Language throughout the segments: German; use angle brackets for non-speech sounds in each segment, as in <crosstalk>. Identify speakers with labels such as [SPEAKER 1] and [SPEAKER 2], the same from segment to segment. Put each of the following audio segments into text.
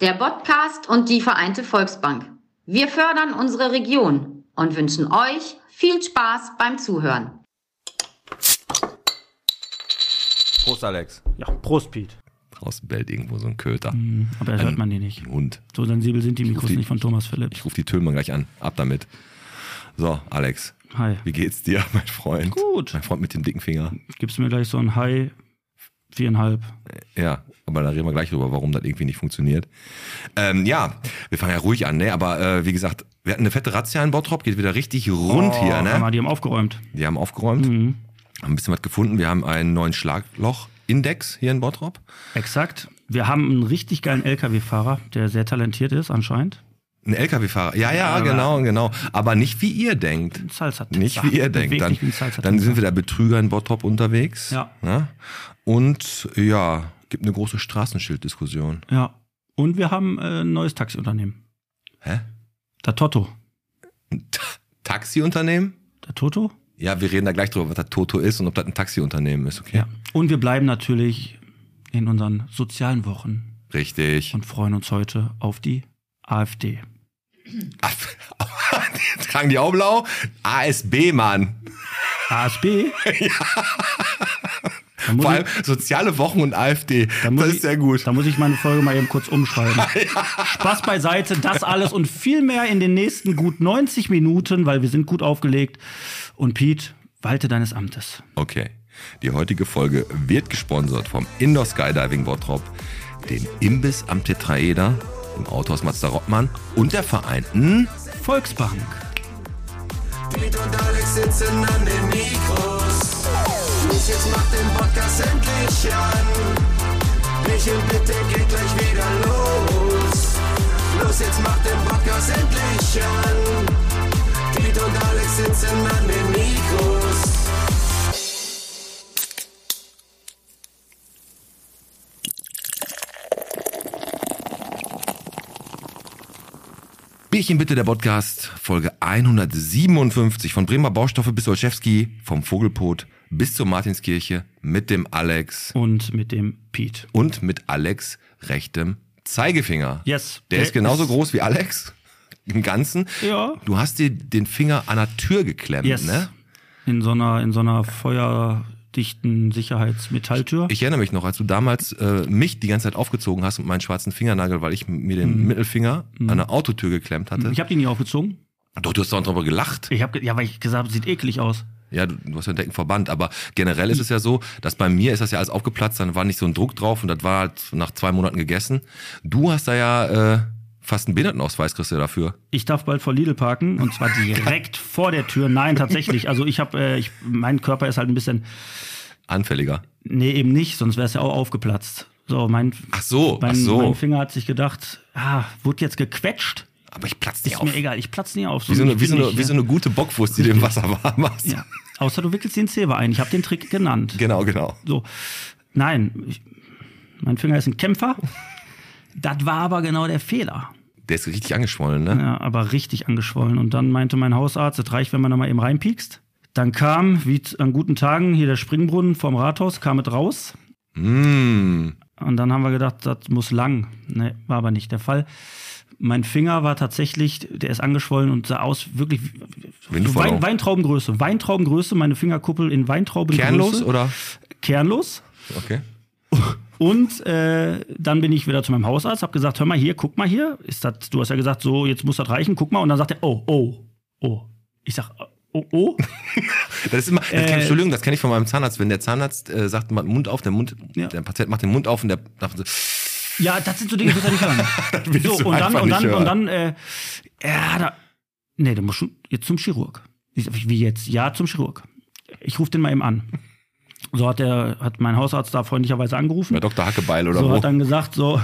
[SPEAKER 1] der Podcast und die Vereinte Volksbank. Wir fördern unsere Region und wünschen euch viel Spaß beim Zuhören.
[SPEAKER 2] Prost, Alex.
[SPEAKER 3] Ja, Prost, Piet.
[SPEAKER 4] Draußen bellt irgendwo so ein Köter.
[SPEAKER 3] Hm, aber da hört
[SPEAKER 4] Ein-
[SPEAKER 3] man die nicht.
[SPEAKER 4] Ein Hund.
[SPEAKER 3] So sensibel sind die
[SPEAKER 4] Ähm, Ich
[SPEAKER 3] Mikros
[SPEAKER 4] ruf die-
[SPEAKER 3] nicht von Thomas Philipp.
[SPEAKER 4] Ich rufe die Tüllmann gleich an. Ab damit. So, Alex,
[SPEAKER 3] Hi.
[SPEAKER 4] wie geht's dir, <laughs> mein Freund?
[SPEAKER 3] Gut.
[SPEAKER 4] Mein Freund mit dem dicken Finger.
[SPEAKER 3] Gibst du mir gleich so ein Hi, viereinhalb.
[SPEAKER 4] Ja, aber da reden wir gleich drüber, warum das irgendwie nicht funktioniert. Ähm, ja, wir fangen ja ruhig an, ne? Aber äh, wie gesagt, wir hatten eine fette Razzia in Bottrop, geht wieder richtig rund hier,
[SPEAKER 3] Hör
[SPEAKER 4] ne?
[SPEAKER 3] Oh, mal, die haben aufgeräumt.
[SPEAKER 4] Die haben aufgeräumt,
[SPEAKER 3] Mhm.
[SPEAKER 4] haben ein bisschen was gefunden. Wir haben einen neuen Schlagloch-Index hier in Bottrop.
[SPEAKER 3] Exakt. Wir haben einen richtig geilen LKW-Fahrer, der sehr talentiert ist anscheinend.
[SPEAKER 4] Ein LKW-Fahrer. Ja, ja,
[SPEAKER 3] Aber-
[SPEAKER 4] genau, genau. Aber nicht wie ihr denkt.
[SPEAKER 3] Ein salsa
[SPEAKER 4] Nicht wie ihr denkt. Dann, dann sind wir da Betrüger in Bottrop unterwegs.
[SPEAKER 3] Ja.
[SPEAKER 4] Ne? Und ja, gibt eine große Straßenschilddiskussion.
[SPEAKER 3] Ja. Und wir haben äh, ein neues Taxiunternehmen.
[SPEAKER 4] Hä?
[SPEAKER 3] Der Toto.
[SPEAKER 4] Ein Ta- Taxiunternehmen?
[SPEAKER 3] Der Toto?
[SPEAKER 4] Ja, wir reden da gleich drüber, was das Toto ist und ob das ein Taxiunternehmen ist, okay?
[SPEAKER 3] Und wir bleiben natürlich in unseren sozialen Wochen
[SPEAKER 4] Richtig.
[SPEAKER 3] und freuen uns heute auf die AfD.
[SPEAKER 4] Tragen <laughs> die auch blau? ASB, Mann.
[SPEAKER 3] ASB?
[SPEAKER 4] <laughs>
[SPEAKER 3] ja. Da muss
[SPEAKER 4] Vor allem
[SPEAKER 3] ich,
[SPEAKER 4] soziale Wochen und AfD.
[SPEAKER 3] da muss
[SPEAKER 4] Das
[SPEAKER 3] ich,
[SPEAKER 4] ist sehr gut.
[SPEAKER 3] Da muss ich meine Folge mal eben kurz
[SPEAKER 4] <laughs>
[SPEAKER 3] umschreiben. Spaß beiseite, das alles und viel mehr in den nächsten gut 90 Minuten, weil wir sind gut aufgelegt. Und Pete, walte deines Amtes.
[SPEAKER 4] Okay. Die heutige Folge wird gesponsert vom Indoor Skydiving Bottrop, dem Imbiss am Tetraeder, dem Autohaus Mazda Rottmann und der Vereinten.
[SPEAKER 3] Volksbank.
[SPEAKER 5] Piet und Alex sitzen an den Mikros. Los, jetzt macht den Podcast endlich an. Michel, bitte geht gleich wieder los. Los, jetzt macht den Podcast endlich an. Piet und Alex sitzen an den Mikros.
[SPEAKER 4] Bierchen bitte der Podcast, Folge 157 von Bremer Baustoffe bis Olszewski, vom Vogelpot bis zur Martinskirche mit dem Alex
[SPEAKER 3] Und mit dem Pete.
[SPEAKER 4] und mit Alex rechtem Zeigefinger.
[SPEAKER 3] Yes.
[SPEAKER 4] Der, ist genauso groß wie Alex im Ganzen.
[SPEAKER 3] Ja.
[SPEAKER 4] Du hast dir den Finger an der Tür geklemmt,
[SPEAKER 3] Yes.
[SPEAKER 4] ne?
[SPEAKER 3] In so einer, in so einer feuerdichten Sicherheitsmetalltür.
[SPEAKER 4] Ich erinnere mich noch, als du damals äh, mich die ganze Zeit aufgezogen hast und meinen schwarzen Fingernagel, weil ich mir den
[SPEAKER 3] Mhm.
[SPEAKER 4] Mittelfinger an der Autotür geklemmt hatte.
[SPEAKER 3] Ich habe die nicht aufgezogen.
[SPEAKER 4] Doch, du hast doch darüber gelacht.
[SPEAKER 3] Ich habe ja, weil ich gesagt habe, sieht eklig aus.
[SPEAKER 4] Ja, du, du hast ja einen Deckenverband, aber generell ist es ja so, dass bei mir ist das ja alles aufgeplatzt, dann war nicht so ein Druck drauf und das war halt nach zwei Monaten gegessen. Du hast da ja äh, fast einen Behindertenausweis, kriegst du ja dafür.
[SPEAKER 3] Ich darf bald vor Lidl parken
[SPEAKER 4] <laughs>
[SPEAKER 3] und zwar direkt vor der Tür. Nein, tatsächlich. Also ich habe, äh, ich, mein Körper ist halt ein bisschen,
[SPEAKER 4] Anfälliger.
[SPEAKER 3] nee, eben nicht, sonst wäre es ja auch aufgeplatzt. So, mein,
[SPEAKER 4] Ach so,
[SPEAKER 3] mein,
[SPEAKER 4] ach so.
[SPEAKER 3] mein Finger hat sich gedacht, ah, wurde jetzt gequetscht.
[SPEAKER 4] Aber ich platz nicht
[SPEAKER 3] Ist
[SPEAKER 4] auf.
[SPEAKER 3] mir egal, ich platze nie auf.
[SPEAKER 4] Wie so,
[SPEAKER 3] ich
[SPEAKER 4] eine, wie,
[SPEAKER 3] bin
[SPEAKER 4] so eine,
[SPEAKER 3] nicht,
[SPEAKER 4] wie so eine gute Bockwurst, die du im Wasser warm machst.
[SPEAKER 3] ja. Außer du wickelst den Zeber ein. Ich habe den Trick genannt.
[SPEAKER 4] Genau, genau.
[SPEAKER 3] So, nein, ich, mein Finger ist ein Kämpfer. Das war aber genau der Fehler.
[SPEAKER 4] Der ist richtig angeschwollen, ne?
[SPEAKER 3] Ja, aber richtig angeschwollen. Und dann meinte mein Hausarzt, es reicht, wenn man da mal eben reinpiekst. Dann kam, wie t- an guten Tagen, hier der Springbrunnen vom Rathaus, kam es raus.
[SPEAKER 4] Mm.
[SPEAKER 3] Und dann haben wir gedacht, das muss lang. Ne, war aber nicht der Fall. Mein Finger war tatsächlich, der ist angeschwollen und sah aus wirklich so
[SPEAKER 4] Windverlauf.
[SPEAKER 3] Wein, Weintraubengröße. Weintraubengröße, meine Fingerkuppel in Weintraubengröße.
[SPEAKER 4] Kernlos oder?
[SPEAKER 3] Kernlos.
[SPEAKER 4] Okay.
[SPEAKER 3] Und äh, dann bin ich wieder zu meinem Hausarzt, habe gesagt, hör mal hier, guck mal hier, ist das, du hast ja gesagt, so, jetzt muss das reichen, guck mal. Und dann sagt er, oh, oh, oh. Ich sag, oh,
[SPEAKER 4] <laughs>
[SPEAKER 3] oh.
[SPEAKER 4] Das ist immer, das kenn,
[SPEAKER 3] Äh,
[SPEAKER 4] Entschuldigung, das kenne ich von meinem Zahnarzt. Wenn der Zahnarzt äh, sagt, mach den Mund auf, der Mund,
[SPEAKER 3] Ja.
[SPEAKER 4] der Patient macht den Mund auf und der macht so,
[SPEAKER 3] Ja, das sind so Dinge, die willst du nicht
[SPEAKER 4] <laughs>
[SPEAKER 3] hören.
[SPEAKER 4] willst
[SPEAKER 3] so,
[SPEAKER 4] du
[SPEAKER 3] und dann,
[SPEAKER 4] einfach
[SPEAKER 3] und dann,
[SPEAKER 4] nicht hören.
[SPEAKER 3] und dann, äh, ja, da, nee, du musst schon jetzt zum Chirurg. Ich sag, wie jetzt? Ja, zum Chirurg. Ich rufe den mal eben an. So hat der, hat mein Hausarzt da freundlicherweise angerufen.
[SPEAKER 4] bei Dr. Hackebeil oder
[SPEAKER 3] so
[SPEAKER 4] wo.
[SPEAKER 3] hat dann gesagt, so,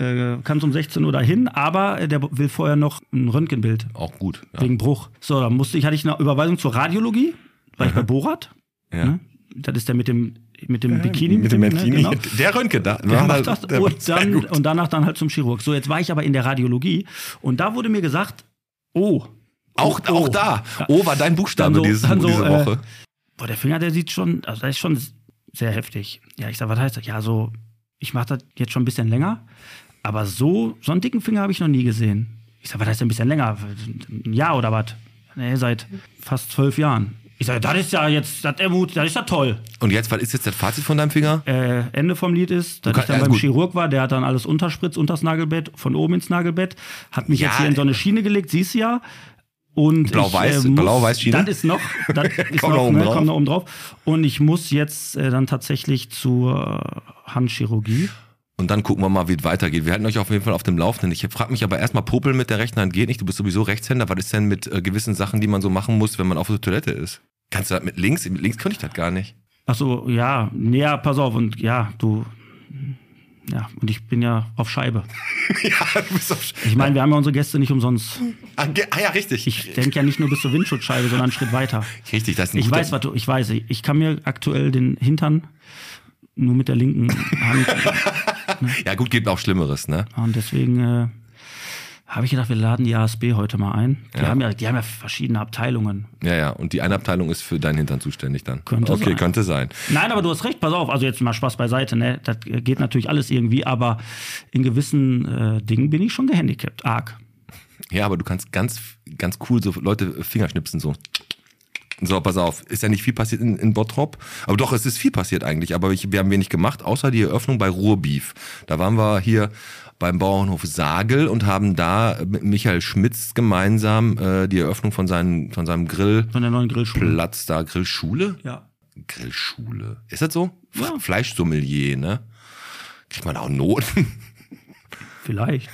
[SPEAKER 3] äh, kannst um 16 Uhr dahin, aber äh, der will vorher noch ein Röntgenbild
[SPEAKER 4] Auch gut. Ja.
[SPEAKER 3] wegen Bruch. So, dann musste ich, hatte ich eine Überweisung zur Radiologie, war ich bei Borat.
[SPEAKER 4] Ja.
[SPEAKER 3] Ne? Das ist der mit dem, mit dem Bikini.
[SPEAKER 4] Mit dem Mankini.
[SPEAKER 3] Ne? Genau.
[SPEAKER 4] Der Röntgen da.
[SPEAKER 3] Der
[SPEAKER 4] Ja,
[SPEAKER 3] macht
[SPEAKER 4] da-
[SPEAKER 3] das,
[SPEAKER 4] der macht <laughs>
[SPEAKER 3] und,
[SPEAKER 4] sehr
[SPEAKER 3] dann,
[SPEAKER 4] gut.
[SPEAKER 3] und danach dann halt zum Chirurg. So, jetzt war ich aber in der Radiologie und da wurde mir gesagt, oh,
[SPEAKER 4] auch,
[SPEAKER 3] oh,
[SPEAKER 4] auch da. Oh, war dein Buchstabe
[SPEAKER 3] Dann so-
[SPEAKER 4] dieses,
[SPEAKER 3] dann so,
[SPEAKER 4] diese
[SPEAKER 3] äh,
[SPEAKER 4] Woche.
[SPEAKER 3] boah, der Finger, der sieht schon, also der ist schon sehr heftig. Ja, ich sag, was heißt das? Ja, so, ich mache das jetzt schon ein bisschen länger, Aber so, so einen dicken Finger habe ich noch nie gesehen. Ich sage, was heißt denn ein bisschen länger? Ein Jahr oder was? Nee, seit fast zwölf Jahren. Ich sage, das ist ja jetzt, das ermut, das ist ja toll.
[SPEAKER 4] Und jetzt, was ist jetzt das Fazit von deinem Finger?
[SPEAKER 3] Äh, Ende vom Lied ist, dass
[SPEAKER 4] Du kann-
[SPEAKER 3] ich dann
[SPEAKER 4] ja,
[SPEAKER 3] beim
[SPEAKER 4] gut.
[SPEAKER 3] Chirurg war, der hat dann alles unterspritzt, unters Nagelbett, von oben ins Nagelbett, hat mich
[SPEAKER 4] Ja, äh,
[SPEAKER 3] jetzt hier in so eine Schiene gelegt, siehst du ja. Und
[SPEAKER 4] Blau-Weiß-
[SPEAKER 3] ich, äh, muss-
[SPEAKER 4] Blau-Weiß-Schiene?
[SPEAKER 3] Das ist noch,
[SPEAKER 4] <laughs>
[SPEAKER 3] das ist
[SPEAKER 4] Kommt
[SPEAKER 3] noch,
[SPEAKER 4] da oben
[SPEAKER 3] ne,
[SPEAKER 4] drauf.
[SPEAKER 3] kommt da oben drauf. Und ich muss jetzt äh, dann tatsächlich zur äh, Handchirurgie.
[SPEAKER 4] Und dann gucken wir mal, wie es weitergeht. Wir halten euch auf jeden Fall auf dem Laufenden. Ich frage mich aber erstmal, Popel mit der rechten Hand geht nicht. Du bist sowieso Rechtshänder. Was ist denn mit äh, gewissen Sachen, die man so machen muss, wenn man auf der Toilette ist? Kannst du das mit links? Mit links könnte ich das gar nicht.
[SPEAKER 3] Ach so, ja, nee, ja, pass auf und ja, du, ja, und ich bin ja auf Scheibe.
[SPEAKER 4] <laughs> ja, du bist auf
[SPEAKER 3] Ich meine, wir haben ja unsere Gäste nicht umsonst.
[SPEAKER 4] ah, ge- ah ja, richtig.
[SPEAKER 3] Ich denke ja nicht nur bis zur Windschutzscheibe, sondern einen Schritt weiter.
[SPEAKER 4] richtig, das ist ein
[SPEAKER 3] Ich
[SPEAKER 4] guter-
[SPEAKER 3] weiß, was du, ich weiß, ich kann mir aktuell den Hintern nur mit der linken <laughs> Hand
[SPEAKER 4] Ja gut, gibt auch Schlimmeres, ne?
[SPEAKER 3] und deswegen äh, habe ich gedacht, wir laden die ASB heute mal ein. Die, haben, ja, die haben ja verschiedene Abteilungen.
[SPEAKER 4] Ja, ja. Und die eine Abteilung ist für deinen Hintern zuständig dann.
[SPEAKER 3] Könnte
[SPEAKER 4] okay,
[SPEAKER 3] sein.
[SPEAKER 4] könnte sein.
[SPEAKER 3] Nein, aber du hast recht, pass auf, also jetzt mal Spaß beiseite, ne? Das geht natürlich alles irgendwie, aber in gewissen äh, Dingen bin ich schon gehandicapt. Arg.
[SPEAKER 4] Ja, aber du kannst ganz, ganz cool so Leute Fingerschnipsen so. So, pass auf, ist ja nicht viel passiert in, in Bottrop. Aber doch, es ist viel passiert eigentlich. Aber ich, wir haben wenig gemacht, außer die Eröffnung bei Ruhrbeef. Da waren wir hier beim Bauernhof Sagel und haben da mit Michael Schmitz gemeinsam äh, die Eröffnung von, seinen, von seinem Grillplatz
[SPEAKER 3] Von der neuen Grillschule.
[SPEAKER 4] da, Grillschule?
[SPEAKER 3] Ja.
[SPEAKER 4] Grillschule. Ist das so? F- Fleischsommelier, ne? Kriegt man auch Noten? <laughs>
[SPEAKER 3] Vielleicht.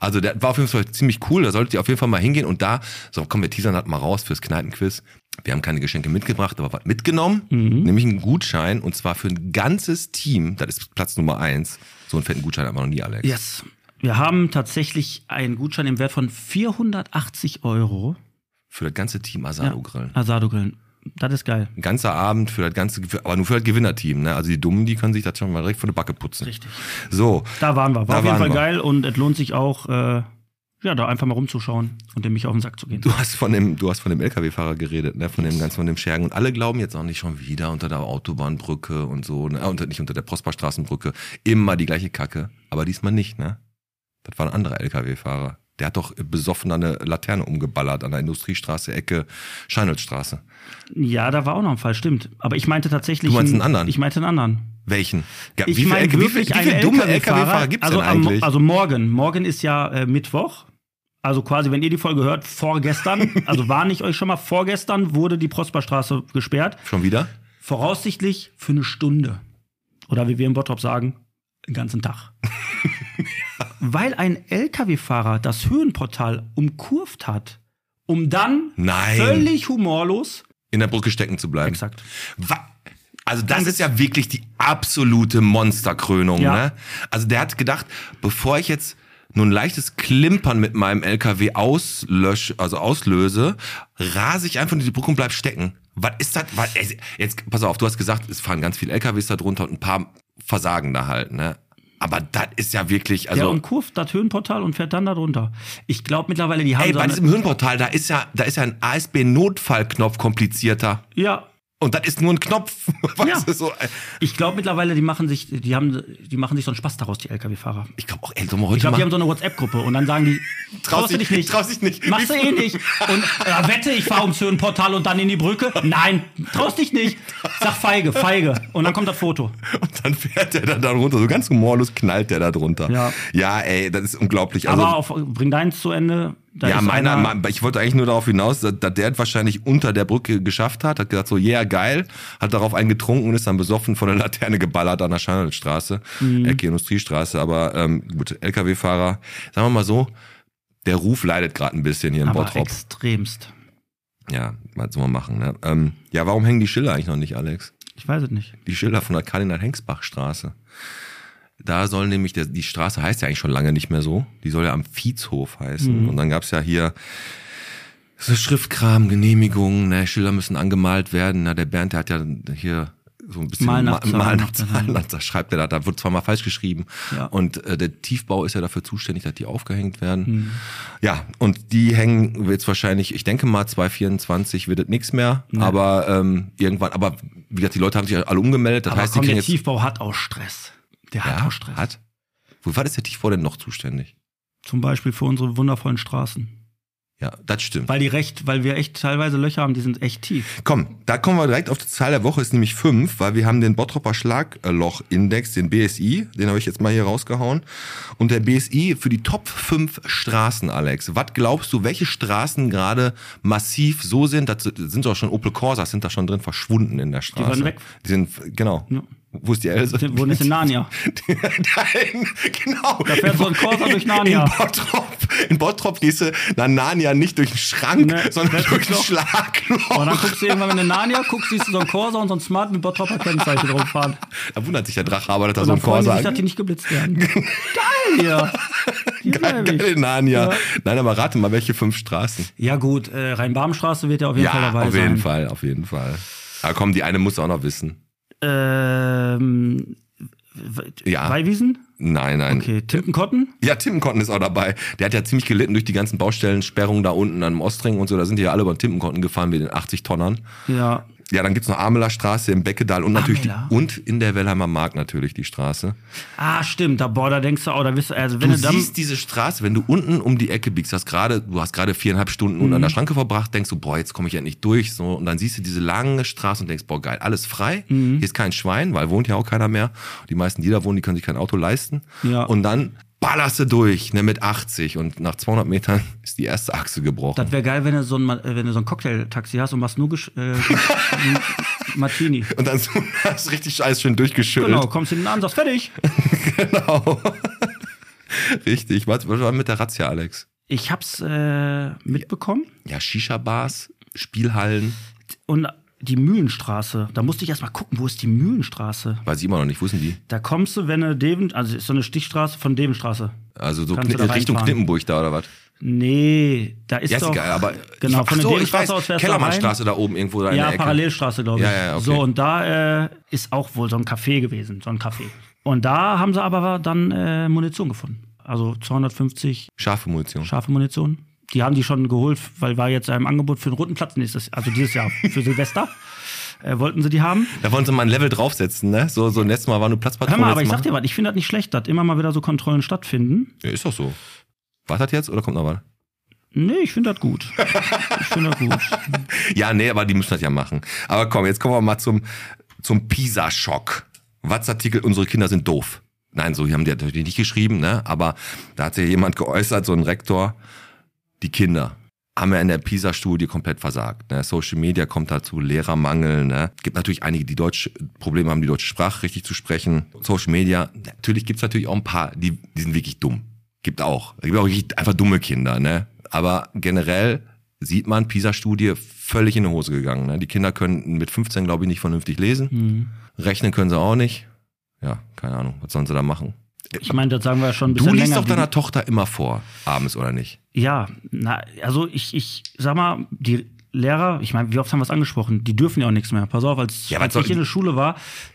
[SPEAKER 4] Also der war auf jeden Fall ziemlich cool, da solltet ihr auf jeden Fall mal hingehen und da, so komm, wir teasern das mal raus fürs Kneipenquiz. Wir haben keine Geschenke mitgebracht, aber was mitgenommen,
[SPEAKER 3] Mhm.
[SPEAKER 4] nämlich einen Gutschein und zwar für ein ganzes Team, das ist Platz Nummer eins. So einen fetten Gutschein hat man noch nie, Alex.
[SPEAKER 3] Yes. Wir haben tatsächlich einen Gutschein im Wert von 480 Euro.
[SPEAKER 4] Für das ganze Team Asado grillen.
[SPEAKER 3] Asado grillen. Das ist geil.
[SPEAKER 4] Ein ganzer Abend für das ganze, für, aber nur für das Gewinnerteam, ne? Also die Dummen, die können sich das schon mal direkt von der Backe putzen.
[SPEAKER 3] Richtig.
[SPEAKER 4] So.
[SPEAKER 3] Da waren wir. War
[SPEAKER 4] Da
[SPEAKER 3] auf jeden
[SPEAKER 4] waren
[SPEAKER 3] Fall
[SPEAKER 4] wir.
[SPEAKER 3] geil und es lohnt sich auch, äh, ja, da einfach mal rumzuschauen und dem mich auf den Sack zu gehen.
[SPEAKER 4] Du hast von dem, du hast von dem LKW-Fahrer geredet, ne? Von dem ganz, von dem Schergen. Und alle glauben jetzt auch nicht schon wieder unter der Autobahnbrücke und so, ne? Ah, Unter, nicht unter der Prosperstraßenbrücke. Immer die gleiche Kacke. Aber diesmal nicht, ne? Das war ein anderer LKW-Fahrer. Der hat doch besoffen an eine Laterne umgeballert an der Industriestraße, Ecke Scheinholzstraße.
[SPEAKER 3] Ja, da war auch noch ein Fall, stimmt. Aber ich meinte tatsächlich.
[SPEAKER 4] Du meinst einen anderen?
[SPEAKER 3] Ich meinte einen anderen.
[SPEAKER 4] Welchen? Ja,
[SPEAKER 3] Ich
[SPEAKER 4] viele
[SPEAKER 3] meine
[SPEAKER 4] LKW
[SPEAKER 3] wirklich
[SPEAKER 4] wie
[SPEAKER 3] einen
[SPEAKER 4] viele dumme
[SPEAKER 3] LKW-Fahrer.
[SPEAKER 4] LKW-Fahrer gibt's
[SPEAKER 3] also,
[SPEAKER 4] denn
[SPEAKER 3] am-
[SPEAKER 4] eigentlich?
[SPEAKER 3] also morgen. Morgen ist ja äh, Mittwoch. Also quasi, wenn ihr die Folge hört, vorgestern, also warne ich euch schon mal, vorgestern wurde die Prosperstraße gesperrt.
[SPEAKER 4] schon wieder?
[SPEAKER 3] Voraussichtlich für eine Stunde. Oder wie wir im Bottrop sagen, den
[SPEAKER 4] <laughs>
[SPEAKER 3] ganzen Tag. Weil ein Lkw-Fahrer das Höhenportal umkurvt hat, um dann
[SPEAKER 4] Nein.
[SPEAKER 3] völlig humorlos.
[SPEAKER 4] In der Brücke stecken zu bleiben.
[SPEAKER 3] Exakt.
[SPEAKER 4] Wa- Also das ist ja wirklich die absolute Monsterkrönung.
[SPEAKER 3] Ja.
[SPEAKER 4] Ne? Also der hat gedacht, bevor ich jetzt nur ein leichtes Klimpern mit meinem LKW auslösch, also auslöse, rase ich einfach in die Brücke und bleib stecken. Was ist das? Was, ey, jetzt pass auf, du hast gesagt, es fahren ganz viele LKWs da drunter und ein paar versagen da halt. Ne? Aber das ist ja wirklich,
[SPEAKER 3] Der
[SPEAKER 4] also
[SPEAKER 3] umkurvt das Höhenportal und fährt dann darunter. Ich glaube mittlerweile, die haben
[SPEAKER 4] ey,
[SPEAKER 3] so
[SPEAKER 4] bei
[SPEAKER 3] eine-
[SPEAKER 4] diesem Hirnportal, da ist ja, da ist ja ein ASB-Notfallknopf komplizierter.
[SPEAKER 3] Ja,
[SPEAKER 4] Und das ist nur ein Knopf. <laughs> Weißt
[SPEAKER 3] Ja.
[SPEAKER 4] du, so, ey.
[SPEAKER 3] ich glaube mittlerweile, die machen sich, die haben, die machen sich so einen Spaß daraus, die Lkw-Fahrer.
[SPEAKER 4] ich glaube auch, ey, sollen wir heute
[SPEAKER 3] Ich glaube,
[SPEAKER 4] mal
[SPEAKER 3] die haben so eine WhatsApp-Gruppe und dann sagen die, traust du
[SPEAKER 4] dich-
[SPEAKER 3] dich nicht.
[SPEAKER 4] traust dich nicht.
[SPEAKER 3] Machst du eh nicht. Und äh, wette, ich fahre ums Höhenportal und dann in die Brücke. Nein, traust dich nicht. Sag feige, feige. Und dann kommt das Foto.
[SPEAKER 4] Und dann fährt der da, da runter. So ganz humorlos knallt der da drunter.
[SPEAKER 3] Ja.
[SPEAKER 4] ja ey, das ist unglaublich. Also,
[SPEAKER 3] Aber auf, bring deins zu Ende. Da
[SPEAKER 4] ja,
[SPEAKER 3] ist
[SPEAKER 4] meiner,
[SPEAKER 3] einer-
[SPEAKER 4] mein- ich wollte eigentlich nur darauf hinaus, dass, dass der es wahrscheinlich unter der Brücke geschafft hat, hat gesagt so, yeah, geil, hat darauf einen getrunken und ist dann besoffen von der Laterne geballert an der Scheinstraße,
[SPEAKER 3] Mhm.
[SPEAKER 4] Ecke Industriestraße, aber ähm, gut, LKW-Fahrer, sagen wir mal so, der Ruf leidet gerade ein bisschen hier in
[SPEAKER 3] aber
[SPEAKER 4] Bottrop.
[SPEAKER 3] extremst.
[SPEAKER 4] Ja, was soll man machen, ne? Ähm, ja, warum hängen die Schilder eigentlich noch nicht, Alex?
[SPEAKER 3] Ich weiß es nicht.
[SPEAKER 4] die Schilder von der Kardinal-Hengsbach-Straße. Da soll nämlich, der, die Straße heißt ja eigentlich schon lange nicht mehr so. Die soll ja am Viehshof heißen. Und dann gab's ja hier so Schriftkram, Genehmigungen, ne, Schilder müssen angemalt werden. Na, der Bernd, der hat ja hier so ein bisschen
[SPEAKER 3] Mal nach
[SPEAKER 4] Ma-
[SPEAKER 3] Zahlen.
[SPEAKER 4] mal nach Zahlen, da schreibt er da, da wird zweimal falsch geschrieben.
[SPEAKER 3] Ja.
[SPEAKER 4] Und äh, der Tiefbau ist ja dafür zuständig, dass die aufgehängt werden. Ja, und die hängen jetzt wahrscheinlich, ich denke mal 2024 wird es nichts mehr, aber ähm, irgendwann, aber wie gesagt, die Leute haben sich alle umgemeldet, das
[SPEAKER 3] aber
[SPEAKER 4] heißt, die
[SPEAKER 3] komm,
[SPEAKER 4] kriegen
[SPEAKER 3] der
[SPEAKER 4] jetzt
[SPEAKER 3] Tiefbau hat auch Ah, Stress. Der hat
[SPEAKER 4] ja,
[SPEAKER 3] auch Stress.
[SPEAKER 4] hat. Wo war das der TV denn noch zuständig?
[SPEAKER 3] Zum Beispiel für unsere wundervollen Straßen.
[SPEAKER 4] Ja, das stimmt.
[SPEAKER 3] Weil die recht, weil wir echt teilweise Löcher haben, die sind echt tief.
[SPEAKER 4] Komm, da kommen wir direkt auf die Zahl der Woche, ist nämlich fünf, weil wir haben den Bottroper Schlagloch-Index, den BSI, den habe ich jetzt mal hier rausgehauen. Und der BSI für die Top 5 Straßen, Alex. Was glaubst du, welche Straßen gerade massiv so sind? Das sind doch schon Opel Corsas, sind da schon drin verschwunden in der Straße.
[SPEAKER 3] waren weg.
[SPEAKER 4] Die sind, genau.
[SPEAKER 3] Ja.
[SPEAKER 4] Wo ist die Else?
[SPEAKER 3] Ne? Wo ist in Narnia?
[SPEAKER 4] <laughs> Nein, genau. Da
[SPEAKER 3] fährt so ein Corsa durch Narnia.
[SPEAKER 4] In Bottrop, in Bottrop gehst du nach Narnia nicht durch den Schrank,
[SPEAKER 3] Nee,
[SPEAKER 4] sondern
[SPEAKER 3] das
[SPEAKER 4] durch
[SPEAKER 3] ist
[SPEAKER 4] den
[SPEAKER 3] doch-
[SPEAKER 4] Schlagloch.
[SPEAKER 3] Und dann guckst du irgendwann, wenn du in Narnia guckst, siehst du so einen Corsa und so einen Smart mit Bottroper Kennzeichen drauf
[SPEAKER 4] <laughs>
[SPEAKER 3] fahren.
[SPEAKER 4] Da wundert sich der Drache aber, dass da
[SPEAKER 3] Und
[SPEAKER 4] so
[SPEAKER 3] dann
[SPEAKER 4] ein
[SPEAKER 3] freuen die
[SPEAKER 4] Corsa
[SPEAKER 3] sich, dass die
[SPEAKER 4] angeht.
[SPEAKER 3] nicht geblitzt werden.
[SPEAKER 4] <laughs>
[SPEAKER 3] Geil hier! Hier
[SPEAKER 4] Geil,
[SPEAKER 3] bleib ich.
[SPEAKER 4] geil, Narnia.
[SPEAKER 3] Ja.
[SPEAKER 4] Nein, aber rate mal, welche fünf Straßen?
[SPEAKER 3] Ja gut, äh, Rhein-Barm-Straße wird ja auf jeden Fall
[SPEAKER 4] ja,
[SPEAKER 3] dabei
[SPEAKER 4] auf
[SPEAKER 3] sein.
[SPEAKER 4] jeden Fall, auf jeden Fall. Aber komm, die eine musst du auch noch wissen.
[SPEAKER 3] Ähm,
[SPEAKER 4] Ja.
[SPEAKER 3] ja. Weiwiesen?
[SPEAKER 4] Nein, nein.
[SPEAKER 3] Okay, Tintenkotten?
[SPEAKER 4] Ja, Timmenkotten ist auch dabei. Der hat ja ziemlich gelitten durch die ganzen Baustellen, Sperrungen da unten am Ostring und so. Da sind die ja alle über den Timmenkotten gefahren mit den 80 Tonnern.
[SPEAKER 3] Ja.
[SPEAKER 4] Ja, dann gibt's noch Ameler Straße im Beckedal und natürlich die,
[SPEAKER 3] Ameler?
[SPEAKER 4] und in der Wellheimer Mark natürlich die Straße.
[SPEAKER 3] Ah, stimmt. Da, boah, da denkst du auch, da bist du, also wenn
[SPEAKER 4] Du
[SPEAKER 3] du, dann.
[SPEAKER 4] siehst diese Straße, wenn du unten um die Ecke biegst, hast gerade, du hast gerade viereinhalb Stunden
[SPEAKER 3] Mhm.
[SPEAKER 4] unten an der Schranke verbracht, denkst du, boah, jetzt komme ich endlich durch. So, und dann siehst du diese lange Straße und denkst, boah, geil, alles frei.
[SPEAKER 3] Mhm.
[SPEAKER 4] Hier ist kein Schwein, weil wohnt ja auch keiner mehr. Die meisten, die da wohnen, die können sich kein Auto leisten.
[SPEAKER 3] Ja.
[SPEAKER 4] Und dann ballerst du durch, ne, mit 80 und nach 200 Metern <laughs> ist die erste Achse gebrochen.
[SPEAKER 3] Das wäre geil, wenn du so ein, Ma- äh, wenn du so ein Cocktail-Taxi hast und machst nur Gesch
[SPEAKER 4] <laughs>
[SPEAKER 3] äh, ein Martini.
[SPEAKER 4] und dann <laughs> so- hast du richtig alles schön durchgeschüttelt.
[SPEAKER 3] Genau, kommst hinten an, sagst fertig.
[SPEAKER 4] Genau. Richtig. Was, was war mit der Razzia, Alex?
[SPEAKER 3] Ich hab's äh, mitbekommen
[SPEAKER 4] Ja, Shisha-Bars, Spielhallen.
[SPEAKER 3] und die Mühlenstraße. Da musste ich erstmal gucken, wo ist die Mühlenstraße?
[SPEAKER 4] Weiß ich immer noch nicht, wo sind die?
[SPEAKER 3] Da kommst du, wenn du Deven, also ist so eine Stichstraße von Devenstraße.
[SPEAKER 4] Also so
[SPEAKER 3] Kannst
[SPEAKER 4] Kni-
[SPEAKER 3] du da
[SPEAKER 4] Richtung
[SPEAKER 3] reinfahren?
[SPEAKER 4] Knippenburg da oder was?
[SPEAKER 3] Nee, da ist
[SPEAKER 4] Ja, ist
[SPEAKER 3] doch
[SPEAKER 4] egal, aber
[SPEAKER 3] genau
[SPEAKER 4] ich, ach
[SPEAKER 3] von der
[SPEAKER 4] so, ich
[SPEAKER 3] Devenstraße
[SPEAKER 4] weiß,
[SPEAKER 3] aus fährst du da rein.
[SPEAKER 4] Kellermannstraße da oben irgendwo da in der
[SPEAKER 3] Ja,
[SPEAKER 4] Ecke.
[SPEAKER 3] Parallelstraße, glaube ich.
[SPEAKER 4] Ja, ja, ja, okay.
[SPEAKER 3] So, und da äh, ist auch wohl so ein Café gewesen, so ein Café. Und da haben sie aber dann äh, Munition gefunden. Also 250
[SPEAKER 4] Scharfe Munition.
[SPEAKER 3] scharfe Munition. Die haben die schon geholt, weil war jetzt im Angebot für den Roten Platz nächstes, also dieses Jahr, für
[SPEAKER 4] <laughs>
[SPEAKER 3] Silvester. Äh, wollten sie die haben.
[SPEAKER 4] Da wollen sie mal ein Level draufsetzen, ne? So, so letztes Mal war nur Platzpatrone.
[SPEAKER 3] Hör mal, aber ich
[SPEAKER 4] letztes
[SPEAKER 3] sag dir was, ich finde das nicht schlecht, dass immer mal wieder so Kontrollen stattfinden.
[SPEAKER 4] Ja, ist doch so. War das jetzt oder kommt noch was?
[SPEAKER 3] Nee, ich finde
[SPEAKER 4] <laughs>
[SPEAKER 3] das gut. Ich finde das gut.
[SPEAKER 4] Ja, nee, aber die müssen das ja machen. Aber komm, jetzt kommen wir mal zum, zum Pisa-Schock. WhatsApp-Artikel, unsere Kinder sind doof. Nein, so haben die natürlich nicht geschrieben, ne? Aber da hat sich ja jemand geäußert, so ein Rektor, die Kinder haben ja in der PISA-Studie komplett versagt. Ne? Social Media kommt dazu, Lehrermangel. Ne? Gibt natürlich einige, die Deutsch Probleme haben, die deutsche Sprache richtig zu sprechen. Social Media, natürlich gibt's natürlich auch ein paar, die, die sind wirklich dumm. Gibt auch. Gibt auch richtig einfach dumme Kinder. Ne? Aber generell sieht man, PISA-Studie völlig in die Hose gegangen. Ne? Die Kinder können mit 15, glaube ich, nicht vernünftig lesen.
[SPEAKER 3] Mhm.
[SPEAKER 4] Rechnen können sie auch nicht. Ja, keine Ahnung, was sollen sie da machen?
[SPEAKER 3] Ich meine, das sagen wir ja schon ein bisschen
[SPEAKER 4] Du liest
[SPEAKER 3] länger.
[SPEAKER 4] doch halt- deiner Tochter immer vor, abends oder nicht?
[SPEAKER 3] Ja, na, also ich, ich sag mal, die Lehrer, ich meine, wie oft haben wir es angesprochen, die dürfen ja auch nichts mehr. Pass auf, als,
[SPEAKER 4] Ja, was
[SPEAKER 3] als
[SPEAKER 4] soll-
[SPEAKER 3] ich in der Schule war,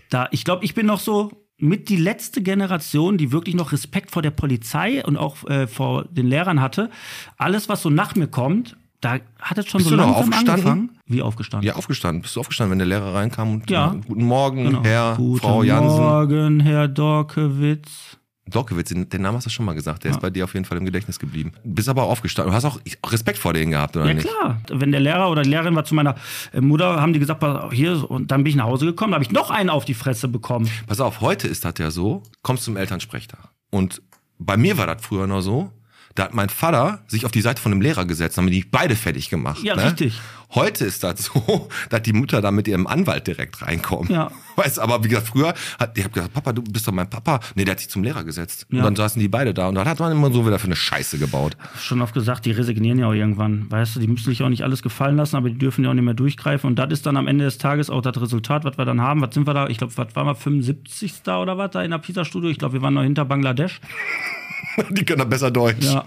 [SPEAKER 3] da, ich glaube, ich bin noch so mit die letzte Generation, die wirklich noch Respekt vor der Polizei und auch äh, vor den Lehrern hatte. Alles, was so nach mir kommt, da hat es schon
[SPEAKER 4] Bist du
[SPEAKER 3] so
[SPEAKER 4] noch
[SPEAKER 3] langsam
[SPEAKER 4] aufgestanden?
[SPEAKER 3] angefangen. Wie aufgestanden?
[SPEAKER 4] Ja, aufgestanden. Bist du aufgestanden, wenn der Lehrer reinkam und
[SPEAKER 3] Ja.
[SPEAKER 4] äh, guten Morgen,
[SPEAKER 3] Genau.
[SPEAKER 4] Herr,
[SPEAKER 3] Guten
[SPEAKER 4] Frau Jansen.
[SPEAKER 3] Morgen, Herr Dorkewitz.
[SPEAKER 4] Dorkewitz, den den Namen hast du schon mal gesagt, der ist bei dir auf jeden Fall im Gedächtnis geblieben. Bist aber aufgestanden. Du hast auch ich- Respekt vor denen gehabt, oder
[SPEAKER 3] Ja
[SPEAKER 4] nicht?
[SPEAKER 3] klar, wenn der Lehrer oder die Lehrerin war zu meiner äh, Mutter, haben die gesagt, pass auf, hier so. und dann bin ich nach Hause gekommen, da habe ich noch einen auf die Fresse bekommen.
[SPEAKER 4] Pass auf, heute ist das ja so, kommst zum Elternsprechtag. Und bei mir war das früher noch so, da hat mein Vater sich auf die Seite von dem Lehrer gesetzt, haben die beide fertig gemacht.
[SPEAKER 3] Ja,
[SPEAKER 4] ne?
[SPEAKER 3] richtig.
[SPEAKER 4] Heute ist das so, <laughs> dass die Mutter da mit ihrem Anwalt direkt reinkommt.
[SPEAKER 3] Ja.
[SPEAKER 4] <laughs> Weißt du, aber wie gesagt, früher hat, ich hab gesagt, Papa, du bist doch mein Papa. Nee, der hat sich zum Lehrer gesetzt. Und
[SPEAKER 3] Ja.
[SPEAKER 4] dann saßen die beide da und dann hat man immer so wieder für eine Scheiße gebaut. <laughs>
[SPEAKER 3] Schon oft gesagt, die resignieren ja auch irgendwann. Weißt du, die müssen sich auch nicht alles gefallen lassen, aber die dürfen ja auch nicht mehr durchgreifen. Und das ist dann am Ende des Tages auch das Resultat, was wir dann haben. Was sind wir da? Ich glaube, was waren wir? 75. da oder was da in der PISA-Studie? Ich glaube, wir waren noch hinter Bangladesch.
[SPEAKER 4] Die können doch besser Deutsch.
[SPEAKER 3] Ja.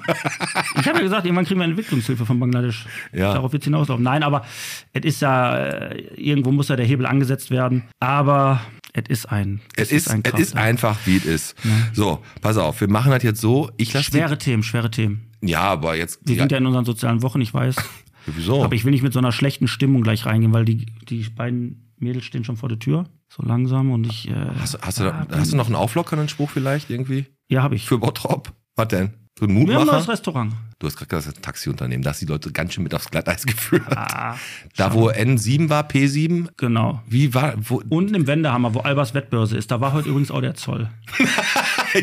[SPEAKER 3] Ich habe ja gesagt, irgendwann kriegen wir Entwicklungshilfe von Bangladesch.
[SPEAKER 4] Ja.
[SPEAKER 3] Darauf wird hinauslaufen. Nein, aber es ist ja, äh, irgendwo muss ja der Hebel angesetzt werden. Aber es ist ein. ne?
[SPEAKER 4] Es ist, es ist
[SPEAKER 3] Kraftakt.
[SPEAKER 4] einfach, wie es ist. So, pass auf, wir machen das jetzt so. Ich lasse die.
[SPEAKER 3] Schwere Themen, schwere Themen.
[SPEAKER 4] Ja, aber jetzt.
[SPEAKER 3] Wir
[SPEAKER 4] ja, Oh.
[SPEAKER 3] sind ja in unseren sozialen Wochen, ich weiß.
[SPEAKER 4] wieso?
[SPEAKER 3] Aber ich will nicht mit so einer schlechten Stimmung gleich reingehen, weil die, die beiden Mädels stehen schon vor der Tür. So langsam und ich. Äh,
[SPEAKER 4] Hast, du- hast, du, da, hast du noch einen auflockernden Spruch vielleicht irgendwie?
[SPEAKER 3] Ja, habe ich.
[SPEAKER 4] Für Bottrop? Was denn? So ein
[SPEAKER 3] Wir haben ein neues
[SPEAKER 4] Mutmacher?
[SPEAKER 3] Restaurant.
[SPEAKER 4] Du hast gerade gesagt, das ist ein Taxiunternehmen. Da hast du die Leute ganz schön mit aufs Glatteis geführt.
[SPEAKER 3] Ah,
[SPEAKER 4] da, wo N7 war, P7,
[SPEAKER 3] genau.
[SPEAKER 4] wie war, wo,
[SPEAKER 3] Unten im Wendehammer, wo Albers Wettbörse ist, da war heute übrigens auch der Zoll.
[SPEAKER 4] <laughs>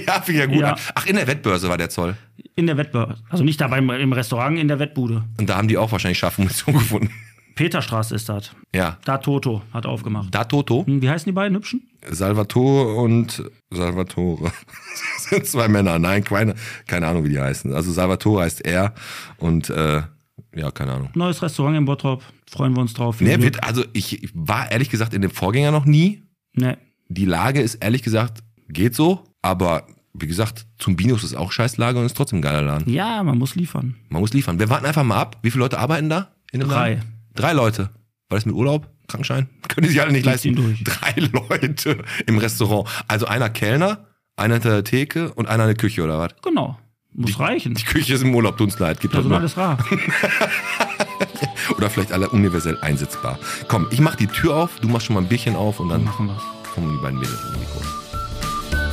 [SPEAKER 4] ja, finde ich ja gut.
[SPEAKER 3] Ja.
[SPEAKER 4] Ach, in der Wettbörse war der Zoll.
[SPEAKER 3] In der Wettbörse. Also nicht da beim, im Restaurant, in der Wettbude.
[SPEAKER 4] Und da haben die auch wahrscheinlich scharfe Munition <laughs> gefunden.
[SPEAKER 3] Peterstraße ist das.
[SPEAKER 4] Ja.
[SPEAKER 3] Da Toto hat aufgemacht.
[SPEAKER 4] Da Toto,
[SPEAKER 3] Hm, Wie heißen die beiden Hübschen?
[SPEAKER 4] Salvatore und Salvatore. <laughs> Das sind zwei Männer. Nein, keine, keine Ahnung, wie die heißen. Also Salvatore heißt er und äh, ja, keine Ahnung.
[SPEAKER 3] Neues Restaurant in Bottrop. Freuen wir uns drauf. Viel
[SPEAKER 4] Nee,
[SPEAKER 3] Glück.
[SPEAKER 4] wird, also ich war ehrlich gesagt in dem Vorgänger noch nie.
[SPEAKER 3] Nee.
[SPEAKER 4] Die Lage ist ehrlich gesagt, geht so, aber wie gesagt, zum Binus ist auch Scheißlage und ist trotzdem ein geiler Laden.
[SPEAKER 3] Ja, man muss liefern.
[SPEAKER 4] Man muss liefern. Wir warten einfach mal ab. Wie viele Leute arbeiten da? In dem
[SPEAKER 3] Drei.
[SPEAKER 4] Laden? Drei Leute. War das mit Urlaub? Krankenschein? <laughs> Können die sich alle nicht
[SPEAKER 3] Die
[SPEAKER 4] leisten.
[SPEAKER 3] ziehen durch.
[SPEAKER 4] Drei <laughs> Leute im Restaurant. Also einer Kellner, einer hinter der Theke und einer in der Küche oder was?
[SPEAKER 3] Genau. Muss reichen.
[SPEAKER 4] Die Küche ist im Urlaub, tut's leid. Gibt das
[SPEAKER 3] Personal
[SPEAKER 4] mal.
[SPEAKER 3] ist rar.
[SPEAKER 4] <laughs> Oder vielleicht alle universell einsetzbar. Komm, ich mach die Tür auf, du machst schon mal ein Bierchen auf und dann
[SPEAKER 3] Machen wir's.
[SPEAKER 4] kommen die beiden Mädels ins Mikro.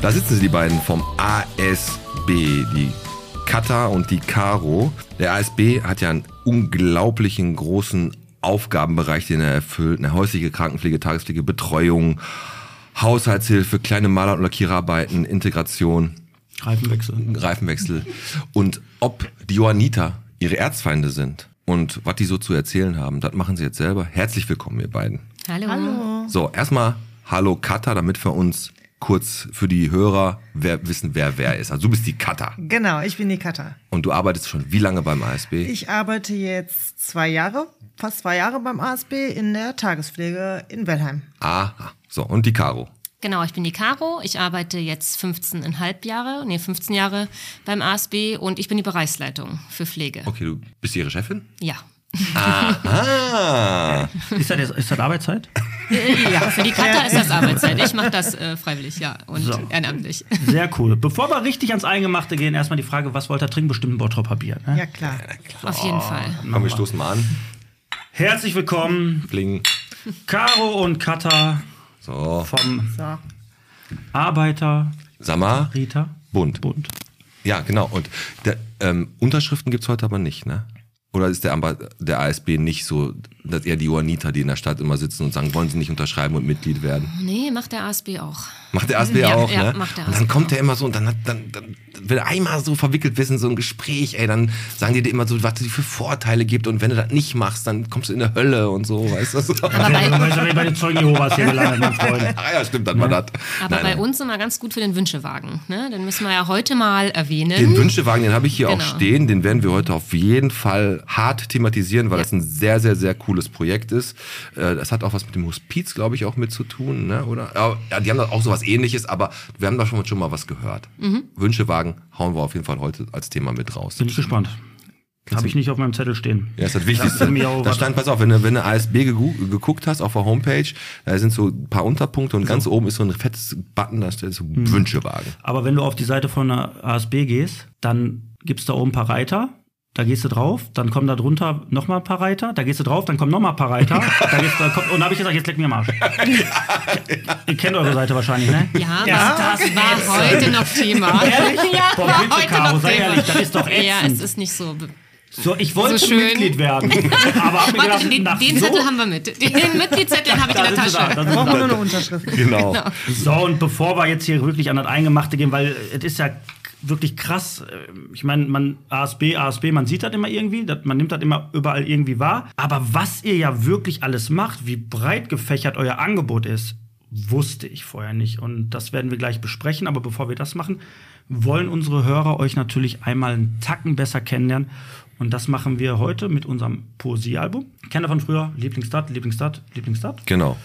[SPEAKER 4] Da sitzen sie, die beiden vom ASB, die Kata und die Caro. Der ASB hat ja einen unglaublichen großen Aufgabenbereich, den er erfüllt. Eine häusliche Krankenpflege, Tagespflege, Betreuung, Haushaltshilfe, kleine Maler- und Lackierarbeiten, Integration,
[SPEAKER 3] Reifenwechsel.
[SPEAKER 4] Reifenwechsel. Und ob die Johanniter ihre Erzfeinde sind und was die so zu erzählen haben, das machen sie jetzt selber. Herzlich willkommen, ihr beiden.
[SPEAKER 6] Hallo.
[SPEAKER 4] So, erstmal Hallo Kata, damit wir uns kurz für die Hörer wer, wissen, wer wer ist. Also du bist die Kata
[SPEAKER 7] Genau, ich bin die Katha.
[SPEAKER 4] und du arbeitest schon wie lange beim ASB?
[SPEAKER 7] Ich arbeite jetzt zwei Jahre, fast zwei Jahre beim ASB in der Tagespflege in Wellheim.
[SPEAKER 4] Aha. So, und die Caro.
[SPEAKER 6] Genau, ich bin die Caro. Ich arbeite jetzt 15,5 Jahre, nee, 15 Jahre beim ASB und ich bin die Bereichsleitung für Pflege.
[SPEAKER 4] Okay, du bist ihre Chefin?
[SPEAKER 6] Ja. <laughs>
[SPEAKER 4] Ah.
[SPEAKER 3] Ist das, jetzt- ist das Arbeitszeit?
[SPEAKER 6] ja. Für die Kata ist das Arbeitszeit. Ich mache das äh, freiwillig, ja, und ehrenamtlich.
[SPEAKER 3] Sehr cool. Bevor wir richtig ans Eingemachte gehen, erstmal die Frage, was wollt ihr trinken? Bestimmt ein Bottroper Bier. Ne?
[SPEAKER 7] Ja klar.
[SPEAKER 6] Auf jeden Fall.
[SPEAKER 4] Komm, wir stoßen mal an.
[SPEAKER 3] Herzlich willkommen,
[SPEAKER 4] Kling.
[SPEAKER 3] Caro und Katha
[SPEAKER 4] So.
[SPEAKER 3] vom
[SPEAKER 7] So.
[SPEAKER 3] Arbeiter
[SPEAKER 4] Sag mal,
[SPEAKER 3] Rita
[SPEAKER 4] bunt.
[SPEAKER 3] Bund.
[SPEAKER 4] Ja, genau. Und der, ähm, Unterschriften gibt's heute aber nicht, ne? Oder ist der, Amba- der ASB nicht so, dass eher die Johanniter, die in der Stadt immer sitzen und sagen, wollen sie nicht unterschreiben und Mitglied werden?
[SPEAKER 6] Nee, macht der ASB auch.
[SPEAKER 4] Macht der ASB
[SPEAKER 6] Ja,
[SPEAKER 4] auch,
[SPEAKER 6] ja,
[SPEAKER 4] ne?
[SPEAKER 6] macht der
[SPEAKER 4] und dann
[SPEAKER 6] ASB
[SPEAKER 4] kommt der immer so und dann hat dann, dann wenn er einmal so verwickelt wissen so ein Gespräch, ey, dann sagen die dir immer so, was es für Vorteile gibt und wenn du das nicht machst, dann kommst du in der Hölle und so, weißt du? <laughs> So. ah
[SPEAKER 6] Aber bei,
[SPEAKER 3] Dann sind wir bei den Zeugen Jehovas hier gelandet, mein Freund.
[SPEAKER 4] ja, stimmt, dann war das.
[SPEAKER 6] aber
[SPEAKER 4] Nein,
[SPEAKER 6] bei
[SPEAKER 4] nein.
[SPEAKER 6] uns immer ganz gut für den Wünschewagen. Ne? Den müssen wir ja heute mal erwähnen.
[SPEAKER 4] Den Wünschewagen, den habe ich hier auch
[SPEAKER 6] Ähm, Genau.
[SPEAKER 4] stehen. Den werden wir heute auf jeden Fall hart thematisieren, weil das ein sehr, sehr, sehr cooles Projekt ist. Äh, Das hat auch was mit dem Hospiz, glaube ich, auch mit zu tun, ne? oder? Ja, die haben da auch sowas ähnliches, aber wir haben da schon, schon mal was gehört. Wünschewagen hauen wir auf jeden Fall heute als Thema mit raus.
[SPEAKER 3] Bin ich gespannt. Habe ich nicht auf meinem Zettel stehen.
[SPEAKER 4] Ja, ist das
[SPEAKER 3] Sag
[SPEAKER 4] Wichtigste.
[SPEAKER 3] mir auch
[SPEAKER 4] Da
[SPEAKER 3] was.
[SPEAKER 4] stand, pass auf, wenn du, wenn du ASB gegu- geguckt hast auf der Homepage, da sind so ein paar Unterpunkte und ganz oben ist so ein fettes Button, da steht so Wünschewagen.
[SPEAKER 3] Aber wenn du auf die Seite von der ASB gehst, dann gibt's da oben ein paar Reiter. Da gehst du drauf, dann kommen da drunter nochmal ein paar Reiter, da gehst du drauf, dann kommen nochmal ein paar Reiter, da gehst, du- da kommt, und da habe ich gesagt, jetzt leck mir am Arsch. Ihr kennt eure Seite wahrscheinlich, ne?
[SPEAKER 6] ja, das,
[SPEAKER 3] <laughs>
[SPEAKER 6] das war heute noch Thema. <laughs>
[SPEAKER 3] Ehrlich?
[SPEAKER 6] Ja,
[SPEAKER 3] Boah,
[SPEAKER 6] war
[SPEAKER 3] bitte, Caro, sei ehrlich, das ist doch
[SPEAKER 6] Ja,
[SPEAKER 3] ätzend.
[SPEAKER 6] es ist nicht so. be-
[SPEAKER 3] So, ich wollte
[SPEAKER 6] So schön.
[SPEAKER 3] Mitglied werden.
[SPEAKER 6] <laughs>
[SPEAKER 3] Aber hab mir
[SPEAKER 6] Warte,
[SPEAKER 3] gedacht,
[SPEAKER 6] den,
[SPEAKER 3] nach
[SPEAKER 6] den
[SPEAKER 3] so,
[SPEAKER 6] Zettel haben wir mit.
[SPEAKER 3] <laughs>
[SPEAKER 6] Den Mitgliedzettel habe ich in
[SPEAKER 3] da
[SPEAKER 6] der
[SPEAKER 3] sind sie da,
[SPEAKER 6] Tasche.
[SPEAKER 3] da sind sie
[SPEAKER 7] Brauchen
[SPEAKER 3] da.
[SPEAKER 7] wir
[SPEAKER 4] <laughs>
[SPEAKER 7] nur eine Unterschrift.
[SPEAKER 4] Genau.
[SPEAKER 3] So, und bevor wir jetzt hier wirklich an das Eingemachte gehen, weil äh, es ist ja k- wirklich krass. äh, Ich meine, man, ASB, ASB, man sieht das immer irgendwie, das, man nimmt das immer überall irgendwie wahr. Aber was ihr ja wirklich alles macht, wie breit gefächert euer Angebot ist, wusste ich vorher nicht. Und das werden wir gleich besprechen. Aber bevor wir das machen, wollen unsere Hörer euch natürlich einmal einen Tacken besser kennenlernen. Und das machen wir heute mit unserem Poesiealbum. Kennt ihr von früher? Lieblingsstadt, Lieblingsstadt, Lieblingsstadt.
[SPEAKER 4] Genau.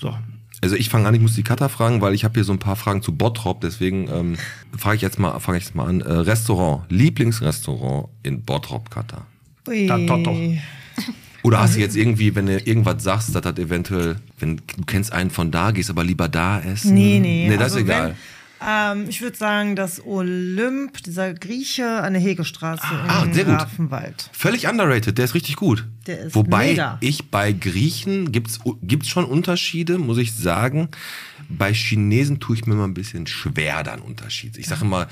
[SPEAKER 3] So,
[SPEAKER 4] Also ich fange an, ich muss die Kata fragen, weil ich habe hier so ein paar Fragen zu Bottrop, deswegen ähm, frage ich jetzt mal, fange ich jetzt mal an. Äh, Restaurant, Lieblingsrestaurant in Bottrop, Kata.
[SPEAKER 7] Ui.
[SPEAKER 3] Da, Toto.
[SPEAKER 4] Oder hast du jetzt irgendwie, wenn du irgendwas sagst, das hat eventuell, wenn du kennst einen von da, gehst aber lieber da essen?
[SPEAKER 7] Nee, nee.
[SPEAKER 4] Nee, das
[SPEAKER 7] also
[SPEAKER 4] ist egal.
[SPEAKER 7] Wenn, ähm, ich würde sagen, das Olymp, dieser Grieche an der Hegestraße
[SPEAKER 4] ah,
[SPEAKER 7] im
[SPEAKER 4] sehr gut.
[SPEAKER 7] Grafenwald.
[SPEAKER 4] Völlig underrated, der ist richtig gut.
[SPEAKER 7] Der ist
[SPEAKER 4] Wobei
[SPEAKER 7] mega.
[SPEAKER 4] ich bei Griechen gibt's gibt's schon Unterschiede, muss ich sagen. Bei Chinesen tue ich mir immer ein bisschen schwer dann Unterschied. Ich sage immer,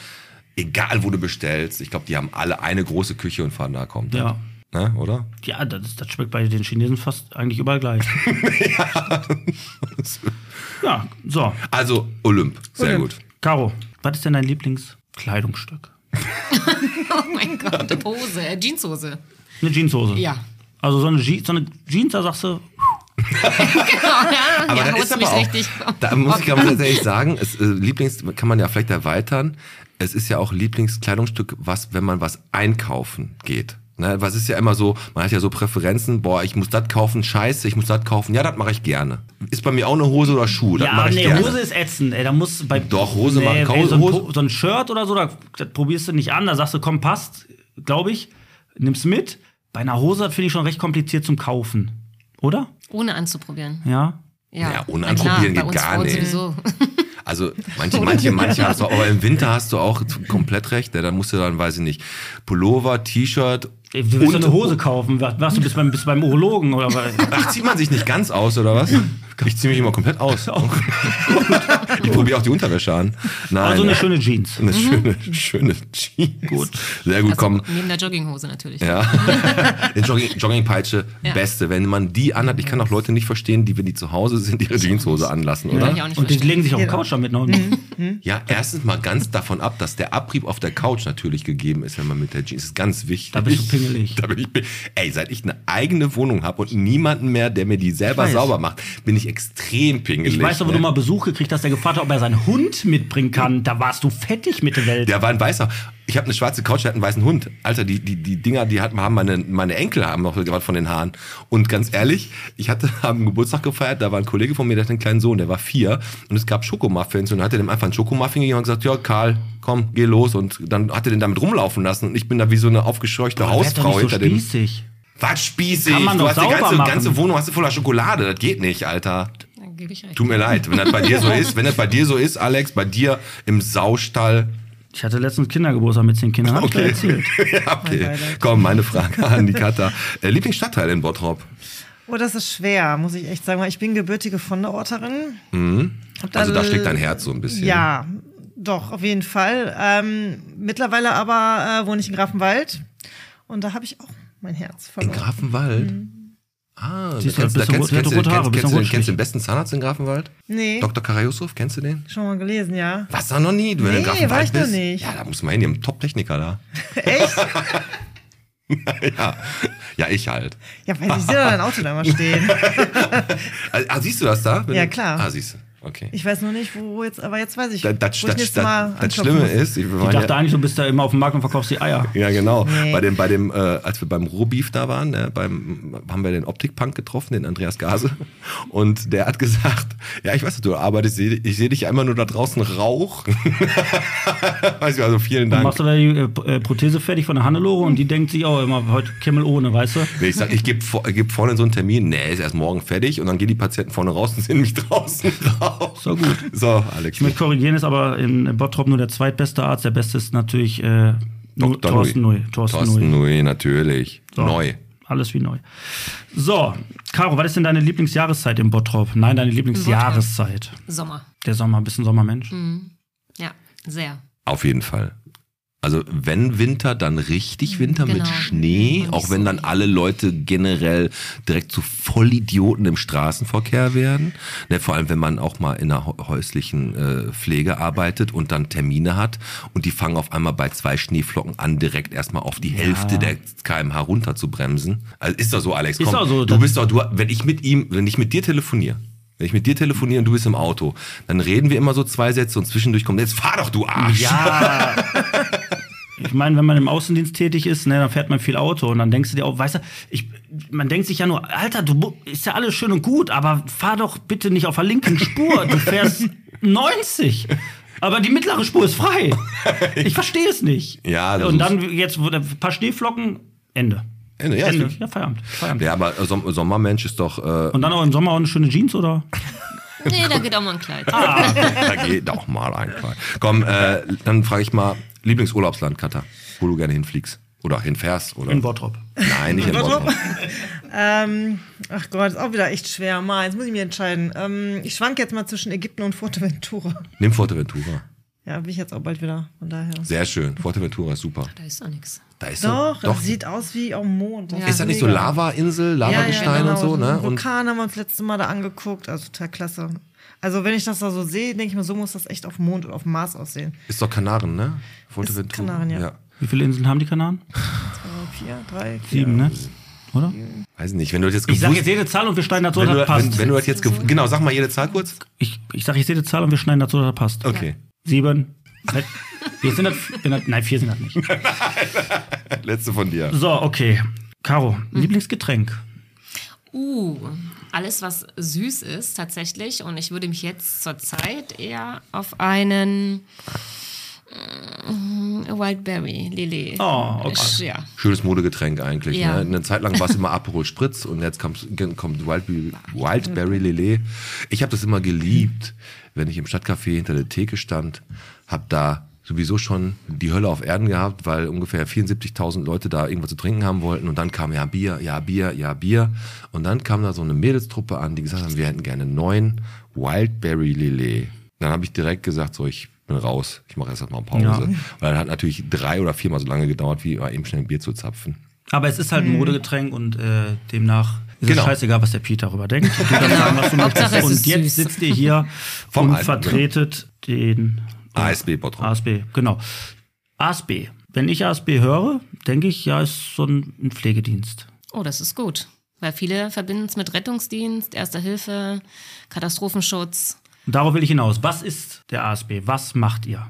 [SPEAKER 4] egal wo du bestellst, ich glaube, die haben alle eine große Küche und fahren da kommt.
[SPEAKER 3] Ja.
[SPEAKER 4] Ne, oder? <laughs>
[SPEAKER 3] Ja, das, das schmeckt bei den Chinesen fast eigentlich überall gleich. ja. so.
[SPEAKER 4] Also Olymp, sehr
[SPEAKER 7] Olymp.
[SPEAKER 4] gut.
[SPEAKER 3] Caro, was ist denn dein Lieblingskleidungsstück?
[SPEAKER 6] Oh mein Gott, Hose, äh,
[SPEAKER 3] <laughs>
[SPEAKER 6] Jeanshose.
[SPEAKER 3] Eine Jeanshose.
[SPEAKER 6] Ja.
[SPEAKER 3] Also so eine, Je so eine Jeans, da sagst du,
[SPEAKER 4] Aber
[SPEAKER 6] Genau, ja,
[SPEAKER 4] dann
[SPEAKER 6] haust
[SPEAKER 4] ist
[SPEAKER 6] du
[SPEAKER 4] aber
[SPEAKER 6] mich
[SPEAKER 4] auch,
[SPEAKER 6] richtig.
[SPEAKER 4] da muss ich ganz tatsächlich sagen, es, äh, Lieblings kann man ja vielleicht erweitern. Es ist ja auch Lieblingskleidungsstück, was, wenn man was einkaufen geht. Ne, was ist ja immer so, man hat ja so Präferenzen, boah, ich muss das kaufen, scheiße, ich muss das kaufen, ja, das mache ich gerne. Ist bei mir auch eine Hose oder Schuh, das
[SPEAKER 3] ja,
[SPEAKER 4] mache ich
[SPEAKER 3] nee,
[SPEAKER 4] gerne.
[SPEAKER 3] Hose ist ätzend. Ey, da muss bei
[SPEAKER 4] Doch, Hose machen-
[SPEAKER 3] ey, so, ein,
[SPEAKER 4] Hose-
[SPEAKER 3] Po- so ein Shirt oder so, da, das probierst du nicht an. Da sagst du, komm, passt, glaube ich, nimm's mit. Bei einer Hose das finde ich schon recht kompliziert zum Kaufen. Oder?
[SPEAKER 6] Ohne anzuprobieren.
[SPEAKER 3] Ja.
[SPEAKER 6] Ja,
[SPEAKER 4] Ja, ohne
[SPEAKER 6] Na klar,
[SPEAKER 4] anprobieren
[SPEAKER 6] bei
[SPEAKER 4] geht
[SPEAKER 6] uns
[SPEAKER 4] gar
[SPEAKER 6] Frauen
[SPEAKER 4] nicht.
[SPEAKER 6] Sowieso.
[SPEAKER 4] Also manche, manche, manche
[SPEAKER 3] <laughs>
[SPEAKER 4] hast du, aber im Winter hast du auch komplett recht, ne? da musst du dann, weiß ich nicht, Pullover, T-Shirt
[SPEAKER 3] Ey, Du willst
[SPEAKER 4] und-
[SPEAKER 3] doch eine Hose kaufen. Was, was, du bist beim, bist beim Urologen oder
[SPEAKER 4] <laughs>
[SPEAKER 3] was? Also
[SPEAKER 4] Ach, zieht man sich nicht ganz aus, oder was? Ich ziehe mich immer komplett aus.
[SPEAKER 3] <laughs>
[SPEAKER 4] ich probiere auch die Unterwäsche an. Nein. äh,
[SPEAKER 3] Also eine schöne Jeans.
[SPEAKER 4] Eine schöne, schöne Jeans. Gut. Sehr
[SPEAKER 6] Also
[SPEAKER 4] gut,
[SPEAKER 6] <laughs>
[SPEAKER 4] komm.
[SPEAKER 6] Neben der Jogginghose natürlich.
[SPEAKER 4] Ja. Eine Jogging, Joggingpeitsche,
[SPEAKER 6] Ja.
[SPEAKER 4] beste. Wenn man die anhat, ich kann auch Leute nicht verstehen, die, wenn die zu Hause sind, ihre Jeanshose anlassen,
[SPEAKER 6] Kann
[SPEAKER 4] oder?
[SPEAKER 6] ich auch nicht Mhm.
[SPEAKER 3] Und die
[SPEAKER 6] verstehen.
[SPEAKER 3] legen sich auf die Couch damit ne? noch.
[SPEAKER 4] Ja, erstens mal ganz davon ab, dass der Abrieb auf der Couch natürlich gegeben ist, wenn man mit der Jeans. Das ist ganz wichtig.
[SPEAKER 3] Da bist du pingelig.
[SPEAKER 4] <laughs> Da bin ich, ping- ey, seit ich eine eigene Wohnung habe und niemanden mehr, der mir die selber sauber macht, bin ich extrem pingelig.
[SPEAKER 3] Ich weiß noch, wo
[SPEAKER 4] ne?
[SPEAKER 3] du mal Besuch gekriegt hast, der gefragt hat, ob er seinen Hund mitbringen kann. Da warst du fettig mit der Welt.
[SPEAKER 4] Der war ein weißer. Ich habe eine schwarze Couch, der hat einen weißen Hund. Alter, die, die, die Dinger, die hat, haben meine, meine Enkel haben noch was von den Haaren. Und ganz ehrlich, ich hatte <laughs> am Geburtstag gefeiert, da war ein Kollege von mir, der hatte einen kleinen Sohn, der war vier und es gab Schokomuffins und dann hat er dem einfach einen Schokomuffin gegeben und gesagt, ja, Karl, komm, geh los. Und dann hat er den damit rumlaufen lassen und ich bin da wie so eine aufgescheuchte
[SPEAKER 3] Werd doch
[SPEAKER 4] Hausfrau
[SPEAKER 3] nicht so
[SPEAKER 4] hinter dem.
[SPEAKER 3] spießig.
[SPEAKER 4] Was spießig?
[SPEAKER 3] Kann man
[SPEAKER 4] Du
[SPEAKER 3] doch
[SPEAKER 4] hast die
[SPEAKER 3] sauber
[SPEAKER 4] ganze,
[SPEAKER 3] machen.
[SPEAKER 4] ganze Wohnung hast du voller Schokolade. Das geht nicht, Alter.
[SPEAKER 6] Dann gebe ich recht.
[SPEAKER 4] Tut mir leid, wenn das bei
[SPEAKER 3] <laughs>
[SPEAKER 4] dir so ist. Wenn das bei dir so ist, Alex, bei dir im Saustall
[SPEAKER 3] Ich hatte letztens Kindergeburtstag mit zehn Kindern, hab ich dir
[SPEAKER 4] Okay.
[SPEAKER 3] erzählt.
[SPEAKER 4] <laughs> Ja, okay. Komm, meine Frage an die Kata. Äh, Lieblingsstadtteil in Bottrop?
[SPEAKER 7] Oh, das ist schwer, muss ich echt sagen, weil ich bin gebürtige von der Orterin. Hab da
[SPEAKER 4] Also da
[SPEAKER 7] l-
[SPEAKER 4] schlägt dein Herz so ein bisschen.
[SPEAKER 7] Ja, doch, auf jeden Fall. Ähm, mittlerweile aber äh, wohne ich in Grafenwald und da habe ich auch mein Herz
[SPEAKER 4] In
[SPEAKER 7] verloren.
[SPEAKER 4] Grafenwald?
[SPEAKER 7] Mhm.
[SPEAKER 4] Ah,
[SPEAKER 3] Siehst du,
[SPEAKER 4] da kennst,
[SPEAKER 3] bist
[SPEAKER 4] da
[SPEAKER 3] du
[SPEAKER 4] kennst,
[SPEAKER 3] rot-
[SPEAKER 4] kennst, du den-
[SPEAKER 3] rote Haare,
[SPEAKER 4] kennst,
[SPEAKER 3] bist
[SPEAKER 4] kennst,
[SPEAKER 3] du
[SPEAKER 4] du den-
[SPEAKER 3] rot-
[SPEAKER 4] kennst du den besten Zahnarzt in Grafenwald?
[SPEAKER 7] Nee,
[SPEAKER 4] Dr. Karajusuf, kennst du den?
[SPEAKER 7] schon mal gelesen, ja.
[SPEAKER 4] Was da noch nie? Wenn du in
[SPEAKER 7] Nee,
[SPEAKER 4] Grafenwald
[SPEAKER 7] war ich noch
[SPEAKER 4] bist?
[SPEAKER 7] nicht.
[SPEAKER 4] Ja, da muss man hin, die haben einen Top-Techniker da.
[SPEAKER 7] <laughs> Echt?
[SPEAKER 4] <laughs> ja. ja, ich halt.
[SPEAKER 7] Ja, weil ich sehe da dein Auto da immer stehen.
[SPEAKER 4] <laughs> Also, ah, siehst du das da? Wenn
[SPEAKER 7] Ja,
[SPEAKER 4] du-
[SPEAKER 7] klar.
[SPEAKER 4] Ah, siehst du. Okay.
[SPEAKER 7] Ich weiß nur nicht, wo wo jetzt, aber jetzt weiß ich,
[SPEAKER 4] Das, das,
[SPEAKER 7] wo ich
[SPEAKER 4] das, das,
[SPEAKER 7] nächstes Mal
[SPEAKER 4] das
[SPEAKER 7] anklopfen
[SPEAKER 4] Schlimme
[SPEAKER 7] muss.
[SPEAKER 4] ist, ich
[SPEAKER 3] Ich dachte eigentlich, du bist da immer auf dem Markt und verkaufst die Eier.
[SPEAKER 4] Ja, genau.
[SPEAKER 7] Nee.
[SPEAKER 4] Bei dem, bei dem, äh, als wir beim Rohbeef da waren, ne, beim, haben wir den Optikpunk getroffen, den Andreas Gase. Und der hat gesagt, ja, ich weiß, dass du arbeitest, ich sehe- ich sehe dich ja immer nur da draußen rauchen. <laughs> weiß ich, also vielen Dank.
[SPEAKER 3] Dann machst du da die äh, äh, Prothese fertig von der Hannelore und die denkt sich auch immer, heute Kimmel ohne, weißt du?
[SPEAKER 4] Nee, Ich sag, ich gebe geb vorne so einen Termin, nee, ist erst morgen fertig und dann gehen die Patienten vorne raus und sehen mich <laughs> draußen rauchen.
[SPEAKER 3] So gut.
[SPEAKER 4] So, Alex.
[SPEAKER 3] Ich möchte korrigieren, ist aber in Bottrop nur der zweitbeste Arzt. Der beste ist natürlich äh, nur
[SPEAKER 4] Dr.
[SPEAKER 3] Thorsten Neu. Thorsten
[SPEAKER 4] Thorsten
[SPEAKER 3] Neu.
[SPEAKER 4] Nui, natürlich.
[SPEAKER 3] So.
[SPEAKER 4] Neu.
[SPEAKER 3] Alles wie neu. So, Caro, was ist denn deine Lieblingsjahreszeit in Bottrop? Nein, deine Lieblingsjahreszeit.
[SPEAKER 6] Sommer.
[SPEAKER 3] Der Sommer, bist du ein Sommermensch?
[SPEAKER 6] Ja,
[SPEAKER 4] <laughs>
[SPEAKER 6] sehr.
[SPEAKER 4] Auf jeden Fall. Also wenn Winter, dann richtig Winter mit
[SPEAKER 6] Genau.
[SPEAKER 4] Schnee,
[SPEAKER 6] Und nicht
[SPEAKER 4] auch wenn
[SPEAKER 6] so
[SPEAKER 4] dann
[SPEAKER 6] viel.
[SPEAKER 4] alle Leute generell direkt zu Vollidioten im Straßenverkehr werden. Ne, vor allem, wenn man auch mal in einer hau- häuslichen äh, Pflege arbeitet und dann Termine hat und die fangen auf einmal bei zwei Schneeflocken an, direkt erstmal auf die Hälfte der kmh runter zu bremsen. Also ist doch so, Alex.
[SPEAKER 3] Ist
[SPEAKER 4] Komm,
[SPEAKER 3] doch so,
[SPEAKER 4] du
[SPEAKER 3] das-
[SPEAKER 4] bist doch, du, wenn ich mit ihm, wenn ich mit dir telefoniere, wenn ich mit dir telefoniere und du bist im Auto, dann reden wir immer so zwei Sätze und zwischendurch kommt, jetzt fahr doch, du Arsch.
[SPEAKER 3] Ja. Ich meine, wenn man im Außendienst tätig ist, ne, dann fährt man viel Auto und dann denkst du dir auch, weißt du, ich, man denkt sich ja nur, Alter, du mu- ist ja alles schön und gut, aber fahr doch bitte nicht auf der linken Spur. Du fährst 90. Aber die mittlere Spur ist frei. Ich verstehe es nicht.
[SPEAKER 4] Ja, das ist-
[SPEAKER 3] und dann jetzt wo- ein paar Schneeflocken, Ende.
[SPEAKER 4] Ende, ja. ist
[SPEAKER 3] Ende.
[SPEAKER 4] wirklich-
[SPEAKER 3] Ja, Feierabend. Feierabend.
[SPEAKER 4] <laughs> Ja, aber Som Sommermensch ist doch, äh,
[SPEAKER 3] Und dann auch im Sommer auch eine schöne Jeans oder?
[SPEAKER 6] Nee, da geht auch mal ein Kleid.
[SPEAKER 3] Ah.
[SPEAKER 4] da geht auch mal ein. Fall. Komm, äh, dann frage ich mal, Lieblingsurlaubsland, Katar, wo du gerne hinfliegst oder hinfährst oder?
[SPEAKER 3] In Bottrop.
[SPEAKER 4] Nein, nicht in
[SPEAKER 7] Bottrop?
[SPEAKER 4] Bottrop.
[SPEAKER 7] Ähm, ach Gott, ist auch wieder echt schwer. Mal, jetzt muss ich mir entscheiden. Ähm, ich schwank jetzt mal zwischen Ägypten und Fuerteventura.
[SPEAKER 4] Nimm Forteventura.
[SPEAKER 7] Ja, bin ich jetzt auch bald wieder. Von daher.
[SPEAKER 4] Sehr schön. Forteventura ist super.
[SPEAKER 6] Da ist doch nichts.
[SPEAKER 4] Da ist
[SPEAKER 7] Doch,
[SPEAKER 4] doch
[SPEAKER 7] das sieht aus wie auf dem Mond.
[SPEAKER 6] Ja.
[SPEAKER 4] Ist das nicht so
[SPEAKER 7] mega.
[SPEAKER 4] Lava-Insel, Lavagestein und so, ne?
[SPEAKER 7] einen
[SPEAKER 4] Und
[SPEAKER 7] Vulkan haben wir uns letztes Mal da angeguckt, also total klasse. Also wenn ich das da so sehe, denke ich mir, so muss das echt auf dem Mond oder auf dem Mars aussehen.
[SPEAKER 4] ist doch Kanaren, ne? Forteventura.
[SPEAKER 7] Kanaren, ja.
[SPEAKER 3] Wie viele Inseln haben die Kanaren?
[SPEAKER 7] Zwei, vier, drei, vier.
[SPEAKER 3] Sieben, ne? Oder?
[SPEAKER 4] Weiß nicht, wenn du das jetzt
[SPEAKER 3] Ich sage
[SPEAKER 4] gewusst
[SPEAKER 3] jetzt jede Zahl und wir schneiden dazu,
[SPEAKER 4] wenn
[SPEAKER 3] dass
[SPEAKER 4] du,
[SPEAKER 3] das passt.
[SPEAKER 4] wenn, wenn du das jetzt gew- genau, sag mal jede Zahl kurz.
[SPEAKER 3] ich ich sage jetzt jede Zahl und wir schneiden dazu, dass das passt.
[SPEAKER 4] Okay. <laughs>
[SPEAKER 3] Sieben. Nein, Vier sind das, wenn das, nein, vier sind das nicht.
[SPEAKER 4] Letzte von dir.
[SPEAKER 3] So, okay. Caro,
[SPEAKER 6] Hm.
[SPEAKER 3] Lieblingsgetränk.
[SPEAKER 6] Uh, alles was süß ist tatsächlich. Und ich würde mich jetzt zurzeit eher auf einen äh, Wildberry Lilly.
[SPEAKER 3] Oh, okay.
[SPEAKER 6] Sch- Ja.
[SPEAKER 4] Schönes Modegetränk eigentlich.
[SPEAKER 6] Ja.
[SPEAKER 4] Ne? Eine Zeit lang war es immer Aperol Spritz und jetzt kommt, kommt Wildberry, Wildberry Lillet. Ich habe das immer geliebt, wenn ich im Stadtcafé hinter der Theke stand, habe da sowieso schon die Hölle auf Erden gehabt, weil ungefähr 74.000 Leute da irgendwas zu trinken haben wollten und dann kam ja Bier, ja Bier, ja Bier und dann kam da so eine Mädelstruppe an, die gesagt haben, wir hätten gerne neun Wildberry Lillet. Dann habe ich direkt gesagt, so ich bin raus, ich mache erst mal Pause.
[SPEAKER 3] Ja.
[SPEAKER 4] Und dann hat natürlich drei oder viermal so lange gedauert, wie mal eben schnell ein Bier zu zapfen.
[SPEAKER 3] Aber es ist halt
[SPEAKER 6] Hm.
[SPEAKER 3] ein Modegetränk und äh, demnach ist
[SPEAKER 4] Genau.
[SPEAKER 3] es scheißegal, was der Pete darüber denkt. Du darfst sagen, was du
[SPEAKER 6] Genau. Hauptsache,
[SPEAKER 3] möchtest.
[SPEAKER 6] es
[SPEAKER 3] und
[SPEAKER 6] ist
[SPEAKER 3] jetzt
[SPEAKER 6] süß.
[SPEAKER 3] sitzt ihr hier
[SPEAKER 4] Vom
[SPEAKER 3] und
[SPEAKER 4] Alten,
[SPEAKER 3] vertretet den
[SPEAKER 4] ASB Bottrop.
[SPEAKER 3] ASB. Genau. ASB. Wenn ich ASB höre, denke ich, ja, ist so ein ein Pflegedienst.
[SPEAKER 6] Oh, das ist gut. Weil viele verbinden es mit Rettungsdienst, Erster Hilfe, Katastrophenschutz.
[SPEAKER 3] Und darauf will ich hinaus. Was ist der ASB? Was macht ihr?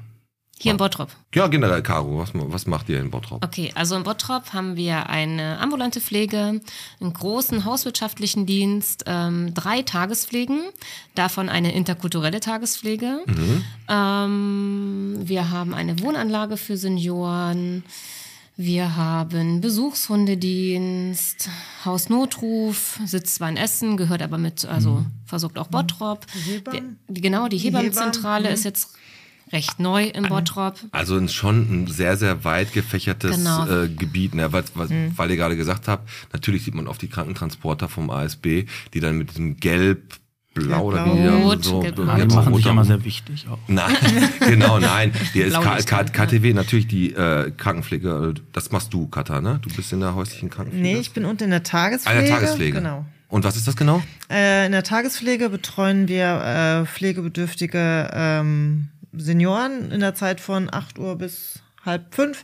[SPEAKER 6] Hier in Bottrop.
[SPEAKER 4] Ja, generell, Caro, was, was macht ihr in Bottrop?
[SPEAKER 6] Okay, also in Bottrop haben wir eine ambulante Pflege, einen großen hauswirtschaftlichen Dienst, ähm, drei Tagespflegen, davon eine interkulturelle Tagespflege.
[SPEAKER 4] Mhm.
[SPEAKER 6] Ähm, wir haben eine Wohnanlage für Senioren. Wir haben Besuchshundedienst, Hausnotruf, sitzt zwar in Essen, gehört aber mit,
[SPEAKER 4] Mhm.
[SPEAKER 6] also versorgt auch Bottrop.
[SPEAKER 7] Hebammen?
[SPEAKER 6] Die, genau, die Hebammenzentrale
[SPEAKER 7] Hebammen,
[SPEAKER 6] ist jetzt recht neu in Bottrop.
[SPEAKER 4] Also ein- schon ein sehr, sehr weit gefächertes
[SPEAKER 6] Genau.
[SPEAKER 4] äh, Gebiet, ne? weil, weil, weil ihr gerade gesagt habt, natürlich sieht man oft die Krankentransporter vom ASB, die dann mit diesem Gelb, Blau oder wie die dann
[SPEAKER 6] Rot,
[SPEAKER 4] so,
[SPEAKER 6] Gelb,
[SPEAKER 4] so-
[SPEAKER 6] Blau.
[SPEAKER 3] Ah, die
[SPEAKER 4] Gelb-
[SPEAKER 3] machen
[SPEAKER 4] Rot
[SPEAKER 3] sich ja
[SPEAKER 4] haben.
[SPEAKER 3] mal sehr wichtig auch.
[SPEAKER 4] Nein, <laughs> genau, nein. Die ist K
[SPEAKER 6] Blaulicht,
[SPEAKER 4] K
[SPEAKER 6] ja.
[SPEAKER 4] KTW, natürlich die äh, Krankenpflege, äh, das machst du, Katha, ne? Du bist in der häuslichen Krankenpflege.
[SPEAKER 7] Nee, ich bin unten in der
[SPEAKER 4] Ah,
[SPEAKER 7] Tagespflege.
[SPEAKER 4] der Tagespflege.
[SPEAKER 7] Genau.
[SPEAKER 4] Und was ist das genau?
[SPEAKER 7] Äh, in der Tagespflege betreuen wir äh, pflegebedürftige ähm, Senioren in der Zeit von 8 Uhr bis halb fünf.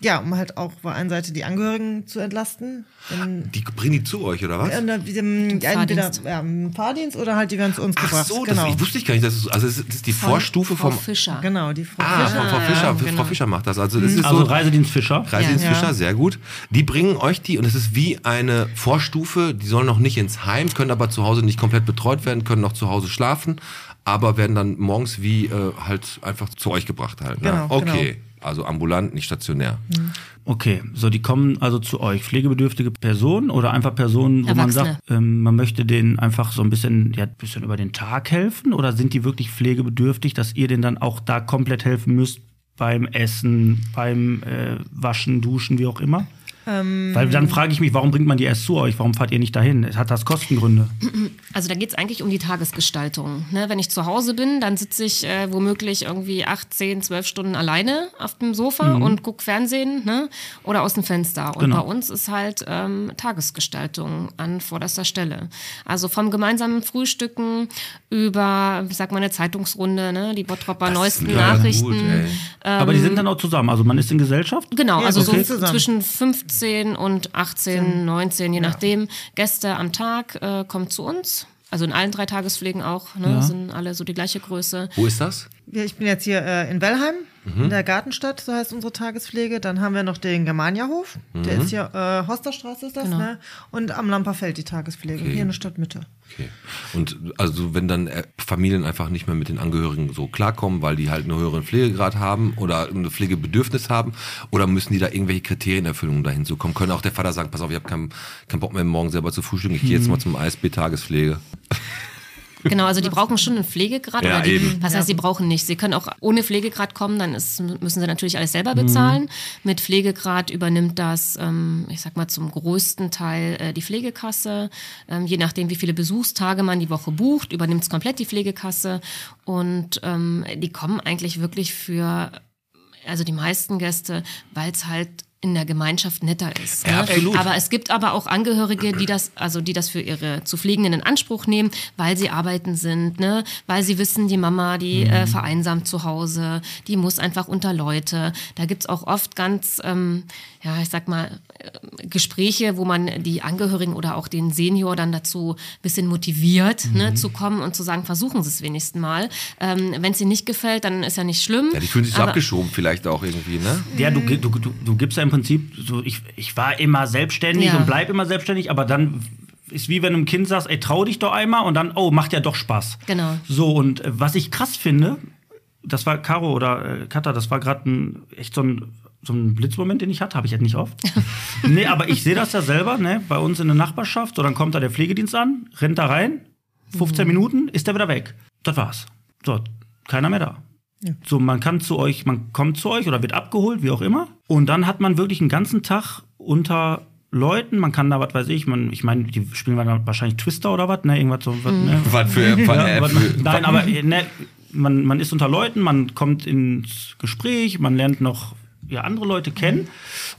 [SPEAKER 7] Ja, um halt auch auf der einen Seite die Angehörigen zu entlasten. Wenn
[SPEAKER 4] Die bringen die zu euch, oder was?
[SPEAKER 7] Äh, diesem, entweder
[SPEAKER 6] Fahrdienst.
[SPEAKER 7] ja, im Fahrdienst oder halt die werden zu uns
[SPEAKER 4] Ach
[SPEAKER 7] gebracht.
[SPEAKER 4] so, das,
[SPEAKER 7] genau.
[SPEAKER 4] ich wusste ich gar nicht, das ist, also das ist das ist die Vorstufe
[SPEAKER 6] Frau
[SPEAKER 4] vom
[SPEAKER 6] Fischer.
[SPEAKER 7] Genau, die Frau
[SPEAKER 4] Ah,
[SPEAKER 7] Fischer. Mhm.
[SPEAKER 4] von Frau Fischer.
[SPEAKER 6] ja, genau.
[SPEAKER 4] Frau Fischer macht das. Also das ist
[SPEAKER 3] Also
[SPEAKER 4] so
[SPEAKER 3] Reisedienst Fischer.
[SPEAKER 4] Reisedienst
[SPEAKER 7] Ja.
[SPEAKER 4] Fischer,
[SPEAKER 7] Ja.
[SPEAKER 4] sehr gut. Die bringen euch die und es ist wie eine Vorstufe. Die sollen noch nicht ins Heim, können aber zu Hause nicht komplett betreut werden, können noch zu Hause schlafen, aber werden dann morgens wie äh, halt einfach zu euch gebracht halt. Ne?
[SPEAKER 7] Genau,
[SPEAKER 4] okay, also ambulant, nicht stationär.
[SPEAKER 3] Okay, so die kommen also zu euch. Pflegebedürftige Personen oder einfach Personen, wo man
[SPEAKER 6] Erwachsene.
[SPEAKER 3] sagt, ähm, man möchte denen einfach so ein bisschen, ja, ein bisschen über den Tag helfen oder sind die wirklich pflegebedürftig, dass ihr denen dann auch da komplett helfen müsst beim Essen, beim äh, Waschen, Duschen, wie auch immer? Weil dann frage ich mich, warum bringt man die erst zu euch? Warum fahrt ihr nicht dahin? Hat das Kostengründe?
[SPEAKER 6] Also da geht es eigentlich um die Tagesgestaltung. Ne? Wenn ich zu Hause bin, dann sitze ich äh, womöglich irgendwie acht, zehn, zwölf Stunden alleine auf dem
[SPEAKER 4] Mhm.
[SPEAKER 6] Sofa und gucke Fernsehen ne? oder aus dem Fenster. Und
[SPEAKER 3] Genau.
[SPEAKER 6] bei uns ist halt ähm, Tagesgestaltung an vorderster Stelle. Also vom gemeinsamen Frühstücken über, ich sag mal, eine Zeitungsrunde, ne? die Bottroper neuesten
[SPEAKER 4] mega gut,
[SPEAKER 6] Nachrichten.
[SPEAKER 4] ey.
[SPEAKER 3] Aber die sind dann auch zusammen. Also man ist in Gesellschaft.
[SPEAKER 6] Genau,
[SPEAKER 7] Ja,
[SPEAKER 6] also
[SPEAKER 7] okay.
[SPEAKER 6] so
[SPEAKER 7] Zusammen.
[SPEAKER 6] zwischen 15 und 18, 19, je nachdem. Gäste am Tag äh, kommen zu uns. Also in allen drei Tagespflegen auch, ne, sind alle so die gleiche Größe.
[SPEAKER 4] Wo ist das?
[SPEAKER 7] Ja, ich bin jetzt hier äh, in Wellheim,
[SPEAKER 4] Mhm.
[SPEAKER 7] in der Gartenstadt, so heißt unsere Tagespflege. Dann haben wir noch den Germaniahof,
[SPEAKER 4] Mhm.
[SPEAKER 7] der ist hier, äh, Hosterstraße ist das,
[SPEAKER 6] Genau.
[SPEAKER 7] ne? Und am Lamperfeld die Tagespflege, hier in der Stadtmitte.
[SPEAKER 4] Okay. Und also wenn dann äh, Familien einfach nicht mehr mit den Angehörigen so klarkommen, weil die halt einen höheren Pflegegrad haben oder ein Pflegebedürfnis haben, oder müssen die da irgendwelche Kriterien erfüllen, um da hinzukommen? Können auch der Vater sagen, pass auf, ich habe keinen keinen Bock mehr morgen selber zu frühstücken, ich gehe jetzt mal zum ASB-Tagespflege.
[SPEAKER 6] Genau, also die brauchen schon einen Pflegegrad.
[SPEAKER 4] Ja,
[SPEAKER 6] oder die,
[SPEAKER 4] eben.
[SPEAKER 6] Was heißt, sie brauchen nicht. Sie können auch ohne Pflegegrad kommen, dann ist, müssen sie natürlich alles selber
[SPEAKER 4] Mhm.
[SPEAKER 6] bezahlen. Mit Pflegegrad übernimmt das, ähm, ich sag mal, zum größten Teil äh, die Pflegekasse. Ähm, je nachdem, wie viele Besuchstage man die Woche bucht, übernimmt es komplett die Pflegekasse. Und ähm, die kommen eigentlich wirklich für, also die meisten Gäste, weil es halt in der Gemeinschaft netter ist. ne?
[SPEAKER 4] Ja, absolut.
[SPEAKER 6] Aber es gibt aber auch Angehörige, die das, also die das für ihre zu Pflegenden in Anspruch nehmen, weil sie arbeiten sind, ne? weil sie wissen, die Mama, die
[SPEAKER 4] Mhm.
[SPEAKER 6] äh, vereinsamt zu Hause, die muss einfach unter Leute. Da gibt's auch oft ganz, ähm, ja, ich sag mal, äh, Gespräche, wo man die Angehörigen oder auch den Senior dann dazu ein bisschen motiviert,
[SPEAKER 4] Mhm.
[SPEAKER 6] ne, zu kommen und zu sagen, versuchen Sie es wenigstens mal. Ähm, Wenn es Ihnen nicht gefällt, dann ist ja nicht schlimm.
[SPEAKER 4] Ja, die fühlen sich so
[SPEAKER 6] Aber-
[SPEAKER 4] abgeschoben vielleicht auch irgendwie, ne?
[SPEAKER 3] Ja,
[SPEAKER 6] Mhm.
[SPEAKER 3] du, du, du, du gibst ja im Prinzip, so, ich, ich war immer selbstständig
[SPEAKER 6] Ja.
[SPEAKER 3] und bleib immer selbstständig, aber dann ist wie wenn du einem Kind sagst, ey, trau dich doch einmal und dann, oh, macht ja doch Spaß.
[SPEAKER 6] Genau.
[SPEAKER 3] So, und äh, was ich krass finde, das war Caro oder äh, Katha, das war gerade ein, echt so ein, so ein Blitzmoment, den ich hatte, habe ich halt nicht
[SPEAKER 6] <laughs>
[SPEAKER 3] oft. nee, aber ich sehe das ja selber, ne, bei uns in der Nachbarschaft, so dann kommt da der Pflegedienst an, rennt da rein, 15 Minuten, ist der wieder weg. Das war's. So, keiner mehr da. So, man kann zu euch, man kommt zu euch oder wird abgeholt, wie auch immer. Und dann hat man wirklich einen ganzen Tag unter Leuten, man kann da, was weiß ich, man, ich meine, die spielen dann wahrscheinlich Twister oder was, ne, irgendwas so, was, ne,
[SPEAKER 4] Was für,
[SPEAKER 3] ja, aber, nein, aber äh, ne, man, man ist unter Leuten, man kommt ins Gespräch, man lernt noch ja, andere Leute kennen.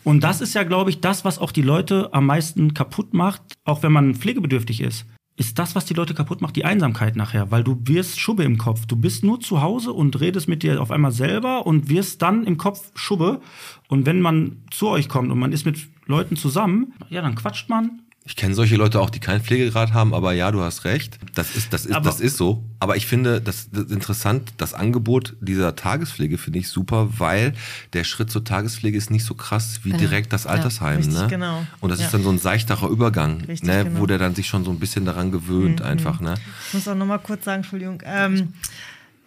[SPEAKER 3] Und das ist ja, glaube ich, das, was auch die Leute am meisten kaputt macht, auch wenn man pflegebedürftig ist. Ist das, was die Leute kaputt macht, die Einsamkeit nachher, weil du wirst Schubbe im Kopf. Du bist nur zu Hause und redest mit dir auf einmal selber und wirst dann im Kopf Schubbe. Und wenn man zu euch kommt und man ist mit Leuten zusammen, ja, dann quatscht man,
[SPEAKER 4] Ich kenne solche Leute auch, die keinen Pflegegrad haben, aber ja, du hast recht. Das ist, das ist,
[SPEAKER 3] Aber-
[SPEAKER 4] das ist so. Aber ich finde, das, das ist interessant, das Angebot dieser Tagespflege finde ich super, weil der Schritt zur Tagespflege ist nicht so krass wie direkt das Altersheim.
[SPEAKER 7] Genau.
[SPEAKER 4] ne?
[SPEAKER 7] richtig, genau.
[SPEAKER 4] Und das
[SPEAKER 7] Ja.
[SPEAKER 4] ist dann so ein seichtacher Übergang,
[SPEAKER 7] Richtig,
[SPEAKER 4] ne?
[SPEAKER 7] genau. Mhm,
[SPEAKER 4] wo der dann sich schon so ein bisschen daran gewöhnt, einfach. Ne?
[SPEAKER 7] Ich muss auch noch mal kurz sagen, Entschuldigung, ähm,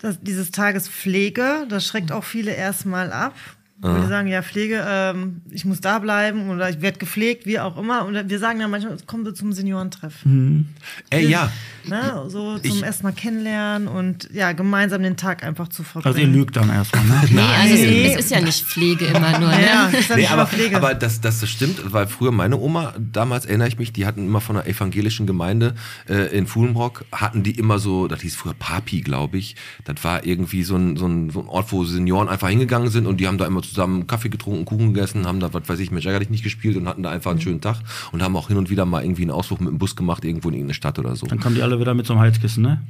[SPEAKER 7] das, dieses Tagespflege, das schreckt auch viele erstmal ab.
[SPEAKER 4] Ah.
[SPEAKER 7] Weil die sagen, ja, Pflege, ähm, ich muss da bleiben oder ich werde gepflegt, wie auch immer. Und wir sagen dann manchmal, kommen Sie zum Seniorentreff.
[SPEAKER 3] Hm.
[SPEAKER 4] Ey, ja.
[SPEAKER 7] Ne? So zum erstmal kennenlernen und ja, gemeinsam den Tag einfach zu verbringen.
[SPEAKER 3] also ihr lügt dann erstmal. Ne? <laughs>
[SPEAKER 6] Nee,
[SPEAKER 4] Ah,
[SPEAKER 6] also
[SPEAKER 7] Nein.
[SPEAKER 6] es, es ist ja nicht Pflege immer nur. Ne?
[SPEAKER 7] Ja, das ist
[SPEAKER 4] Nee,
[SPEAKER 7] nee,
[SPEAKER 4] aber,
[SPEAKER 7] Pflege.
[SPEAKER 4] aber das, das stimmt, weil früher meine Oma, damals erinnere ich mich, die hatten immer von einer evangelischen Gemeinde äh, in Fulenbrock, hatten die immer so, das hieß früher Papi, glaube ich. Das war irgendwie so ein, so, ein, so ein Ort, wo Senioren einfach hingegangen sind und die haben da immer zusammen Kaffee getrunken, Kuchen gegessen, haben da, was weiß ich, Mensch ärgerlich nicht gespielt und hatten da einfach einen schönen Tag und haben auch hin und wieder mal irgendwie einen Ausflug mit dem Bus gemacht, irgendwo in irgendeine Stadt oder so.
[SPEAKER 3] Dann kommen die alle wieder mit so einem Heizkissen, ne?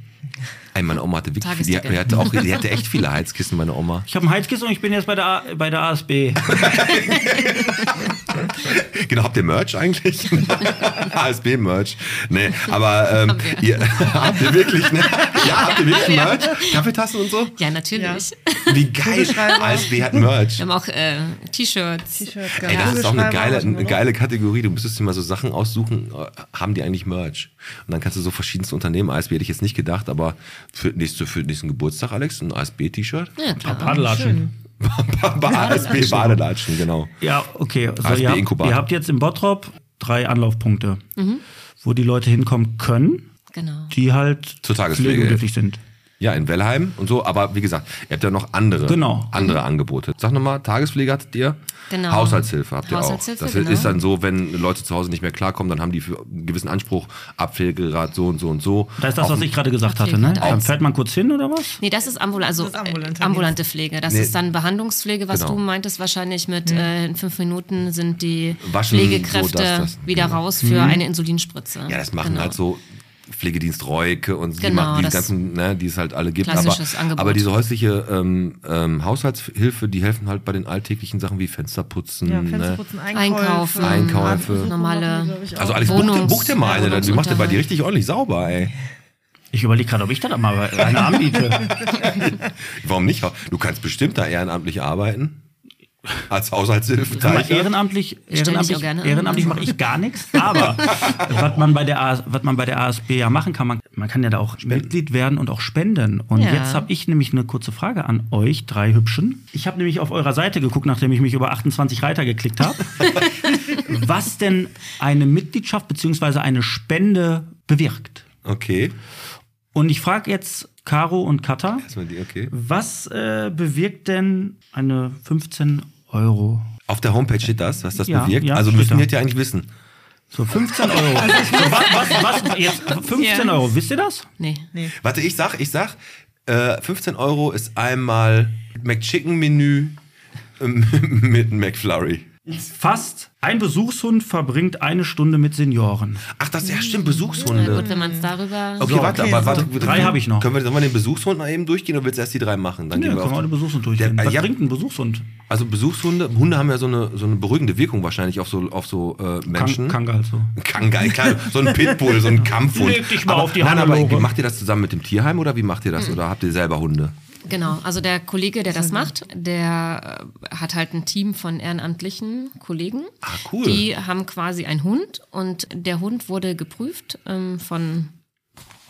[SPEAKER 4] Ey, meine Oma hatte wirklich, die,
[SPEAKER 6] Tagesticket.
[SPEAKER 4] die hatte auch, die hatte echt viele Heizkissen, meine Oma.
[SPEAKER 3] Ich habe ein Heizkissen und ich bin jetzt bei der, A- bei der
[SPEAKER 4] <laughs>
[SPEAKER 3] ASB.
[SPEAKER 4] Genau, habt ihr Merch eigentlich? ASB-Merch. Nee, aber ähm, ihr, <laughs> habt ihr wirklich, ne? Ja, habt ihr wirklich Merch? Kaffeetassen und so?
[SPEAKER 6] <laughs> Ja, natürlich.
[SPEAKER 4] Wie geil. ASB hat Merch.
[SPEAKER 6] Wir haben auch äh, T-Shirts.
[SPEAKER 7] T-Shirt,
[SPEAKER 4] Ey, das
[SPEAKER 7] genau.
[SPEAKER 4] ist auch eine geile,
[SPEAKER 7] Kugelschreiber,
[SPEAKER 4] eine geile Kategorie. Du müsstest dir mal so Sachen aussuchen, äh, haben die eigentlich Merch? Und dann kannst du so verschiedenste Unternehmen, ASB hätte ich jetzt nicht gedacht, aber für, nächste, für den nächsten Geburtstag, Alex, ein ASB-T-Shirt?
[SPEAKER 6] Ja, klar.
[SPEAKER 3] Badelatschen.
[SPEAKER 4] <laughs> Bei ASB-Badelatschen, genau.
[SPEAKER 3] Ja, okay. Also
[SPEAKER 4] ASB
[SPEAKER 3] ihr, habt,
[SPEAKER 4] Inkubator.
[SPEAKER 3] ihr habt jetzt im Bottrop drei Anlaufpunkte, wo die Leute hinkommen können,
[SPEAKER 6] Genau.
[SPEAKER 3] die halt
[SPEAKER 4] Zur Tagespflege.
[SPEAKER 3] pflegebedürftig sind.
[SPEAKER 4] Ja, in Wellheim und so, aber wie gesagt, ihr habt ja noch andere,
[SPEAKER 3] Genau.
[SPEAKER 4] andere Angebote. Sag nochmal, Tagespflege hattet ihr,
[SPEAKER 6] Genau.
[SPEAKER 4] Haushaltshilfe habt ihr auch.
[SPEAKER 6] Haushaltshilfe,
[SPEAKER 4] Das
[SPEAKER 6] genau.
[SPEAKER 4] ist dann so, wenn Leute zu Hause nicht mehr klarkommen, dann haben die für einen gewissen Anspruch, Abpflegegrad so und so und so.
[SPEAKER 3] Das ist das, was ich gerade gesagt hatte, ne? Dann fährt man kurz hin oder was?
[SPEAKER 6] Nee, das ist, ambul also,
[SPEAKER 7] Das ist ambulante
[SPEAKER 6] äh, ambulante Pflege. Das
[SPEAKER 4] Nee.
[SPEAKER 6] ist dann Behandlungspflege, was
[SPEAKER 4] Genau.
[SPEAKER 6] du meintest wahrscheinlich mit äh, in fünf Minuten sind die
[SPEAKER 4] Waschen,
[SPEAKER 6] Pflegekräfte
[SPEAKER 4] so, das, das,
[SPEAKER 6] wieder
[SPEAKER 4] genau.
[SPEAKER 6] raus für
[SPEAKER 7] Mhm.
[SPEAKER 6] eine Insulinspritze.
[SPEAKER 4] Ja, das machen
[SPEAKER 6] Genau.
[SPEAKER 4] halt so Pflegedienst Reuke und die
[SPEAKER 6] Genau,
[SPEAKER 4] machen die
[SPEAKER 6] das-
[SPEAKER 4] ganzen, ne, die es halt alle gibt. Aber,
[SPEAKER 6] Klassisches Angebot.
[SPEAKER 4] aber diese häusliche ähm, ähm, Haushaltshilfe, die helfen halt bei den alltäglichen Sachen wie Fensterputzen.
[SPEAKER 7] Ja,
[SPEAKER 4] ne?
[SPEAKER 7] Fensterputzen,
[SPEAKER 6] Einkaufen.
[SPEAKER 7] Einkaufen.
[SPEAKER 4] Einkäufe.
[SPEAKER 7] Arztbesuche
[SPEAKER 6] Normale-
[SPEAKER 7] machen die, glaub ich, auch.
[SPEAKER 4] Also Alex, buch dir,
[SPEAKER 6] Wohnungs-
[SPEAKER 4] buch dir mal eine, dann die macht ihr bei
[SPEAKER 6] Wohnungsunterhalt.
[SPEAKER 4] dir richtig ordentlich sauber, ey.
[SPEAKER 3] Ich überlege gerade, ob ich da dann mal eine anbiete.
[SPEAKER 4] Warum nicht? Du kannst bestimmt da ehrenamtlich arbeiten. Als Haushaltshilfe.
[SPEAKER 3] Aber ehrenamtlich,
[SPEAKER 6] ich auch
[SPEAKER 3] ehrenamtlich,
[SPEAKER 6] gerne an.
[SPEAKER 3] ehrenamtlich mache ich gar nichts.
[SPEAKER 6] <laughs>
[SPEAKER 3] Aber was man bei der AS, was man bei der ASB ja machen kann, man, man kann ja da auch Mitglied werden und auch spenden. Und
[SPEAKER 6] Ja.
[SPEAKER 3] jetzt habe ich nämlich eine kurze Frage an euch drei Hübschen. Ich habe nämlich auf eurer Seite geguckt, nachdem ich mich über 28 Reiter geklickt
[SPEAKER 6] <laughs>
[SPEAKER 3] habe, was denn eine Mitgliedschaft bzw. eine Spende bewirkt.
[SPEAKER 4] Okay.
[SPEAKER 3] Und ich frage jetzt Caro und Katha.
[SPEAKER 4] Erstmal die, okay.
[SPEAKER 3] Was äh, bewirkt denn eine 15 Euro?
[SPEAKER 4] Auf der Homepage steht das, was das
[SPEAKER 3] Ja,
[SPEAKER 4] bewirkt.
[SPEAKER 3] ja,
[SPEAKER 4] also
[SPEAKER 3] steht
[SPEAKER 4] müssen
[SPEAKER 3] da.
[SPEAKER 4] wir das ja eigentlich wissen.
[SPEAKER 3] So 15 Euro.
[SPEAKER 4] Also
[SPEAKER 3] so, was, was, was, jetzt 15
[SPEAKER 6] Ja.
[SPEAKER 3] Euro, wisst ihr das?
[SPEAKER 6] Nee.
[SPEAKER 4] Warte, ich sag, ich sag, äh, 15 Euro ist einmal McChicken-Menü ähm, <laughs> mit McFlurry.
[SPEAKER 3] Fast. Ein Besuchshund verbringt eine Stunde mit Senioren.
[SPEAKER 4] Ach, das ja stimmt,
[SPEAKER 6] Na
[SPEAKER 4] Besuchshunde.
[SPEAKER 6] gut, wenn man es darüber.
[SPEAKER 4] Okay,
[SPEAKER 3] So,
[SPEAKER 4] warte,
[SPEAKER 3] okay,
[SPEAKER 4] aber warte.
[SPEAKER 3] so. Drei habe ich noch.
[SPEAKER 4] Können wir, sollen wir den Besuchshund mal eben durchgehen oder willst du erst die drei machen? Dann
[SPEAKER 3] Ja,
[SPEAKER 4] gehen wir
[SPEAKER 3] können wir auch
[SPEAKER 4] auf
[SPEAKER 3] den Besuchshund
[SPEAKER 4] Der-
[SPEAKER 3] durchgehen.
[SPEAKER 4] äh,
[SPEAKER 3] Was
[SPEAKER 4] ja.
[SPEAKER 3] bringt ein Besuchshunde?
[SPEAKER 4] Also Besuchshunde, Hunde haben ja so eine, so eine beruhigende Wirkung wahrscheinlich auf so, auf so äh, Menschen.
[SPEAKER 3] Kang, Kanga halt so.
[SPEAKER 4] Kangal, klar, so ein Pitbull, so ein Kampfhund.
[SPEAKER 3] Leg dich mal
[SPEAKER 4] aber,
[SPEAKER 3] auf die
[SPEAKER 4] Nein, aber
[SPEAKER 3] Hannelore.
[SPEAKER 4] macht ihr das zusammen mit dem Tierheim oder wie macht ihr das? Oder habt ihr selber Hunde?
[SPEAKER 6] Genau, also der Kollege, der das macht, der äh, hat halt ein Team von ehrenamtlichen Kollegen.
[SPEAKER 4] Ah, cool.
[SPEAKER 6] Die haben quasi einen Hund und der Hund wurde geprüft ähm, von.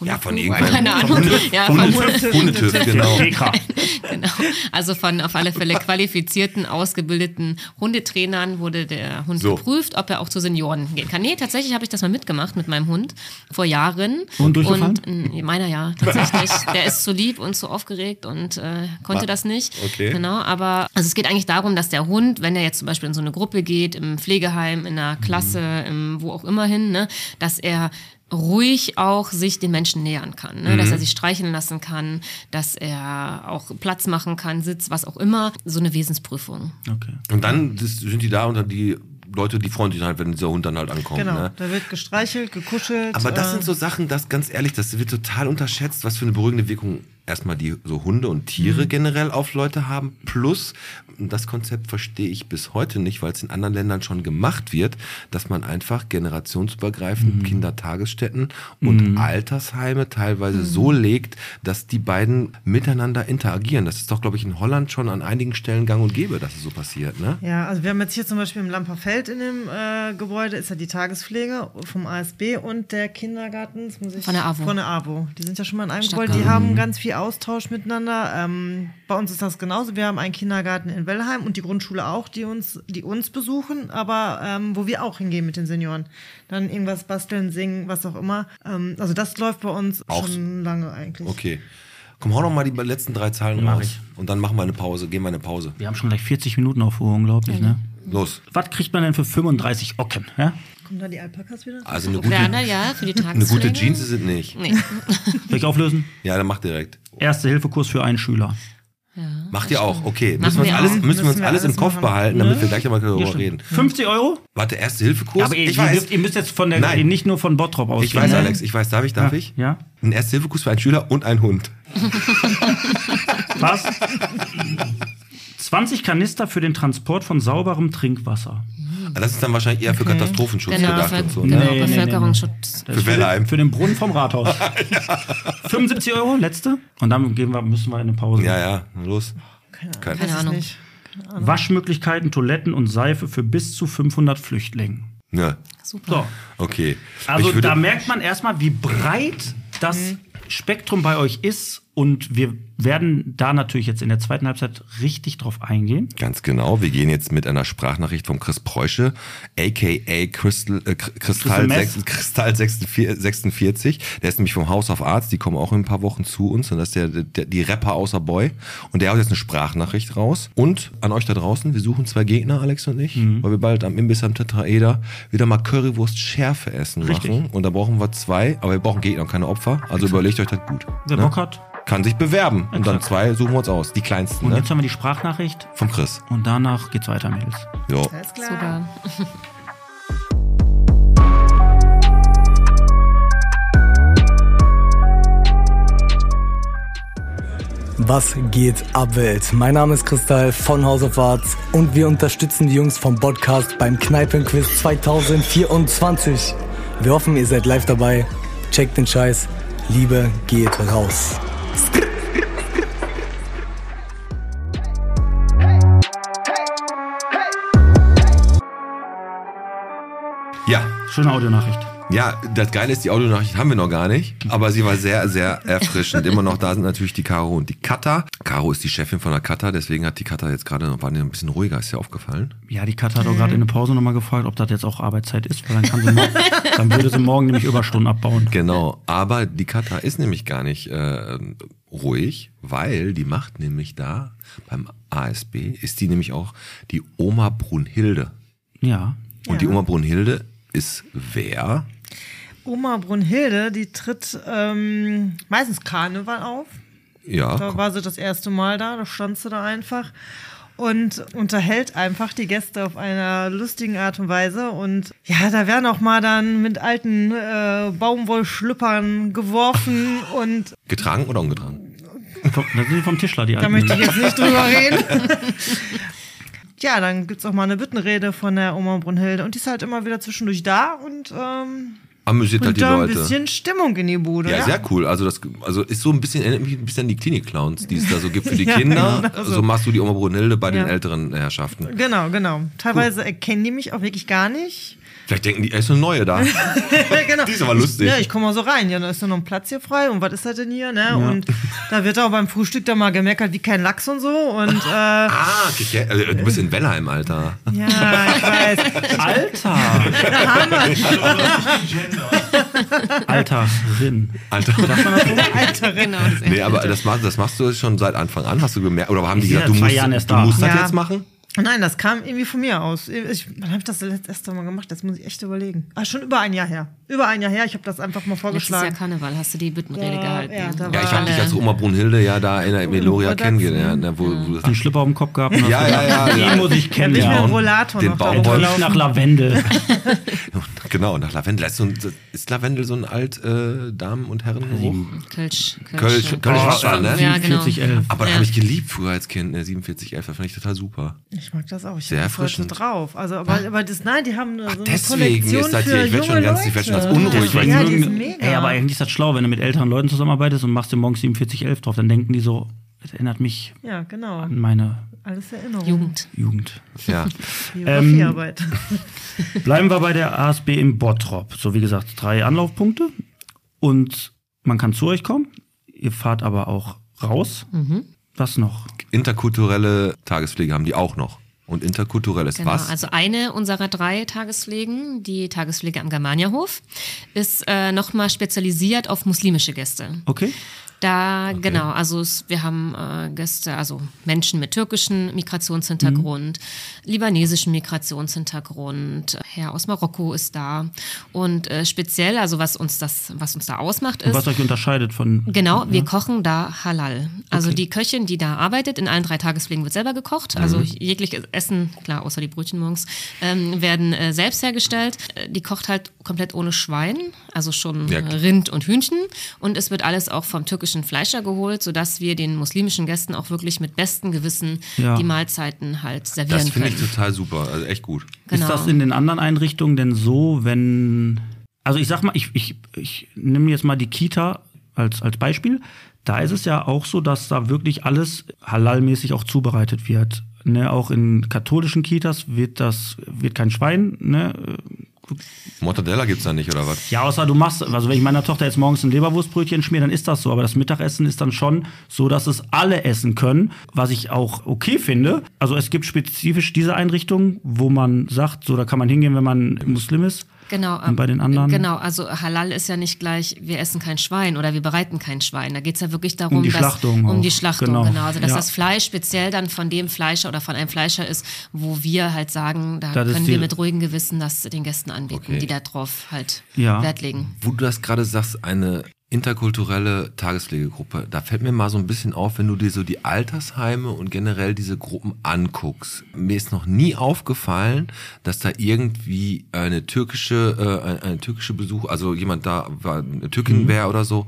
[SPEAKER 4] Ja, von
[SPEAKER 6] Hundeprüfer,
[SPEAKER 4] irgendeinem-
[SPEAKER 6] Keine
[SPEAKER 4] von
[SPEAKER 6] Ahnung.
[SPEAKER 4] Hunde-
[SPEAKER 6] ja, von,
[SPEAKER 4] Hundetüv, Hundetüv,
[SPEAKER 3] <laughs>
[SPEAKER 4] genau.
[SPEAKER 3] Dekra.
[SPEAKER 6] <laughs> genau. Also von auf alle Fälle qualifizierten, ausgebildeten Hundetrainern wurde der Hund
[SPEAKER 4] So.
[SPEAKER 6] geprüft, ob er auch zu Senioren gehen kann. Nee, tatsächlich habe ich das mal mitgemacht mit meinem Hund vor Jahren.
[SPEAKER 3] Und durchgefallen?
[SPEAKER 6] Und,
[SPEAKER 4] Mhm.
[SPEAKER 6] äh, meiner ja,
[SPEAKER 4] <laughs>
[SPEAKER 6] tatsächlich. der ist zu lieb und zu aufgeregt und äh, konnte das nicht.
[SPEAKER 4] Okay.
[SPEAKER 6] Genau, aber also es geht eigentlich darum, dass der Hund, wenn er jetzt zum Beispiel in so eine Gruppe geht, im Pflegeheim, in
[SPEAKER 4] Mhm.
[SPEAKER 6] einer Klasse, im, wo auch immer hin, ne, dass er ruhig auch sich den Menschen nähern kann, ne?
[SPEAKER 4] Mhm.
[SPEAKER 6] dass er sich streicheln lassen kann, dass er auch Platz machen kann, Sitz, was auch immer. So eine Wesensprüfung.
[SPEAKER 3] Okay.
[SPEAKER 4] Und dann das, sind die da und dann die Leute, die freuen sich halt, wenn dieser Hund dann halt ankommt.
[SPEAKER 7] Genau,
[SPEAKER 4] Ne?
[SPEAKER 7] da wird gestreichelt, gekuschelt.
[SPEAKER 4] Aber das
[SPEAKER 7] äh,
[SPEAKER 4] sind so Sachen, das ganz ehrlich, das wird total unterschätzt, was für eine beruhigende Wirkung erstmal die so Hunde und Tiere
[SPEAKER 3] Mhm.
[SPEAKER 4] generell auf Leute haben. Plus, das Konzept verstehe ich bis heute nicht, weil es in anderen Ländern schon gemacht wird, dass man einfach generationsübergreifend
[SPEAKER 3] Mhm.
[SPEAKER 4] Kindertagesstätten und Altersheime teilweise so
[SPEAKER 3] Mhm.
[SPEAKER 4] legt, dass die beiden miteinander interagieren. Das ist doch, glaube ich, in Holland schon an einigen Stellen gang und gäbe, dass es so passiert, ne?
[SPEAKER 7] Ja, also wir haben jetzt hier zum Beispiel im Lamperfeld in dem äh, Gebäude ist ja die Tagespflege vom ASB und der Kindergarten das muss ich,
[SPEAKER 6] Von der AWO.
[SPEAKER 7] Von der AWO. Die sind ja schon mal in einem
[SPEAKER 6] Stark.
[SPEAKER 7] Gebäude, die
[SPEAKER 6] Mhm.
[SPEAKER 7] haben ganz viel Austausch miteinander. Ähm, bei uns ist das genauso. Wir haben einen Kindergarten in Wellheim und die Grundschule auch, die uns, die uns besuchen, aber ähm, wo wir auch hingehen mit den Senioren. Dann irgendwas basteln, singen, was auch immer. Ähm, also das läuft bei uns
[SPEAKER 4] Auch
[SPEAKER 7] schon lange eigentlich.
[SPEAKER 4] Okay. Komm, hau noch mal die letzten drei Zahlen
[SPEAKER 3] Mach
[SPEAKER 4] raus.
[SPEAKER 3] ich.
[SPEAKER 4] Und dann machen wir eine Pause, gehen wir eine Pause.
[SPEAKER 3] Wir haben schon gleich 40 Minuten auf Uhr, unglaublich, ne?
[SPEAKER 4] Los.
[SPEAKER 3] Was kriegt man denn für 35 Ocken? Ja?
[SPEAKER 7] Kommen da die Alpakas wieder?
[SPEAKER 4] Also eine gute,
[SPEAKER 6] Werner, ja, für die
[SPEAKER 4] eine
[SPEAKER 6] Tagespflege.
[SPEAKER 4] gute Jeans ist es nicht.
[SPEAKER 6] Nee.
[SPEAKER 3] Soll ich auflösen?
[SPEAKER 4] Ja, dann mach direkt.
[SPEAKER 3] Erste-Hilfe-Kurs für einen Schüler.
[SPEAKER 4] Macht ihr auch. Okay.
[SPEAKER 6] Machen
[SPEAKER 4] Müssen wir uns
[SPEAKER 6] wir
[SPEAKER 4] alles,
[SPEAKER 6] auch.
[SPEAKER 4] müssen wir uns
[SPEAKER 7] Müssen wir
[SPEAKER 4] alles im
[SPEAKER 7] alles
[SPEAKER 4] Kopf
[SPEAKER 7] machen.
[SPEAKER 4] behalten, damit wir gleich nochmal darüber reden.
[SPEAKER 3] 50 Euro?
[SPEAKER 4] Warte, Erste-Hilfe-Kurs?
[SPEAKER 3] aber ihr,
[SPEAKER 4] ich
[SPEAKER 3] ihr,
[SPEAKER 4] weiß.
[SPEAKER 3] dürft, ihr müsst jetzt von der,
[SPEAKER 4] Nein.
[SPEAKER 3] nicht nur von Bottrop ausgehen.
[SPEAKER 4] ich weiß,
[SPEAKER 3] ne?
[SPEAKER 4] Alex. Ich weiß. Darf ich? Darf
[SPEAKER 3] Ja.
[SPEAKER 4] ich?
[SPEAKER 3] Ja.
[SPEAKER 4] Ein Erste-Hilfe-Kurs für einen Schüler und einen Hund.
[SPEAKER 3] Was? 20 Kanister für den Transport von sauberem Trinkwasser.
[SPEAKER 4] Aber Das ist dann wahrscheinlich eher für Katastrophenschutz
[SPEAKER 6] Genau,
[SPEAKER 4] gedacht
[SPEAKER 6] Ver
[SPEAKER 4] und so.
[SPEAKER 6] genau
[SPEAKER 4] Ne?
[SPEAKER 3] Nee, nee, nee,
[SPEAKER 6] Bevölkerungsschutz.
[SPEAKER 4] Für Wellheim.
[SPEAKER 3] Für den Brunnen
[SPEAKER 4] <laughs>
[SPEAKER 3] vom Rathaus. 75 Euro, letzte. Und dann gehen wir, müssen wir in eine Pause.
[SPEAKER 4] Ja, ja. Los. Keine
[SPEAKER 6] Keine Ahnung.
[SPEAKER 7] Nicht.
[SPEAKER 3] Waschmöglichkeiten, Toiletten und Seife für bis zu 500 Flüchtlingen.
[SPEAKER 4] Ne.
[SPEAKER 3] So.
[SPEAKER 4] Okay.
[SPEAKER 3] Also
[SPEAKER 4] Ich würde-
[SPEAKER 3] da merkt man erstmal, wie breit das Spektrum bei euch ist. Und wir werden da natürlich jetzt in der zweiten Halbzeit richtig drauf eingehen.
[SPEAKER 4] Ganz genau. Wir gehen jetzt mit einer Sprachnachricht von Chris Preusche, a.k.a. Crystal, äh, Kr- Kristall,
[SPEAKER 3] Meth.
[SPEAKER 4] sechs- Kristall 46, 46. Der ist nämlich vom House of Arts. Die kommen auch in ein paar Wochen zu uns. Und das ist der, der, die Rapper außer Boy. Und der haut jetzt eine Sprachnachricht raus. Und an euch da draußen, wir suchen zwei Gegner, Alex und ich,
[SPEAKER 3] Mhm.
[SPEAKER 4] weil wir bald am Imbiss am Tetraeder wieder mal Currywurst Schärfe essen
[SPEAKER 3] Richtig.
[SPEAKER 4] machen. Und da brauchen wir zwei, aber wir brauchen Gegner und keine Opfer. Also überlegt euch das gut.
[SPEAKER 3] Wer
[SPEAKER 4] ne?
[SPEAKER 3] Bock hat.
[SPEAKER 4] Kann sich bewerben. Und dann
[SPEAKER 3] Exakt.
[SPEAKER 4] zwei suchen wir uns aus. Die kleinsten,
[SPEAKER 3] Und
[SPEAKER 4] ne?
[SPEAKER 3] jetzt haben wir die Sprachnachricht.
[SPEAKER 4] Vom Chris.
[SPEAKER 3] Und danach geht's weiter, Mädels.
[SPEAKER 4] Jo.
[SPEAKER 7] Alles klar.
[SPEAKER 6] Sogar.
[SPEAKER 8] Was geht ab, Welt? Mein Name ist Kristall von House of Arts und wir unterstützen die Jungs vom Podcast beim Kneipenquiz 2024. Wir hoffen, ihr seid live dabei. Checkt den Scheiß. Liebe geht raus.
[SPEAKER 4] Ja,
[SPEAKER 3] Schöne Audionachricht.
[SPEAKER 4] Ja, das Geile ist, die Audionachricht haben wir noch gar nicht, aber sie war sehr, sehr erfrischend. Immer noch da sind natürlich die Caro und die Kata. Caro ist die Chefin von der Kata, deswegen hat die Kata jetzt gerade noch, war die ein bisschen ruhiger, ist ja aufgefallen.
[SPEAKER 3] Ja, die Katze hat auch
[SPEAKER 7] Mhm.
[SPEAKER 3] gerade in der Pause nochmal gefragt, ob das jetzt auch Arbeitszeit ist, weil dann kann sie
[SPEAKER 7] <laughs>
[SPEAKER 3] morgen, dann würde sie morgen nämlich Überstunden abbauen.
[SPEAKER 4] Genau, aber die Kata ist nämlich gar nicht äh, ruhig, weil die macht nämlich da beim ASB, ist die nämlich auch die Oma Brunhilde.
[SPEAKER 3] Ja.
[SPEAKER 4] Und die Oma Brunhilde ist wer?
[SPEAKER 7] Oma Brunhilde, die tritt ähm, meistens Karneval auf.
[SPEAKER 4] Ja,
[SPEAKER 7] Da war sie das erste Mal da, da stand sie da einfach und unterhält einfach die Gäste auf einer lustigen Art und Weise. Und ja, da werden auch mal dann mit alten äh,
[SPEAKER 4] <laughs>
[SPEAKER 7] Baumwollschlüppern geworfen und
[SPEAKER 4] getragen oder ungetragen?
[SPEAKER 3] Vom- Das sind die vom Tischler, die
[SPEAKER 7] da
[SPEAKER 3] alten.
[SPEAKER 7] möchte ich jetzt nicht
[SPEAKER 4] <laughs>
[SPEAKER 7] drüber reden. Ja, dann gibt's auch mal eine Büttenrede von der Oma Brunhilde und die ist halt immer wieder zwischendurch da und ähm,
[SPEAKER 4] Amüsiert halt
[SPEAKER 7] bringt
[SPEAKER 4] die
[SPEAKER 7] da ein
[SPEAKER 4] Leute.
[SPEAKER 7] bisschen Stimmung in die Bude.
[SPEAKER 4] Ja, sehr cool. Also das also ist so ein bisschen erinnert mich ein bisschen an die Klinik-Clowns, die es da so
[SPEAKER 7] <laughs>
[SPEAKER 4] gibt für die Kinder.
[SPEAKER 7] genau so.
[SPEAKER 4] so. machst du die Oma Brunhilde bei den
[SPEAKER 7] Ja.
[SPEAKER 4] älteren Herrschaften.
[SPEAKER 7] Genau, genau. Teilweise erkennen die mich auch wirklich gar nicht.
[SPEAKER 4] Vielleicht denken die, er ist eine neue
[SPEAKER 7] <laughs>
[SPEAKER 4] da.
[SPEAKER 7] Ja, genau.
[SPEAKER 4] Die ist aber lustig.
[SPEAKER 7] Ja, ich komme mal so rein. Ja, da ist nur noch ein Platz hier frei. Und was ist das denn hier? Ne? Und da wird auch beim Frühstück dann mal gemeckert, wie kein Lachs und so. Und äh, ja,
[SPEAKER 4] ah, okay, ja, also, du bist in Wellheim, Alter.
[SPEAKER 7] ich weiß.
[SPEAKER 3] Alter!
[SPEAKER 4] <laughs>
[SPEAKER 3] Alter, Sinn.
[SPEAKER 4] Alter.
[SPEAKER 6] Genau, das
[SPEAKER 4] nee, aber das, machst- das machst du schon seit Anfang an, hast du gemerkt. Oder haben die
[SPEAKER 3] Ich bin
[SPEAKER 4] gesagt, du musst,
[SPEAKER 3] seit zwei Jahren erst
[SPEAKER 4] du
[SPEAKER 3] da.
[SPEAKER 4] musst das
[SPEAKER 7] Ja.
[SPEAKER 4] jetzt machen?
[SPEAKER 7] Nein, das kam irgendwie von mir aus. Ich, wann habe ich das das erste Mal gemacht? Das muss ich echt überlegen. Ah, schon über ein Jahr her. Über ein Jahr her. Ich habe das einfach mal
[SPEAKER 6] Letztes Jahr
[SPEAKER 7] vorgeschlagen.
[SPEAKER 6] Karneval hast du die Büttenrede
[SPEAKER 7] Ja,
[SPEAKER 6] gehalten.
[SPEAKER 7] ja, da
[SPEAKER 4] Ja, ich habe
[SPEAKER 6] Alle-
[SPEAKER 4] dich als Oma Brunhilde ja da in der Meloria
[SPEAKER 7] Oder-
[SPEAKER 4] kennengelernt. Ne, wo, wo das,
[SPEAKER 3] Den Schlipper auf dem Kopf gehabt. und hast
[SPEAKER 4] Ja, ja,
[SPEAKER 3] gedacht,
[SPEAKER 4] ja, ja.
[SPEAKER 3] Den muss ich
[SPEAKER 7] Bin ich mit dem
[SPEAKER 3] kennenlernen.
[SPEAKER 7] Rollator
[SPEAKER 4] Den
[SPEAKER 7] noch da
[SPEAKER 4] Baumwoll-
[SPEAKER 3] Riecht
[SPEAKER 7] rumgelaufen.
[SPEAKER 3] nach Lavendel.
[SPEAKER 4] <laughs> genau, nach Lavendel. Das ist, so ein, ist Lavendel so ein alt äh, Damen- und Herrengeruch?
[SPEAKER 6] Kölsch.
[SPEAKER 4] Kölsch-
[SPEAKER 6] ja.
[SPEAKER 4] Kölsch Wasser, ne?
[SPEAKER 6] Ja, genau.
[SPEAKER 3] 4711.
[SPEAKER 4] Aber da
[SPEAKER 6] Ja.
[SPEAKER 4] habe ich geliebt früher als Kind, ne, 4711, da fand ich total super.
[SPEAKER 7] Ich mag das auch. Ich
[SPEAKER 4] Sehr
[SPEAKER 7] hab das heute
[SPEAKER 4] erfrischend.
[SPEAKER 7] drauf. Also, aber, aber das, nein, die haben so eine
[SPEAKER 4] deswegen
[SPEAKER 7] Kollektion
[SPEAKER 4] ist das
[SPEAKER 7] für
[SPEAKER 4] hier- ich werd schon
[SPEAKER 7] junge
[SPEAKER 4] ganz- ich werd schon ganz
[SPEAKER 7] Leute.
[SPEAKER 4] unruhig, weil
[SPEAKER 7] ja,
[SPEAKER 4] ich-
[SPEAKER 7] die ist
[SPEAKER 3] Deswegen-
[SPEAKER 7] mega.
[SPEAKER 3] Ey, aber eigentlich ist das schlau, wenn du mit älteren Leuten zusammenarbeitest und machst dir morgens 4711 drauf, dann denken die so, das erinnert mich
[SPEAKER 7] ja,
[SPEAKER 6] Hm.
[SPEAKER 7] genau.
[SPEAKER 3] an meine
[SPEAKER 7] Alles Erinnerung.
[SPEAKER 6] Jugend.
[SPEAKER 3] Jugend.
[SPEAKER 4] Ja.
[SPEAKER 7] Biografiearbeit.
[SPEAKER 3] Bleiben wir bei der ASB im Bottrop. So wie gesagt, drei Anlaufpunkte und man kann zu euch kommen. Ihr fahrt aber auch raus. Was noch?
[SPEAKER 4] Interkulturelle Tagespflege haben die auch noch. Und interkulturelles
[SPEAKER 6] Genau,
[SPEAKER 4] was?
[SPEAKER 6] also eine unserer drei Tagespflegen, die Tagespflege am Germaniahof, ist äh, nochmal spezialisiert auf muslimische Gäste.
[SPEAKER 3] Okay.
[SPEAKER 6] Da, genau, also es, wir haben äh, Gäste, also Menschen mit türkischem Migrationshintergrund,
[SPEAKER 4] Mhm.
[SPEAKER 6] libanesischem Migrationshintergrund, Herr aus Marokko ist da. Und äh, speziell, also was uns das, was uns da ausmacht,
[SPEAKER 3] Und
[SPEAKER 6] ist.
[SPEAKER 3] was euch unterscheidet von.
[SPEAKER 6] Genau, wir kochen da halal. Also die Köchin, die da arbeitet, in allen drei Tagespflegen wird selber gekocht. Also jegliches Essen, klar, außer die Brötchen morgens, ähm, werden äh, selbst hergestellt. Äh, Die kocht halt komplett ohne Schwein, also schon
[SPEAKER 4] Ja,
[SPEAKER 6] äh,
[SPEAKER 4] klar.
[SPEAKER 6] Rind und Hühnchen. Und es wird alles auch vom türkischen Fleischer geholt, sodass wir den muslimischen Gästen auch wirklich mit bestem Gewissen
[SPEAKER 3] Ja.
[SPEAKER 6] die Mahlzeiten halt servieren
[SPEAKER 4] Das finde ich
[SPEAKER 6] können.
[SPEAKER 4] total super. Also echt gut.
[SPEAKER 6] genau.
[SPEAKER 3] Ist das in den anderen Einrichtungen denn so, wenn. Also ich sag mal, ich, ich, ich nehme jetzt mal die Kita als, als Beispiel. Da ist es ja auch so, dass da wirklich alles halalmäßig auch zubereitet wird. Ne, auch in katholischen Kitas wird das, wird kein Schwein, ne,
[SPEAKER 4] Mortadella gibt's da nicht, oder was?
[SPEAKER 3] Ja, außer du machst, also wenn ich meiner Tochter jetzt morgens ein Leberwurstbrötchen schmier, dann ist das so. Aber das Mittagessen ist dann schon so, dass es alle essen können, was ich auch okay finde. Also es gibt spezifisch diese Einrichtungen, wo man sagt, so da kann man hingehen, wenn man Muslim ist.
[SPEAKER 6] Genau.
[SPEAKER 3] Und bei den anderen?
[SPEAKER 6] Genau, also Halal ist ja nicht gleich, wir essen kein Schwein oder wir bereiten kein Schwein. Da geht es ja wirklich darum,
[SPEAKER 3] Um die
[SPEAKER 6] dass,
[SPEAKER 3] Schlachtung
[SPEAKER 6] um die
[SPEAKER 3] auch.
[SPEAKER 6] Schlachtung,
[SPEAKER 3] Genau.
[SPEAKER 6] genau. Also dass
[SPEAKER 3] Ja.
[SPEAKER 6] das Fleisch speziell dann von dem Fleischer oder von einem Fleischer ist, wo wir halt sagen, da
[SPEAKER 3] Das ist
[SPEAKER 6] können
[SPEAKER 3] die-
[SPEAKER 6] wir mit ruhigem Gewissen das den Gästen anbieten,
[SPEAKER 4] Okay.
[SPEAKER 6] die da drauf halt
[SPEAKER 3] Ja.
[SPEAKER 6] Wert legen.
[SPEAKER 4] Wo du das gerade sagst, eine interkulturelle Tagespflegegruppe, da fällt mir mal so ein bisschen auf, wenn du dir so die Altersheime und generell diese Gruppen anguckst. Mir ist noch nie aufgefallen, dass da irgendwie eine türkische, äh, ein, ein türkische Besuch, also jemand da war, eine
[SPEAKER 3] Mhm.
[SPEAKER 4] Türkin wäre oder so,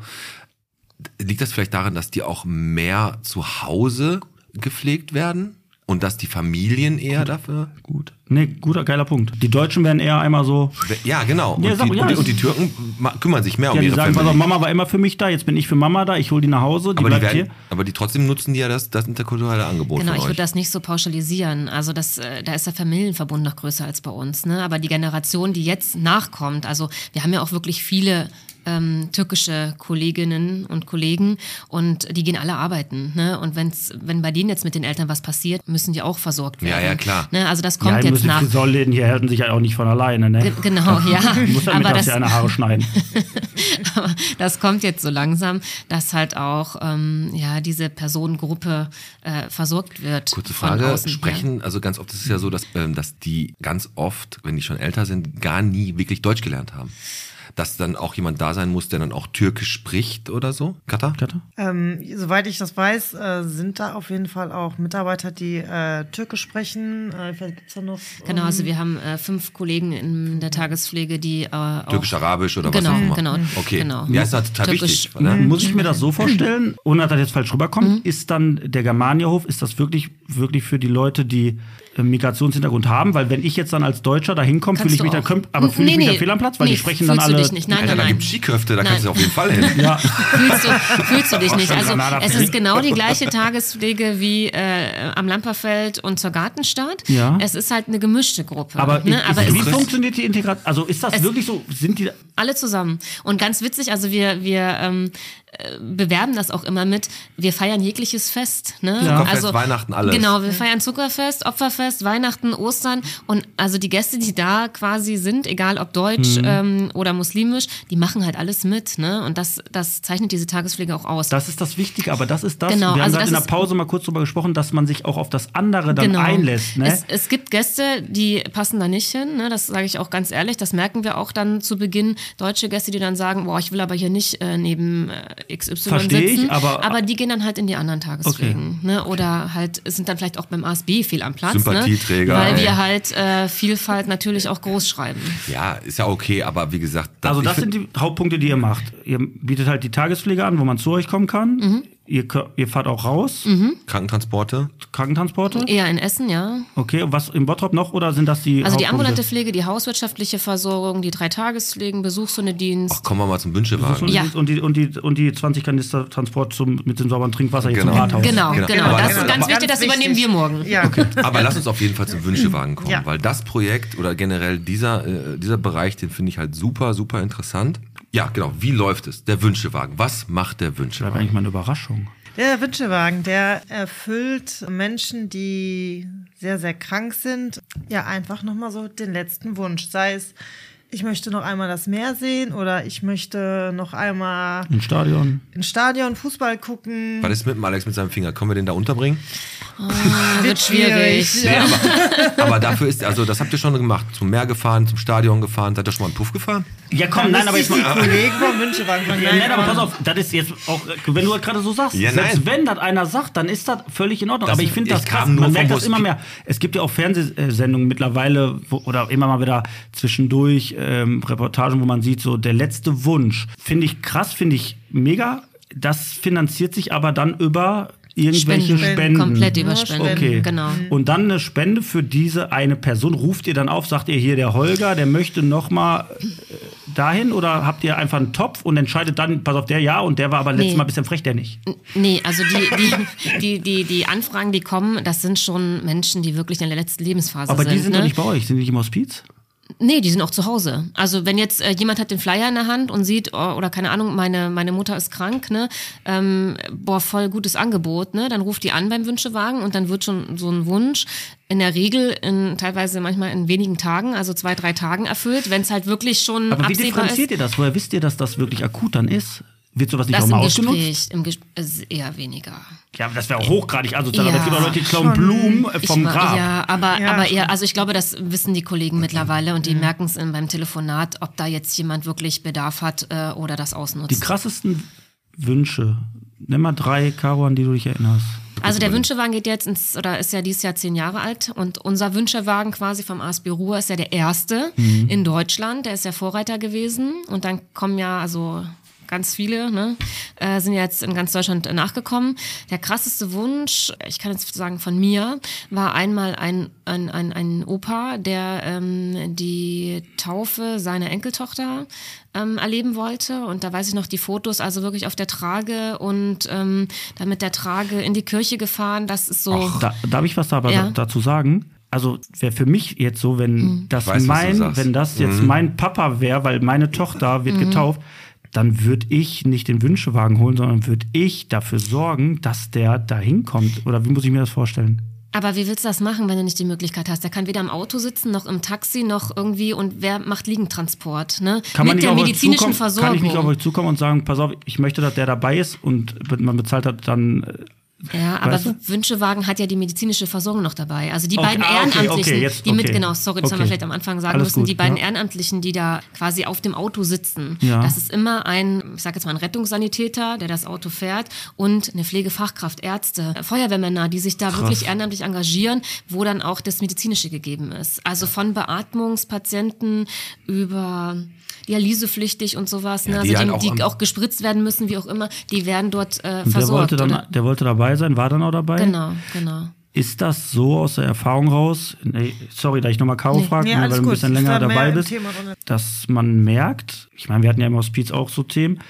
[SPEAKER 4] Liegt das vielleicht daran, dass die auch mehr zu Hause gepflegt werden? und dass die Familien eher dafür.
[SPEAKER 3] Gut. Nee, guter, geiler Punkt. Die Deutschen werden eher einmal so.
[SPEAKER 4] Ja, genau. Und,
[SPEAKER 3] Ja, sag-
[SPEAKER 4] die,
[SPEAKER 3] ja,
[SPEAKER 4] und, die,
[SPEAKER 3] es-
[SPEAKER 4] und die Türken ma- kümmern sich mehr
[SPEAKER 3] Ja,
[SPEAKER 4] um
[SPEAKER 3] die
[SPEAKER 4] ihre
[SPEAKER 3] sagen, pass auf,
[SPEAKER 4] Familie.
[SPEAKER 3] Mama war immer für mich da, jetzt bin ich für Mama da, ich hole die nach Hause, die
[SPEAKER 4] Aber die,
[SPEAKER 3] bleibt
[SPEAKER 4] werden,
[SPEAKER 3] hier.
[SPEAKER 4] aber die trotzdem nutzen die ja das, das interkulturelle Angebot
[SPEAKER 6] Genau, ich
[SPEAKER 4] von
[SPEAKER 6] würde
[SPEAKER 4] euch.
[SPEAKER 6] das nicht so pauschalisieren. Also das, äh, da ist der Familienverbund noch größer als bei uns. Ne? Aber die Generation, die jetzt nachkommt, also wir haben ja auch wirklich viele ähm, türkische Kolleginnen und Kollegen und die gehen alle arbeiten. Ne? Und wenn's, wenn bei denen jetzt mit den Eltern was passiert, müssen die auch versorgt
[SPEAKER 4] Ja,
[SPEAKER 6] werden.
[SPEAKER 4] ja, klar.
[SPEAKER 6] Ne? Also das
[SPEAKER 3] Ja,
[SPEAKER 6] kommt
[SPEAKER 3] die
[SPEAKER 6] jetzt
[SPEAKER 3] müssen
[SPEAKER 6] nach.
[SPEAKER 3] die Friseurläden hier halten sich ja auch nicht von alleine, ne?
[SPEAKER 6] Ge- Genau, ja.
[SPEAKER 3] <laughs> Muss ja
[SPEAKER 6] Aber
[SPEAKER 3] mittags
[SPEAKER 6] das,
[SPEAKER 3] ja eine Haare
[SPEAKER 6] <laughs>
[SPEAKER 3] schneiden.
[SPEAKER 6] <laughs> aber das kommt jetzt so langsam, dass halt auch ähm, ja, diese Personengruppe äh, versorgt wird.
[SPEAKER 4] Kurze
[SPEAKER 6] von
[SPEAKER 4] Frage,
[SPEAKER 6] außen, ja.
[SPEAKER 4] sprechen, also ganz oft ist es ja so, dass, ähm, dass die ganz oft, wenn die schon älter sind, gar nie wirklich Deutsch gelernt haben. Dass dann auch jemand da sein muss, der dann auch Türkisch spricht oder so. Kata?
[SPEAKER 3] Kata?
[SPEAKER 7] Ähm, soweit ich das weiß, äh, sind da auf jeden Fall auch Mitarbeiter, die äh, Türkisch sprechen. Äh, vielleicht gibt's da noch.
[SPEAKER 6] Genau,
[SPEAKER 3] Mhm.
[SPEAKER 6] also wir haben äh, fünf Kollegen in der
[SPEAKER 3] Genau.
[SPEAKER 6] Tagespflege, die äh, auch
[SPEAKER 4] Türkisch-Arabisch oder
[SPEAKER 6] genau,
[SPEAKER 4] was auch immer.
[SPEAKER 6] Genau,
[SPEAKER 4] Okay.
[SPEAKER 6] genau.
[SPEAKER 4] Ja, ist halt total
[SPEAKER 6] Türkisch.
[SPEAKER 4] wichtig. Ne?
[SPEAKER 3] Muss ich mir das so vorstellen, ohne dass das jetzt falsch
[SPEAKER 6] Mhm.
[SPEAKER 3] rüberkommt, ist dann der Germanierhof, ist das wirklich, wirklich für die Leute, die äh, Migrationshintergrund haben? Weil wenn ich jetzt dann als Deutscher da hinkomme,
[SPEAKER 6] Kannst
[SPEAKER 3] fühle ich
[SPEAKER 6] du
[SPEAKER 3] mich da,
[SPEAKER 6] auch.
[SPEAKER 3] kömp- aber
[SPEAKER 6] N-
[SPEAKER 3] fühle ich
[SPEAKER 6] nee,
[SPEAKER 3] mich da
[SPEAKER 6] nee.
[SPEAKER 3] fehl am Platz, weil die
[SPEAKER 6] Nee,
[SPEAKER 3] sprechen dann
[SPEAKER 6] fühlst du
[SPEAKER 3] alle.
[SPEAKER 6] dich nicht. Nein,
[SPEAKER 4] Alter,
[SPEAKER 6] nein,
[SPEAKER 4] da
[SPEAKER 6] nein.
[SPEAKER 4] gibt's Skikräfte, da
[SPEAKER 6] Nein.
[SPEAKER 4] kannst du auf jeden Fall hin.
[SPEAKER 3] <laughs> Ja,
[SPEAKER 6] Fühlst du, fühlst du dich nicht.
[SPEAKER 3] schon
[SPEAKER 6] Also
[SPEAKER 3] Granada
[SPEAKER 6] es
[SPEAKER 3] Pflege.
[SPEAKER 6] ist genau die gleiche Tagespflege wie äh, am Lamperfeld und zur Gartenstadt.
[SPEAKER 3] Ja.
[SPEAKER 6] Es ist halt eine gemischte Gruppe.
[SPEAKER 3] aber,
[SPEAKER 6] ne? aber
[SPEAKER 3] ist, wie
[SPEAKER 6] es,
[SPEAKER 3] funktioniert die Integration? Also ist das
[SPEAKER 6] Es-
[SPEAKER 3] wirklich so? Sind die.
[SPEAKER 6] alle zusammen. Und ganz witzig, also wir, wir ähm, äh, bewerben das auch immer mit, wir feiern jegliches Fest. Ne?
[SPEAKER 3] Ja.
[SPEAKER 4] Zuckerfest,
[SPEAKER 6] also,
[SPEAKER 4] Weihnachten, alles.
[SPEAKER 6] Genau, wir feiern Zuckerfest, Opferfest, Weihnachten, Ostern. Und also die Gäste, die da quasi sind, egal ob deutsch
[SPEAKER 4] Mhm.
[SPEAKER 6] ähm, oder muslimisch, die machen halt alles mit. Ne? Und das, das zeichnet diese Tagespflege auch aus.
[SPEAKER 3] Das ist das Wichtige, aber das ist das.
[SPEAKER 6] Genau,
[SPEAKER 3] wir haben
[SPEAKER 6] also
[SPEAKER 3] gerade
[SPEAKER 6] das
[SPEAKER 3] in der
[SPEAKER 6] ist- Genau.
[SPEAKER 3] Pause mal kurz drüber gesprochen, dass man sich auch auf das andere dann einlässt. Ne?
[SPEAKER 6] Es, es gibt Gäste, die passen da nicht hin, ne? das sage ich auch ganz ehrlich. Das merken wir auch dann zu Beginn. Deutsche Gäste, die dann sagen, boah, ich will aber hier nicht äh, neben äh, XY
[SPEAKER 3] Versteh ich,
[SPEAKER 6] sitzen.
[SPEAKER 3] aber-
[SPEAKER 6] die gehen dann halt in die anderen Tagespflegen. Ne? Oder halt sind dann vielleicht auch beim ASB viel am Platz.
[SPEAKER 4] Sympathieträger,
[SPEAKER 6] Ne? Weil
[SPEAKER 4] ey.
[SPEAKER 6] wir halt äh, Vielfalt natürlich auch groß schreiben.
[SPEAKER 4] Ja, ist ja okay, aber wie gesagt, das,
[SPEAKER 3] Also
[SPEAKER 4] ich
[SPEAKER 3] das
[SPEAKER 4] find-
[SPEAKER 3] sind die Hauptpunkte, die ihr macht. Ihr bietet halt die Tagespflege an, wo man zu euch kommen kann.
[SPEAKER 6] Mhm.
[SPEAKER 3] Ihr, kö- ihr fahrt auch raus,
[SPEAKER 4] Krankentransporte.
[SPEAKER 3] Krankentransporte.
[SPEAKER 6] Eher in Essen, ja.
[SPEAKER 3] Okay, und was im Bottrop noch oder sind das die
[SPEAKER 6] Also die
[SPEAKER 3] Hauptpunkte?
[SPEAKER 6] ambulante Pflege, die hauswirtschaftliche Versorgung, die drei Tagespflegen, Besuchshundedienst.
[SPEAKER 4] Ach, kommen wir mal zum Wünschewagen.
[SPEAKER 3] und,
[SPEAKER 6] Ja.
[SPEAKER 3] und, die, und, die, und die 20 Kanister Transport zum, mit dem sauberen Trinkwasser hier
[SPEAKER 4] Genau.
[SPEAKER 3] zum Rathaus.
[SPEAKER 6] Genau,
[SPEAKER 4] Genau.
[SPEAKER 6] genau.
[SPEAKER 4] Aber
[SPEAKER 6] Das
[SPEAKER 4] das-
[SPEAKER 6] ist ganz
[SPEAKER 4] aber-
[SPEAKER 6] wichtig, das übernehmen wir morgen.
[SPEAKER 7] Ja,
[SPEAKER 4] Aber lass uns auf jeden Fall zum Wünschewagen kommen,
[SPEAKER 7] Ja.
[SPEAKER 4] weil das Projekt oder generell dieser, äh, dieser Bereich, den finde ich halt super, super interessant. Ja, genau. Wie läuft es? Der Wünschewagen. Was macht der
[SPEAKER 3] Das
[SPEAKER 4] Wünschewagen?
[SPEAKER 3] war eigentlich mal eine Überraschung.
[SPEAKER 7] Der Wünschewagen, der erfüllt Menschen, die sehr, sehr krank sind, ja einfach nochmal so den letzten Wunsch. Sei es, ich möchte noch einmal das Meer sehen oder ich möchte noch einmal
[SPEAKER 3] Im Stadion.
[SPEAKER 7] ins Stadion Fußball gucken.
[SPEAKER 4] Was ist mit dem Alex mit seinem Finger? Können wir den da unterbringen?
[SPEAKER 6] Wird schwierig.
[SPEAKER 4] Nee, aber, aber dafür ist, also das habt ihr schon gemacht. Zum Meer gefahren, zum Stadion gefahren. Seid ihr schon mal einen Puff gefahren?
[SPEAKER 3] Ja komm, nein, aber jetzt
[SPEAKER 7] Die
[SPEAKER 3] mal...
[SPEAKER 7] Kollegen vom Wünschewagen sagen,
[SPEAKER 3] Ja, <laughs> nein, aber pass
[SPEAKER 7] Mann.
[SPEAKER 3] auf, das ist jetzt auch, wenn du das gerade so sagst,
[SPEAKER 4] Ja,
[SPEAKER 3] selbst
[SPEAKER 4] nein.
[SPEAKER 3] wenn das einer sagt, dann ist das völlig in Ordnung.
[SPEAKER 4] Das-
[SPEAKER 3] aber ich finde
[SPEAKER 4] ich
[SPEAKER 3] das krass,
[SPEAKER 4] kam nur
[SPEAKER 3] man
[SPEAKER 4] vom
[SPEAKER 3] merkt das
[SPEAKER 4] Bus-
[SPEAKER 3] immer mehr. Es gibt ja auch Fernsehsendungen mittlerweile wo, oder immer mal wieder zwischendurch ähm, Reportagen, wo man sieht, so der letzte Wunsch. Finde ich krass, finde ich mega. Das finanziert sich aber dann über irgendwelche Spenden.
[SPEAKER 6] Spenden. Komplett über
[SPEAKER 7] Ja,
[SPEAKER 6] Spenden,
[SPEAKER 7] Spenden,
[SPEAKER 3] Okay.
[SPEAKER 6] genau.
[SPEAKER 3] Und dann eine Spende für diese eine Person. Ruft ihr dann auf, sagt ihr hier, der Holger, der möchte nochmal dahin oder habt ihr einfach einen Topf und entscheidet dann, pass auf, der ja und der war aber letztes
[SPEAKER 6] Nee.
[SPEAKER 3] Mal ein bisschen frech, der nicht.
[SPEAKER 6] Nee, also die, die, die, die, die Anfragen, die kommen, das sind schon Menschen, die wirklich in der letzten Lebensphase
[SPEAKER 3] aber
[SPEAKER 6] sind.
[SPEAKER 3] die sind
[SPEAKER 6] ne? Hm,
[SPEAKER 3] doch nicht bei euch, sind die nicht im Hospiz?
[SPEAKER 6] Nee, die sind auch zu Hause. Also wenn jetzt äh, jemand hat den Flyer in der Hand und sieht, oh, oder keine Ahnung, meine, meine Mutter ist krank, ne? Ähm, boah, voll gutes Angebot, ne? Dann ruft die an beim Wünschewagen und dann wird schon so ein Wunsch in der Regel in teilweise manchmal in wenigen Tagen, also zwei, drei Tagen erfüllt, wenn es halt wirklich schon
[SPEAKER 3] Aber wie
[SPEAKER 6] absehbar ist.
[SPEAKER 3] differenziert ihr das? Woher wisst ihr, dass das wirklich akut dann ist? Wird sowas nicht
[SPEAKER 6] Das
[SPEAKER 3] auch
[SPEAKER 6] im
[SPEAKER 3] mal ausgenutzt?
[SPEAKER 6] Gespräch, im Gespräch eher weniger.
[SPEAKER 3] Ja, das wäre auch hochgradig asozial. aber
[SPEAKER 6] Ja.
[SPEAKER 3] Es gibt auch Leute, die klauen Blumen äh, vom
[SPEAKER 6] ich, wa-
[SPEAKER 3] Grab. Mhm.
[SPEAKER 6] Ja, aber,
[SPEAKER 7] Ja,
[SPEAKER 6] aber
[SPEAKER 7] stimmt. Mhm.
[SPEAKER 6] eher, also ich glaube, das wissen die Kollegen mittlerweile und die merken es in- beim Telefonat, ob da jetzt jemand wirklich Bedarf hat äh, oder das ausnutzt.
[SPEAKER 3] Die krassesten Wünsche. Nimm mal drei, Caro, an die du dich erinnerst.
[SPEAKER 6] Also der Wünschewagen geht jetzt ins, oder ist ja dieses Jahr zehn Jahre alt und unser Wünschewagen quasi vom ASB Ruhr ist ja
[SPEAKER 3] Mhm.
[SPEAKER 6] der erste in Deutschland, der ist ja Vorreiter gewesen und dann kommen ja also ganz viele, ne, äh, sind ja jetzt in ganz Deutschland nachgekommen. Der krasseste Wunsch, ich kann jetzt sagen von mir, war einmal ein, ein, ein, ein Opa, der ähm, die Taufe seiner Enkeltochter ähm, erleben wollte. Und da weiß ich noch die Fotos, also wirklich auf der Trage und ähm, dann mit der Trage in die Kirche gefahren. Das ist so.
[SPEAKER 3] Da, darf ich was dabei
[SPEAKER 6] Ja.
[SPEAKER 3] dazu sagen? Also wäre für mich jetzt so, wenn
[SPEAKER 6] Mhm.
[SPEAKER 3] das
[SPEAKER 9] weiß, was du
[SPEAKER 3] mein,
[SPEAKER 9] sagst. Mhm.
[SPEAKER 3] wenn das jetzt mein Papa wäre, weil meine Tochter
[SPEAKER 6] Mhm.
[SPEAKER 3] wird getauft, dann würde ich nicht den Wünschewagen holen, sondern würde ich dafür sorgen, dass der da hinkommt. Oder wie muss ich mir das vorstellen?
[SPEAKER 6] Aber wie willst du das machen, wenn du nicht die Möglichkeit hast? Der kann weder im Auto sitzen, noch im Taxi, noch irgendwie und wer macht Liegentransport, ne?
[SPEAKER 3] Kann
[SPEAKER 6] Mit
[SPEAKER 3] man nicht
[SPEAKER 6] der
[SPEAKER 3] auf euch
[SPEAKER 6] medizinischen
[SPEAKER 3] zukommen,
[SPEAKER 6] Versorgung.
[SPEAKER 3] Kann ich nicht auf euch zukommen und sagen, pass auf, ich möchte, dass der dabei ist und man bezahlt hat dann. äh,
[SPEAKER 6] ja, aber
[SPEAKER 3] Weißt du?
[SPEAKER 6] Wünschewagen hat ja die medizinische Versorgung noch dabei. Also die
[SPEAKER 3] Okay,
[SPEAKER 6] beiden
[SPEAKER 3] ah, okay,
[SPEAKER 6] Ehrenamtlichen,
[SPEAKER 3] okay, jetzt,
[SPEAKER 6] die mit,
[SPEAKER 3] okay.
[SPEAKER 6] genau, sorry, das haben wir
[SPEAKER 3] Okay.
[SPEAKER 6] vielleicht am Anfang sagen
[SPEAKER 3] Alles
[SPEAKER 6] müssen,
[SPEAKER 3] gut,
[SPEAKER 6] die beiden
[SPEAKER 3] ja.
[SPEAKER 6] Ehrenamtlichen, die da quasi auf dem Auto sitzen.
[SPEAKER 3] Ja.
[SPEAKER 6] Das ist immer ein, ich sage jetzt mal, ein Rettungssanitäter, der das Auto fährt und eine Pflegefachkraft, Ärzte, Feuerwehrmänner, die sich da wirklich ehrenamtlich engagieren, wo dann auch das Medizinische gegeben ist. Also von Beatmungspatienten über dialysepflichtig und sowas, ne?
[SPEAKER 9] Ja,
[SPEAKER 6] also
[SPEAKER 9] die
[SPEAKER 6] die,
[SPEAKER 9] halt
[SPEAKER 6] die,
[SPEAKER 9] auch
[SPEAKER 6] auch,
[SPEAKER 9] am-
[SPEAKER 6] gespritzt werden müssen, wie auch immer, die werden dort äh,
[SPEAKER 3] Und der
[SPEAKER 6] versorgt.
[SPEAKER 3] wollte,
[SPEAKER 6] oder?
[SPEAKER 3] dann, der wollte dabei sein, war dann auch dabei.
[SPEAKER 6] Genau, genau.
[SPEAKER 3] Ist das so aus der Erfahrung raus? Nee, sorry, da ich nochmal Caro frage,
[SPEAKER 7] Nee,
[SPEAKER 3] ne, weil
[SPEAKER 7] alles
[SPEAKER 3] du ein
[SPEAKER 7] gut.
[SPEAKER 3] bisschen
[SPEAKER 7] Ist
[SPEAKER 3] länger
[SPEAKER 7] da mehr
[SPEAKER 3] dabei
[SPEAKER 7] im
[SPEAKER 3] bist,
[SPEAKER 7] Thema drin?
[SPEAKER 3] dass man merkt, ich meine, wir hatten ja im Hospiz auch so Themen,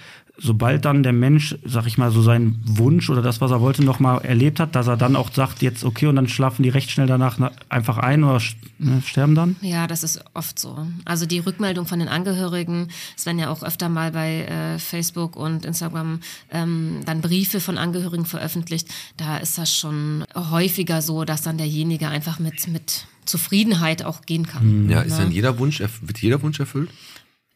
[SPEAKER 3] sobald dann der Mensch, sag ich mal, so seinen Wunsch oder das, was er wollte, nochmal erlebt hat, dass er dann auch sagt, jetzt okay, und dann schlafen die recht schnell danach na- einfach ein oder sch- ne, sterben dann?
[SPEAKER 6] Ja, das ist oft so. Also die Rückmeldung von den Angehörigen, es werden ja auch öfter mal bei äh, Facebook und Instagram ähm, dann Briefe von Angehörigen veröffentlicht. Da ist das schon häufiger so, dass dann derjenige einfach mit, mit Zufriedenheit auch gehen kann.
[SPEAKER 4] Ja, ist dann jeder Wunsch, erf- wird jeder Wunsch erfüllt?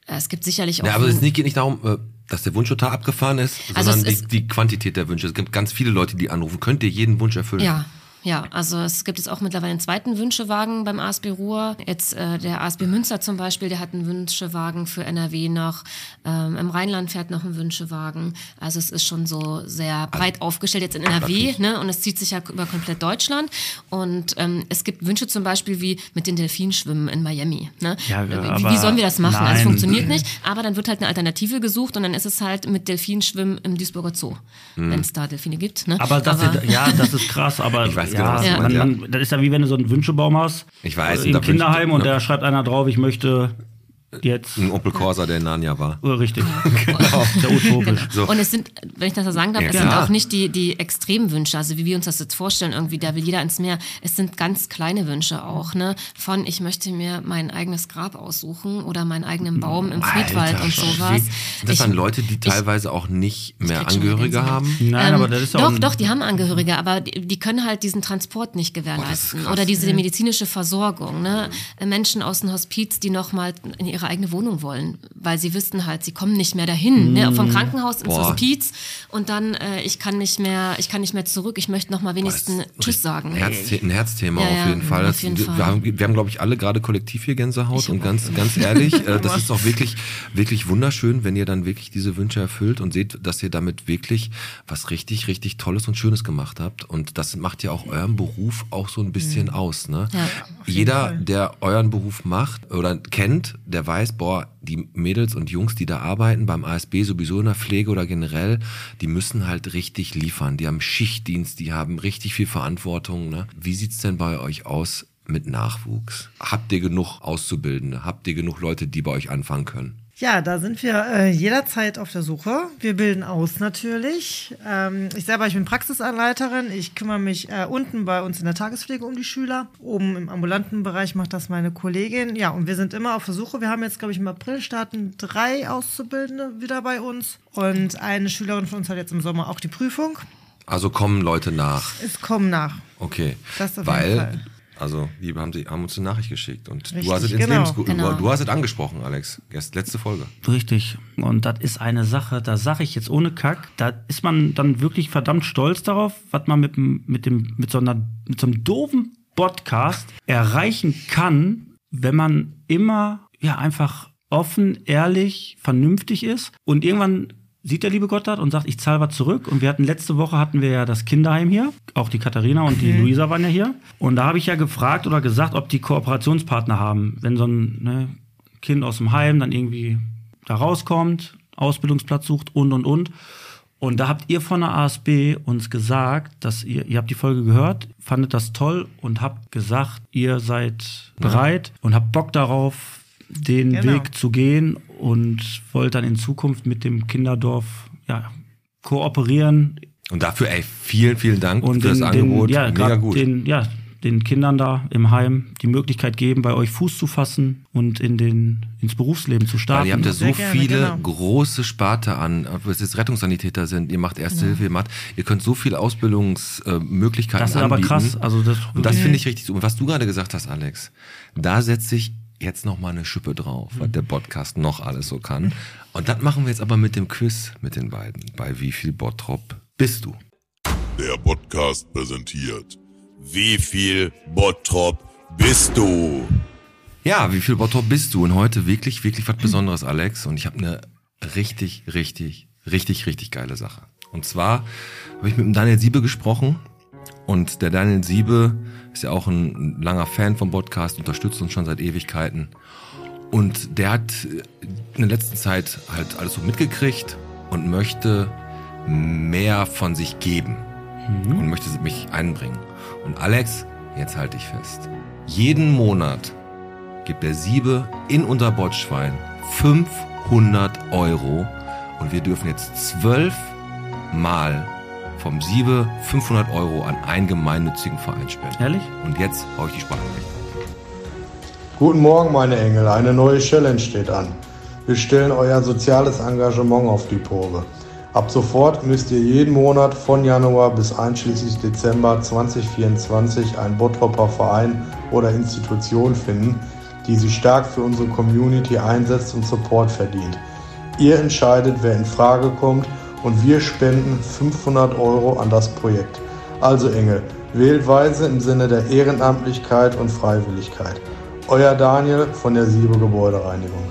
[SPEAKER 6] Es gibt sicherlich auch.
[SPEAKER 4] Ja, aber
[SPEAKER 6] von-
[SPEAKER 4] es nicht- geht nicht darum, äh, dass der Wunsch total abgefahren ist,
[SPEAKER 6] Also
[SPEAKER 4] sondern
[SPEAKER 6] es
[SPEAKER 4] die, die Quantität der Wünsche. Es gibt ganz viele Leute, die anrufen. Könnt ihr jeden Wunsch erfüllen?
[SPEAKER 6] Ja, ja. Also es gibt jetzt auch mittlerweile einen zweiten Wünschewagen beim ASB Ruhr. Jetzt äh, der ASB Münster zum Beispiel, der hat einen Wünschewagen für NRW noch. Ähm, Im Rheinland fährt noch ein Wünschewagen. Also es ist schon so sehr breit aufgestellt jetzt in NRW, ne? Und es zieht sich ja über komplett Deutschland. Und ähm, es gibt Wünsche zum Beispiel wie mit den Delfinen schwimmen in Miami. Ne?
[SPEAKER 3] Ja,
[SPEAKER 6] wie,
[SPEAKER 3] aber
[SPEAKER 6] wie sollen wir das machen? Also
[SPEAKER 3] nein.
[SPEAKER 6] es funktioniert nicht. Aber dann wird halt eine Alternative gesucht und dann ist es halt mit Delfinen schwimmen im Duisburger Zoo, wenn es da Delfine gibt. Ne?
[SPEAKER 3] Hm. Aber das,
[SPEAKER 6] Aber-
[SPEAKER 3] ist, ja, das ist <laughs> krass, aber
[SPEAKER 4] Ich weiß
[SPEAKER 3] ja,
[SPEAKER 4] genau, was du
[SPEAKER 3] man,
[SPEAKER 4] meinst, ja.
[SPEAKER 3] man, das ist ja wie wenn du so einen Wünschebaum hast
[SPEAKER 4] Ich weiß,
[SPEAKER 3] äh,
[SPEAKER 4] und da
[SPEAKER 3] im
[SPEAKER 4] wünscht-
[SPEAKER 3] Kinderheim und
[SPEAKER 4] ja.
[SPEAKER 3] da schreibt einer drauf, ich möchte jetzt
[SPEAKER 4] Ein Opel Corsa, der in Narnia war.
[SPEAKER 3] Oh, <laughs> richtig. Sehr utopisch.
[SPEAKER 6] Genau. Und es sind, wenn ich das so sagen darf,
[SPEAKER 4] Ja,
[SPEAKER 6] es sind
[SPEAKER 4] klar.
[SPEAKER 6] auch nicht die, die extremen Wünsche, also wie wir uns das jetzt vorstellen, irgendwie, da will jeder ins Meer. Es sind ganz kleine Wünsche auch, ne? Von ich möchte mir mein eigenes Grab aussuchen oder meinen eigenen Baum im Friedwald und sowas.
[SPEAKER 4] Das
[SPEAKER 6] Ich-
[SPEAKER 4] sind Leute, die
[SPEAKER 6] ich-
[SPEAKER 4] teilweise auch nicht mehr
[SPEAKER 6] krieg schon wieder
[SPEAKER 4] Angehörige
[SPEAKER 6] Gänsehaut.
[SPEAKER 4] haben.
[SPEAKER 3] Nein,
[SPEAKER 6] ähm,
[SPEAKER 3] aber das ist ja auch
[SPEAKER 6] doch,
[SPEAKER 3] ein-
[SPEAKER 6] doch, die haben Angehörige, aber die, die können halt diesen Transport nicht gewährleisten oder diese medizinische Versorgung. Ne? Menschen aus dem Hospiz, die nochmal in ihre eigene Wohnung wollen, weil sie wissen halt, sie kommen nicht mehr dahin, ne?
[SPEAKER 3] Mm,
[SPEAKER 6] vom Krankenhaus ins
[SPEAKER 4] Boah.
[SPEAKER 6] Hospiz und dann äh, ich kann nicht mehr, ich kann nicht mehr zurück, ich möchte nochmal wenigstens Tschüss sagen.
[SPEAKER 4] Ein, <laughs> Herzthe ein Herzthema
[SPEAKER 6] Ja,
[SPEAKER 4] auf
[SPEAKER 6] ja,
[SPEAKER 4] jeden Fall.
[SPEAKER 6] auf
[SPEAKER 4] Das-
[SPEAKER 6] jeden
[SPEAKER 4] wir,
[SPEAKER 6] Fall.
[SPEAKER 4] Haben, wir haben, glaube ich, alle gerade kollektiv hier Gäsehaut
[SPEAKER 6] Ich
[SPEAKER 4] und
[SPEAKER 6] hab
[SPEAKER 4] ganz, ganz ehrlich, äh, das ist auch wirklich, wirklich wunderschön, wenn ihr dann wirklich diese Wünsche erfüllt und seht, dass ihr damit wirklich was richtig, richtig Tolles und Schönes gemacht habt. Und das macht ja auch euren Beruf auch so ein bisschen aus. Ne?
[SPEAKER 6] Ja.
[SPEAKER 4] Jeder, der euren Beruf macht oder kennt, der weiß, boah, die Mädels und Jungs, die da arbeiten beim ASB, sowieso in der Pflege oder generell, die müssen halt richtig liefern. Die haben Schichtdienst, die haben richtig viel Verantwortung. Ne? Wie sieht's denn bei euch aus mit Nachwuchs? Habt ihr genug Auszubildende? Habt ihr genug Leute, die bei euch anfangen können?
[SPEAKER 7] Ja, da sind wir äh, jederzeit auf der Suche. Wir bilden aus natürlich. Ähm, ich selber, ich bin Praxisanleiterin. Ich kümmere mich äh, unten bei uns in der Tagespflege um die Schüler. Oben im ambulanten Bereich macht das meine Kollegin. Ja, und wir sind immer auf der Suche. Wir haben jetzt, glaube ich, im April starten drei Auszubildende wieder bei uns. Und eine Schülerin von uns hat jetzt im Sommer auch die Prüfung.
[SPEAKER 4] Also kommen Leute nach.
[SPEAKER 7] Es kommen nach.
[SPEAKER 4] Okay.
[SPEAKER 7] Das auf
[SPEAKER 4] Weil,
[SPEAKER 7] jeden Fall.
[SPEAKER 4] also, die haben, sie, haben uns eine Nachricht geschickt und
[SPEAKER 7] Richtig,
[SPEAKER 4] du hast es ins
[SPEAKER 7] genau,
[SPEAKER 4] Lebens-
[SPEAKER 6] genau.
[SPEAKER 4] du, du hast es angesprochen, Alex. Erst letzte Folge.
[SPEAKER 3] Richtig. Und das ist eine Sache, da sage ich jetzt ohne Kack, da ist man dann wirklich verdammt stolz darauf, was man mit, dem- mit, dem, mit, so, einer, mit so einem doofen Podcast erreichen kann, wenn man immer ja einfach offen, ehrlich, vernünftig ist und irgendwann sieht der liebe Gott das und sagt, ich zahle was zurück. Und wir hatten letzte Woche hatten wir ja das Kinderheim hier, auch die Katharina und die Luisa waren ja hier. Und da habe ich ja gefragt oder gesagt, ob die Kooperationspartner haben, wenn so ein ne, Kind aus dem Heim dann irgendwie da rauskommt, Ausbildungsplatz sucht und und und. Und da habt ihr von der ASB uns gesagt, dass ihr, ihr habt die Folge gehört, fandet das toll und habt gesagt, ihr seid bereit und habt Bock darauf, den
[SPEAKER 7] Genau.
[SPEAKER 3] Weg zu gehen und wollt dann in Zukunft mit dem Kinderdorf ja, kooperieren
[SPEAKER 10] Und dafür, ey, vielen, vielen Dank
[SPEAKER 3] und
[SPEAKER 10] für
[SPEAKER 3] den,
[SPEAKER 10] das Angebot.
[SPEAKER 3] Den, ja,
[SPEAKER 10] Mega
[SPEAKER 3] grad
[SPEAKER 10] gut.
[SPEAKER 3] Den, ja, den Kindern da im Heim die Möglichkeit geben, bei euch Fuß zu fassen und in den, ins Berufsleben zu starten.
[SPEAKER 4] Weil ihr habt ja so
[SPEAKER 7] Sehr gerne,
[SPEAKER 4] viele
[SPEAKER 7] genau.
[SPEAKER 4] große Sparte an, ob es jetzt Rettungssanitäter sind, ihr macht Erste Hilfe, ihr macht, ihr könnt so viele Ausbildungsmöglichkeiten
[SPEAKER 3] das ist
[SPEAKER 4] anbieten.
[SPEAKER 3] aber krass. Also das,
[SPEAKER 4] Und
[SPEAKER 7] Mhm.
[SPEAKER 4] das finde ich richtig super. Und was du gerade gesagt hast, Alex, da setze ich jetzt noch mal eine Schippe drauf,
[SPEAKER 3] Mhm.
[SPEAKER 4] was der Podcast noch alles so kann. Und das machen wir jetzt aber mit dem Quiz mit den beiden. Bei wie viel Bottrop bist du?
[SPEAKER 5] Der Podcast präsentiert. Wie viel Bottrop bist du?
[SPEAKER 4] Ja, wie viel Bottrop bist du? Und heute wirklich, wirklich was Besonderes, Alex. Und ich habe eine richtig, richtig, richtig, richtig geile Sache. Und zwar habe ich mit dem Daniel Siebe gesprochen. Und der Daniel Siebe ist ja auch ein langer Fan vom Podcast, unterstützt uns schon seit Ewigkeiten. Und der hat äh, in der letzten Zeit halt alles so mitgekriegt und möchte mehr von sich geben und möchte mich einbringen. Und Alex, jetzt halte ich fest. Jeden Monat gibt der Siebe in unser Botschwein 500 Euro und wir dürfen jetzt zwölf Mal vom Siebe 500 Euro an einen gemeinnützigen Verein spenden.
[SPEAKER 3] Ehrlich?
[SPEAKER 4] Und jetzt hau ich die Sprachnachricht.
[SPEAKER 11] Guten Morgen, meine Engel. Eine neue Challenge steht an. Wir stellen euer soziales Engagement auf die Probe. Ab sofort müsst ihr jeden Monat von Januar bis einschließlich Dezember 2024 einen Bottropper Verein oder Institution finden, die sich stark für unsere Community einsetzt und Support verdient. Ihr entscheidet, wer in Frage kommt und wir spenden 500 Euro an das Projekt. Also Engel, wählt weise im Sinne der Ehrenamtlichkeit und Freiwilligkeit. Euer Daniel von der Siebe Gebäudereinigung.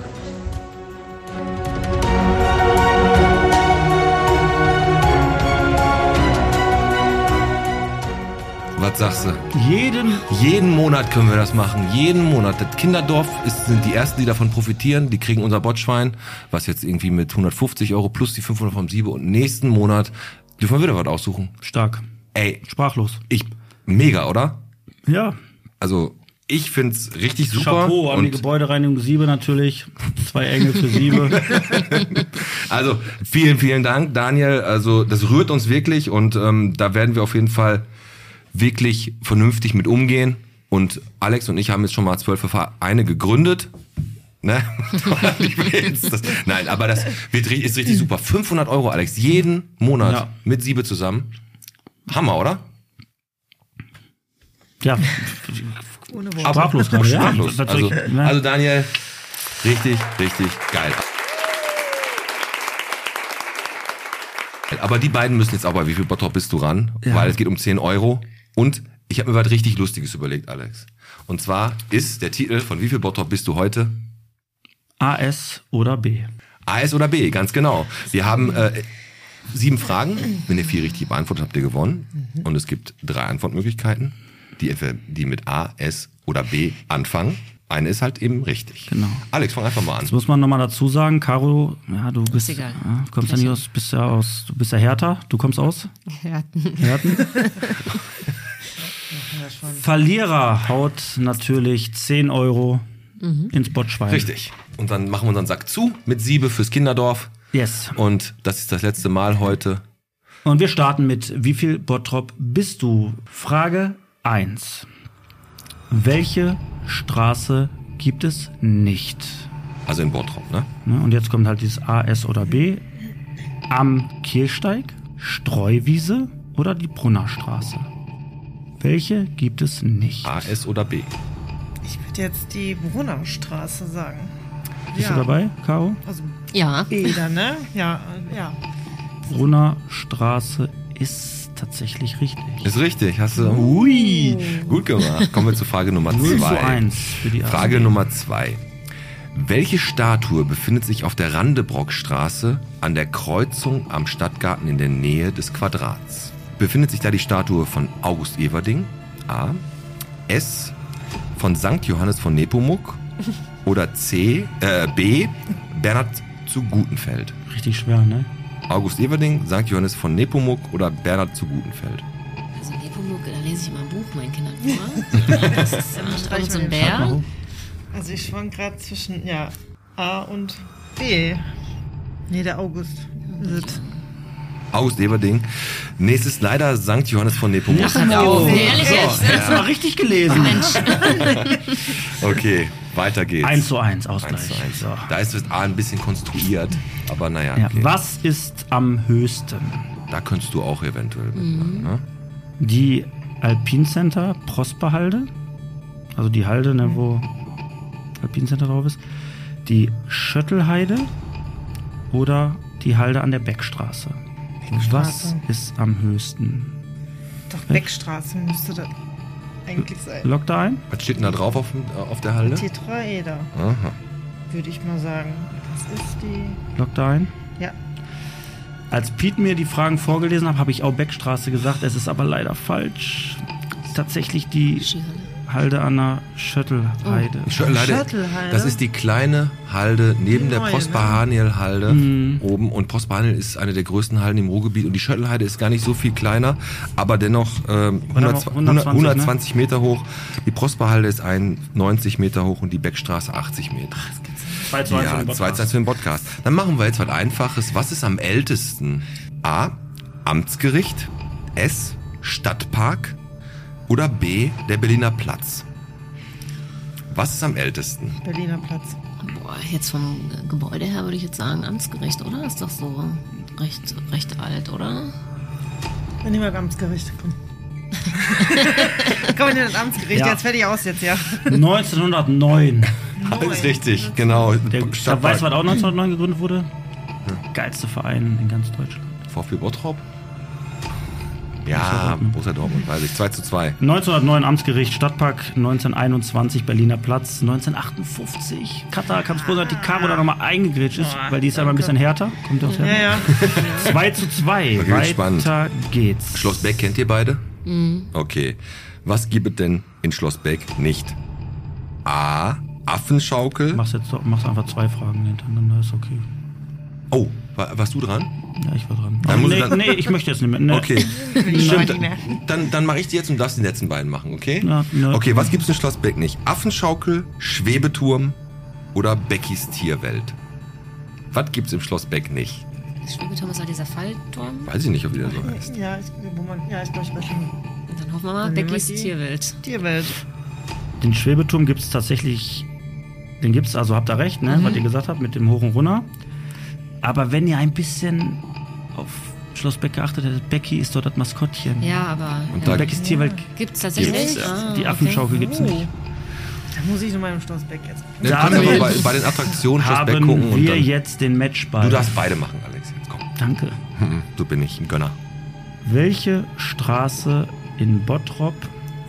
[SPEAKER 4] Was sagst du?
[SPEAKER 3] jeden
[SPEAKER 4] Jeden Monat können wir das machen. Jeden Monat. Das Kinderdorf ist, sind die ersten, die davon profitieren. Die kriegen unser Botschwein, was jetzt irgendwie mit 150 Euro plus die 500 vom Siebe und nächsten Monat dürfen wir wieder was aussuchen.
[SPEAKER 3] stark.
[SPEAKER 4] Ey,
[SPEAKER 3] Sprachlos.
[SPEAKER 4] ich, mega, oder?
[SPEAKER 3] Ja.
[SPEAKER 4] Also, ich find's richtig super.
[SPEAKER 3] Chapeau an die
[SPEAKER 4] und-
[SPEAKER 3] Gebäudereinigung Siebe natürlich. Zwei Engel
[SPEAKER 10] <laughs>
[SPEAKER 3] für Siebe.
[SPEAKER 4] Also vielen, vielen Dank, Daniel. Also das rührt uns wirklich und ähm, da werden wir auf jeden Fall wirklich vernünftig mit umgehen. Und Alex und ich haben jetzt schon mal zwölf Vereine gegründet. Ne? <laughs> Ich will jetzt das- Nein, aber das wird, ri- ist richtig super. 500 Euro, Alex, jeden Monat
[SPEAKER 3] Ja.
[SPEAKER 4] mit Siebe zusammen. Hammer, oder?
[SPEAKER 3] ja.
[SPEAKER 7] Ohne Wort.
[SPEAKER 3] Sprachlos gerade. Ja,
[SPEAKER 4] Sprachlos.
[SPEAKER 3] was soll
[SPEAKER 4] Also,
[SPEAKER 3] ich- ne?
[SPEAKER 4] also Daniel, richtig, richtig geil. Aber die beiden müssen jetzt auch bei wie viel Bottrop bist du ran? Weil es geht um 10 Euro. Und ich habe mir was richtig Lustiges überlegt, Alex. Und zwar ist der Titel von wie viel Bottrop bist du heute?
[SPEAKER 3] AS oder B.
[SPEAKER 4] AS oder B, ganz genau. Wir haben äh, sieben Fragen. Wenn ihr vier richtig beantwortet, habt ihr gewonnen. Und es gibt drei Antwortmöglichkeiten, die, entweder- die mit A, S oder B anfangen. Eine ist halt eben richtig.
[SPEAKER 3] Genau.
[SPEAKER 4] Alex, fang einfach mal an.
[SPEAKER 3] Jetzt muss man nochmal dazu sagen, Caro, ja, du bist,
[SPEAKER 6] egal.
[SPEAKER 3] ja, kommst ja nicht aus, bist ja aus, du bist ja Hertha, du kommst aus
[SPEAKER 6] Härten.
[SPEAKER 3] Herten. Verlierer haut natürlich 10 Euro ins Botschwein.
[SPEAKER 4] Richtig. Und dann machen wir unseren Sack zu mit Siebe fürs Kinderdorf.
[SPEAKER 3] Yes.
[SPEAKER 4] Und das ist das letzte Mal heute.
[SPEAKER 3] Und wir starten mit, wie viel Bottrop bist du? Frage 1. Welche Straße gibt es nicht?
[SPEAKER 4] Also in Bottrop, ne?
[SPEAKER 3] Ne? Und jetzt kommt halt dieses A, S oder B. Am Kirchsteig, Streuwiese oder die Brunnerstraße? Welche gibt es nicht?
[SPEAKER 4] A, S oder B.
[SPEAKER 7] Ich würde jetzt die Brunnerstraße sagen.
[SPEAKER 3] Bist du dabei, Caro?
[SPEAKER 7] Also
[SPEAKER 6] Ja.
[SPEAKER 7] Bäder, ne? Ja, äh, ja.
[SPEAKER 3] Brunnerstraße ist tatsächlich richtig.
[SPEAKER 4] Ist richtig. Hast du. Ui. Gut gemacht. Kommen wir zu Frage Nummer
[SPEAKER 3] 0
[SPEAKER 4] 2.
[SPEAKER 3] zu 1 für die erste.
[SPEAKER 4] Frage Nummer zwei. Welche Statue befindet sich auf der Randebrockstraße an der Kreuzung am Stadtgarten in der Nähe des Quadrats? Befindet sich da die Statue von August Everding? A. S. Von St. Johannes von Nepomuk? Oder C. Äh, B. Bernhard zu Gutenfeld.
[SPEAKER 3] Richtig schwer, ne?
[SPEAKER 4] August Everding, St. Johannes von Nepomuk oder Bernhard zu Gutenfeld.
[SPEAKER 6] Also Nepomuk, da lese ich mal ein Buch meinen Kindern <laughs> vor. Das ist immer
[SPEAKER 7] Streich
[SPEAKER 6] so
[SPEAKER 7] mal den
[SPEAKER 6] ein
[SPEAKER 3] Schlag mal
[SPEAKER 6] Bär.
[SPEAKER 3] hoch.
[SPEAKER 7] Also ich schwank gerade zwischen ja, A und B. Nee, der August. Ist es.
[SPEAKER 4] August Everding. Nächstes leider St. Johannes von Nepomuk.
[SPEAKER 6] Oh, ehrlich jetzt?
[SPEAKER 3] Letztes Mal richtig gelesen.
[SPEAKER 4] Okay, weiter geht's.
[SPEAKER 3] 1 zu
[SPEAKER 4] Eins
[SPEAKER 3] 1 Ausgleich.
[SPEAKER 4] zu eins.
[SPEAKER 3] So.
[SPEAKER 4] Da ist das A ein bisschen konstruiert, aber naja,
[SPEAKER 3] Ja,
[SPEAKER 4] okay.
[SPEAKER 3] Was ist am höchsten?
[SPEAKER 4] da könntest du auch eventuell mitmachen.
[SPEAKER 7] Mhm.
[SPEAKER 4] Ne?
[SPEAKER 3] Die Alpine Center Prosperhalde, also die Halde, ne, wo Alpine Center drauf ist, die Schöttelheide oder die Halde an der Beckstraße. Was ist am höchsten?
[SPEAKER 7] Doch, Beckstraße müsste das eigentlich sein.
[SPEAKER 3] Lockt da ein?
[SPEAKER 4] Was steht denn da drauf auf, dem- äh, auf der Halde?
[SPEAKER 7] Tetraeder,
[SPEAKER 4] Aha.
[SPEAKER 7] würde ich mal sagen. Das ist die.
[SPEAKER 3] Lockt da ein?
[SPEAKER 7] Ja.
[SPEAKER 3] Als Pete mir die Fragen vorgelesen hat, habe ich auch Beckstraße gesagt. Es ist aber leider falsch. Tatsächlich die Halde an der Schöttelheide.
[SPEAKER 7] Oh.
[SPEAKER 4] Schöttelheide.
[SPEAKER 7] Schöttelheide.
[SPEAKER 4] Das ist die kleine Halde neben
[SPEAKER 7] Die
[SPEAKER 4] der
[SPEAKER 7] neue, ne?
[SPEAKER 4] Prosperhaniel-Halde
[SPEAKER 3] Mhm.
[SPEAKER 4] oben. Und Prosperhaniel ist eine der größten Halden im Ruhrgebiet. Und die Schöttelheide ist gar nicht so viel kleiner, aber dennoch ähm, 100,
[SPEAKER 3] 120,
[SPEAKER 4] 100,
[SPEAKER 3] ne?
[SPEAKER 4] 120 Meter hoch. Die Prosperhalde ist 91 Meter hoch und die Beckstraße 80 Meter.
[SPEAKER 3] 2 zu 1 für
[SPEAKER 4] Ja,
[SPEAKER 3] den Podcast.
[SPEAKER 4] 2 für den Podcast. Dann machen wir jetzt was Einfaches. Was ist am ältesten? A. Amtsgericht. S. Stadtpark. Oder B. Der Berliner Platz. Was ist am ältesten?
[SPEAKER 7] Berliner Platz.
[SPEAKER 6] Boah, jetzt vom Gebäude her würde ich jetzt sagen, Amtsgericht, oder? Ist doch so recht, recht alt, oder?
[SPEAKER 7] Dann nehmen wir das Amtsgericht.
[SPEAKER 3] <laughs>
[SPEAKER 7] Komm. Komm, wir nehmen das Amtsgericht.
[SPEAKER 3] Ja.
[SPEAKER 7] Jetzt fertig aus jetzt, ja.
[SPEAKER 3] 1909.
[SPEAKER 4] Alles richtig, genau.
[SPEAKER 3] Der, da
[SPEAKER 4] Stadtpark.
[SPEAKER 3] weißt du, was auch 1909 gegründet wurde? Geilste Verein in ganz Deutschland.
[SPEAKER 4] VfB Bottrop? Ja, Borussia Dortmund, weiß ich. 2 zu 2.
[SPEAKER 3] 1909 Amtsgericht Stadtpark, 1921 Berliner Platz, 1958 Katar, kannst du die Karo da nochmal eingegrätscht ist, weil die ist ja immer ein bisschen härter. Kommt ja aus
[SPEAKER 7] Oh, Ja,
[SPEAKER 3] Hertha.
[SPEAKER 7] ja.
[SPEAKER 3] 2 zu 2.
[SPEAKER 4] Okay,
[SPEAKER 3] Weiter
[SPEAKER 4] spannend.
[SPEAKER 3] geht's.
[SPEAKER 4] Schloss Beck kennt ihr beide? Okay. Was gibt es denn in Schloss Beck nicht? A. Affenschaukel.
[SPEAKER 3] Machst jetzt doch- machst einfach zwei Fragen hintereinander, ist okay.
[SPEAKER 4] Oh, war, warst du dran?
[SPEAKER 3] Ja, ich war dran.
[SPEAKER 4] Dann muss
[SPEAKER 3] nee,
[SPEAKER 4] ich dann-
[SPEAKER 3] nee, ich möchte jetzt nicht mehr. ne. Nee. <laughs>
[SPEAKER 4] Okay.
[SPEAKER 7] Ich
[SPEAKER 4] Stimmt,
[SPEAKER 7] nicht mehr.
[SPEAKER 4] dann, dann mache ich die jetzt und darfst die letzten beiden machen, okay?
[SPEAKER 3] Ja, ne. ja.
[SPEAKER 4] Okay, was gibt's in Schloss Beck nicht? Affenschaukel, Schwebeturm oder Beckys Tierwelt? Was gibt's im Schloss Beck nicht?
[SPEAKER 6] Das Schwiebeturm ist halt dieser Fallturm.
[SPEAKER 4] Weiß ich nicht, ob die das so heißt.
[SPEAKER 7] Ja, ich, wo man, ja, ich glaube, ich weiß schon.
[SPEAKER 6] Und dann hoffen wir mal,
[SPEAKER 7] Dann nehmen wir
[SPEAKER 6] Beckys
[SPEAKER 7] die.
[SPEAKER 6] Tierwelt.
[SPEAKER 7] Tierwelt.
[SPEAKER 3] Den Schwebeturm gibt es tatsächlich, den gibt es, also habt ihr recht,
[SPEAKER 4] Mhm.
[SPEAKER 3] ne, was ihr gesagt habt mit dem Hoch und Runter. Aber wenn ihr ein bisschen auf Schloss Beck geachtet hättet, Becky ist dort das Maskottchen.
[SPEAKER 6] Ja, aber
[SPEAKER 4] Und
[SPEAKER 6] ja,
[SPEAKER 4] da-
[SPEAKER 3] Beckys Tierwelt,
[SPEAKER 6] gibt's
[SPEAKER 4] Gibt's,
[SPEAKER 6] tatsächlich.
[SPEAKER 4] ja.
[SPEAKER 6] Ah,
[SPEAKER 3] die
[SPEAKER 6] okay.
[SPEAKER 3] Affenschaukel gibt's nicht.
[SPEAKER 7] Oh. Da muss ich nochmal im Schlossbeck jetzt.
[SPEAKER 4] Dann
[SPEAKER 3] Da
[SPEAKER 4] kannst du
[SPEAKER 3] haben
[SPEAKER 4] einfach
[SPEAKER 3] wir-
[SPEAKER 4] bei, bei den Attraktionen Schloss Beck
[SPEAKER 3] Haben
[SPEAKER 4] gucken und
[SPEAKER 3] wir
[SPEAKER 4] dann,
[SPEAKER 3] jetzt den Matchball?
[SPEAKER 4] Du darfst beide machen, Alex. Jetzt komm.
[SPEAKER 3] <laughs> Danke.
[SPEAKER 4] Mhm, So bin ich, ein Gönner.
[SPEAKER 3] Welche Straße in Bottrop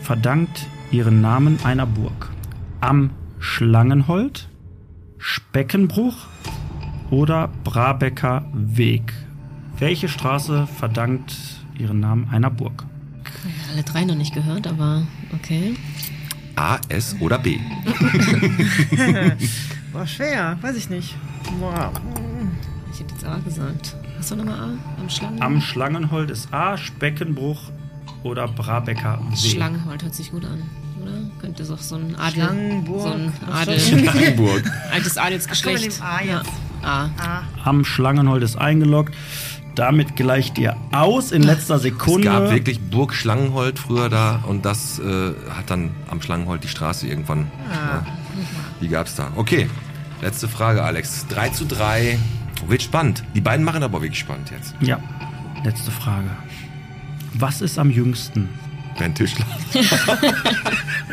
[SPEAKER 3] verdankt ihren Namen einer Burg? Am Schlangenhold, Speckenbruch oder Brabecker Weg? Welche Straße verdankt ihren Namen einer Burg?
[SPEAKER 6] Ja, Alle drei noch nicht gehört, aber okay.
[SPEAKER 4] A, S oder B?
[SPEAKER 7] War schwer, weiß ich nicht. Boah. mm.
[SPEAKER 6] Ich hätte jetzt A gesagt. Hast du nochmal A? Am Schlangen?
[SPEAKER 3] Am Schlangenhold ist A, Speckenbruch oder Brabecker Weg.
[SPEAKER 6] Schlangenhold hört sich gut an, oder? Könnte doch so ein Adel.
[SPEAKER 7] Schlangenburg.
[SPEAKER 6] So ein
[SPEAKER 7] <laughs> Ach,
[SPEAKER 6] Adel,
[SPEAKER 4] Hamburg.
[SPEAKER 6] altes Adelsgeschlecht.
[SPEAKER 7] Ach, komm, wir nehmen
[SPEAKER 6] Ja. A.
[SPEAKER 3] Am Schlangenhold ist eingeloggt. Damit gleicht ihr aus in letzter
[SPEAKER 4] Es
[SPEAKER 3] Sekunde.
[SPEAKER 4] gab wirklich Burg Schlangenhold früher da und das äh, hat dann am Schlangenhold die Straße irgendwann.
[SPEAKER 3] Ah.
[SPEAKER 4] Ja, die gab's da. Okay, letzte Frage, Alex. 3 zu 3. Wird spannend. Die beiden machen aber wirklich spannend jetzt.
[SPEAKER 3] Ja, letzte Frage. Was ist am jüngsten?
[SPEAKER 4] Ben Tischler.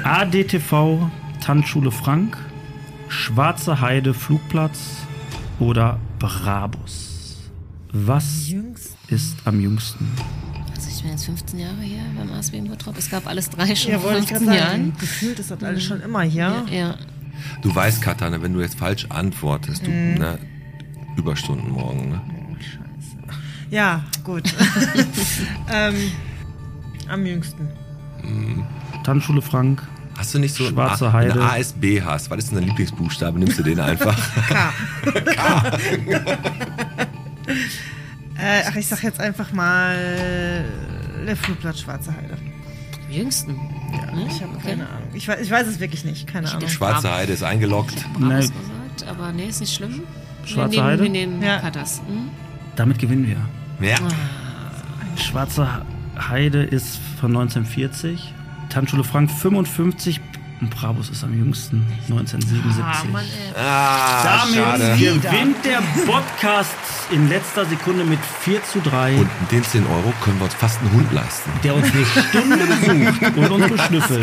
[SPEAKER 3] ADTV Tanzschule Frank, Schwarze Heide Flugplatz oder Brabus? Was
[SPEAKER 7] Jüngst.
[SPEAKER 3] ist am jüngsten?
[SPEAKER 6] Also ich bin jetzt 15 Jahre hier beim ASB in Bottrop. Es gab alles drei schon
[SPEAKER 7] Ja,
[SPEAKER 6] vor
[SPEAKER 7] wollte ich gerade
[SPEAKER 6] 15
[SPEAKER 7] sagen.
[SPEAKER 6] Jahren.
[SPEAKER 7] Gefühlt ist das alles schon immer hier.
[SPEAKER 6] Ja, ja.
[SPEAKER 4] Du weißt, Katana, wenn du jetzt falsch antwortest, du,
[SPEAKER 3] Mhm.
[SPEAKER 4] ne, Überstunden morgen, ne?
[SPEAKER 7] Ja, <laughs> gut. ähm, am jüngsten.
[SPEAKER 3] Tanzschule Frank,
[SPEAKER 12] Hast du nicht so
[SPEAKER 3] Schwarze
[SPEAKER 12] einen,
[SPEAKER 3] Heide.
[SPEAKER 12] einen ASB hast? Was ist denn dein Lieblingsbuchstabe? Nimmst du den
[SPEAKER 3] <laughs>
[SPEAKER 12] einfach?
[SPEAKER 7] K. äh, ach, ich sag jetzt einfach mal der Flugblatt Schwarze Heide.
[SPEAKER 6] Jüngsten. ne? Ja,
[SPEAKER 7] Ich habe keine Ahnung. Ich weiß, ich weiß es wirklich nicht. Keine
[SPEAKER 6] Ich
[SPEAKER 7] Ahnung.
[SPEAKER 6] hätte
[SPEAKER 12] Schwarze
[SPEAKER 6] Aber-
[SPEAKER 12] Heide ist eingeloggt.
[SPEAKER 6] Nein.
[SPEAKER 3] Nein.
[SPEAKER 6] gesagt, aber nee, ist nicht schlimm.
[SPEAKER 3] Schwarze
[SPEAKER 6] wir nehmen,
[SPEAKER 3] Heide?
[SPEAKER 6] Wir nehmen
[SPEAKER 7] Ja.
[SPEAKER 6] Katas. Hm?
[SPEAKER 3] Damit gewinnen wir.
[SPEAKER 12] Ja.
[SPEAKER 3] Ah. Schwarze Heide ist von 1940. Tanschule Frank 55. Und Brabus ist am jüngsten 1977.
[SPEAKER 6] Ah, Mann, ey.
[SPEAKER 12] Ah,
[SPEAKER 3] Damit
[SPEAKER 12] schade.
[SPEAKER 3] gewinnt der Podcast in letzter Sekunde mit 4 zu 3,
[SPEAKER 12] Und mit den 10 Euro können wir uns fast einen Hund leisten.
[SPEAKER 3] der uns eine Stunde besucht und uns beschnüffelt.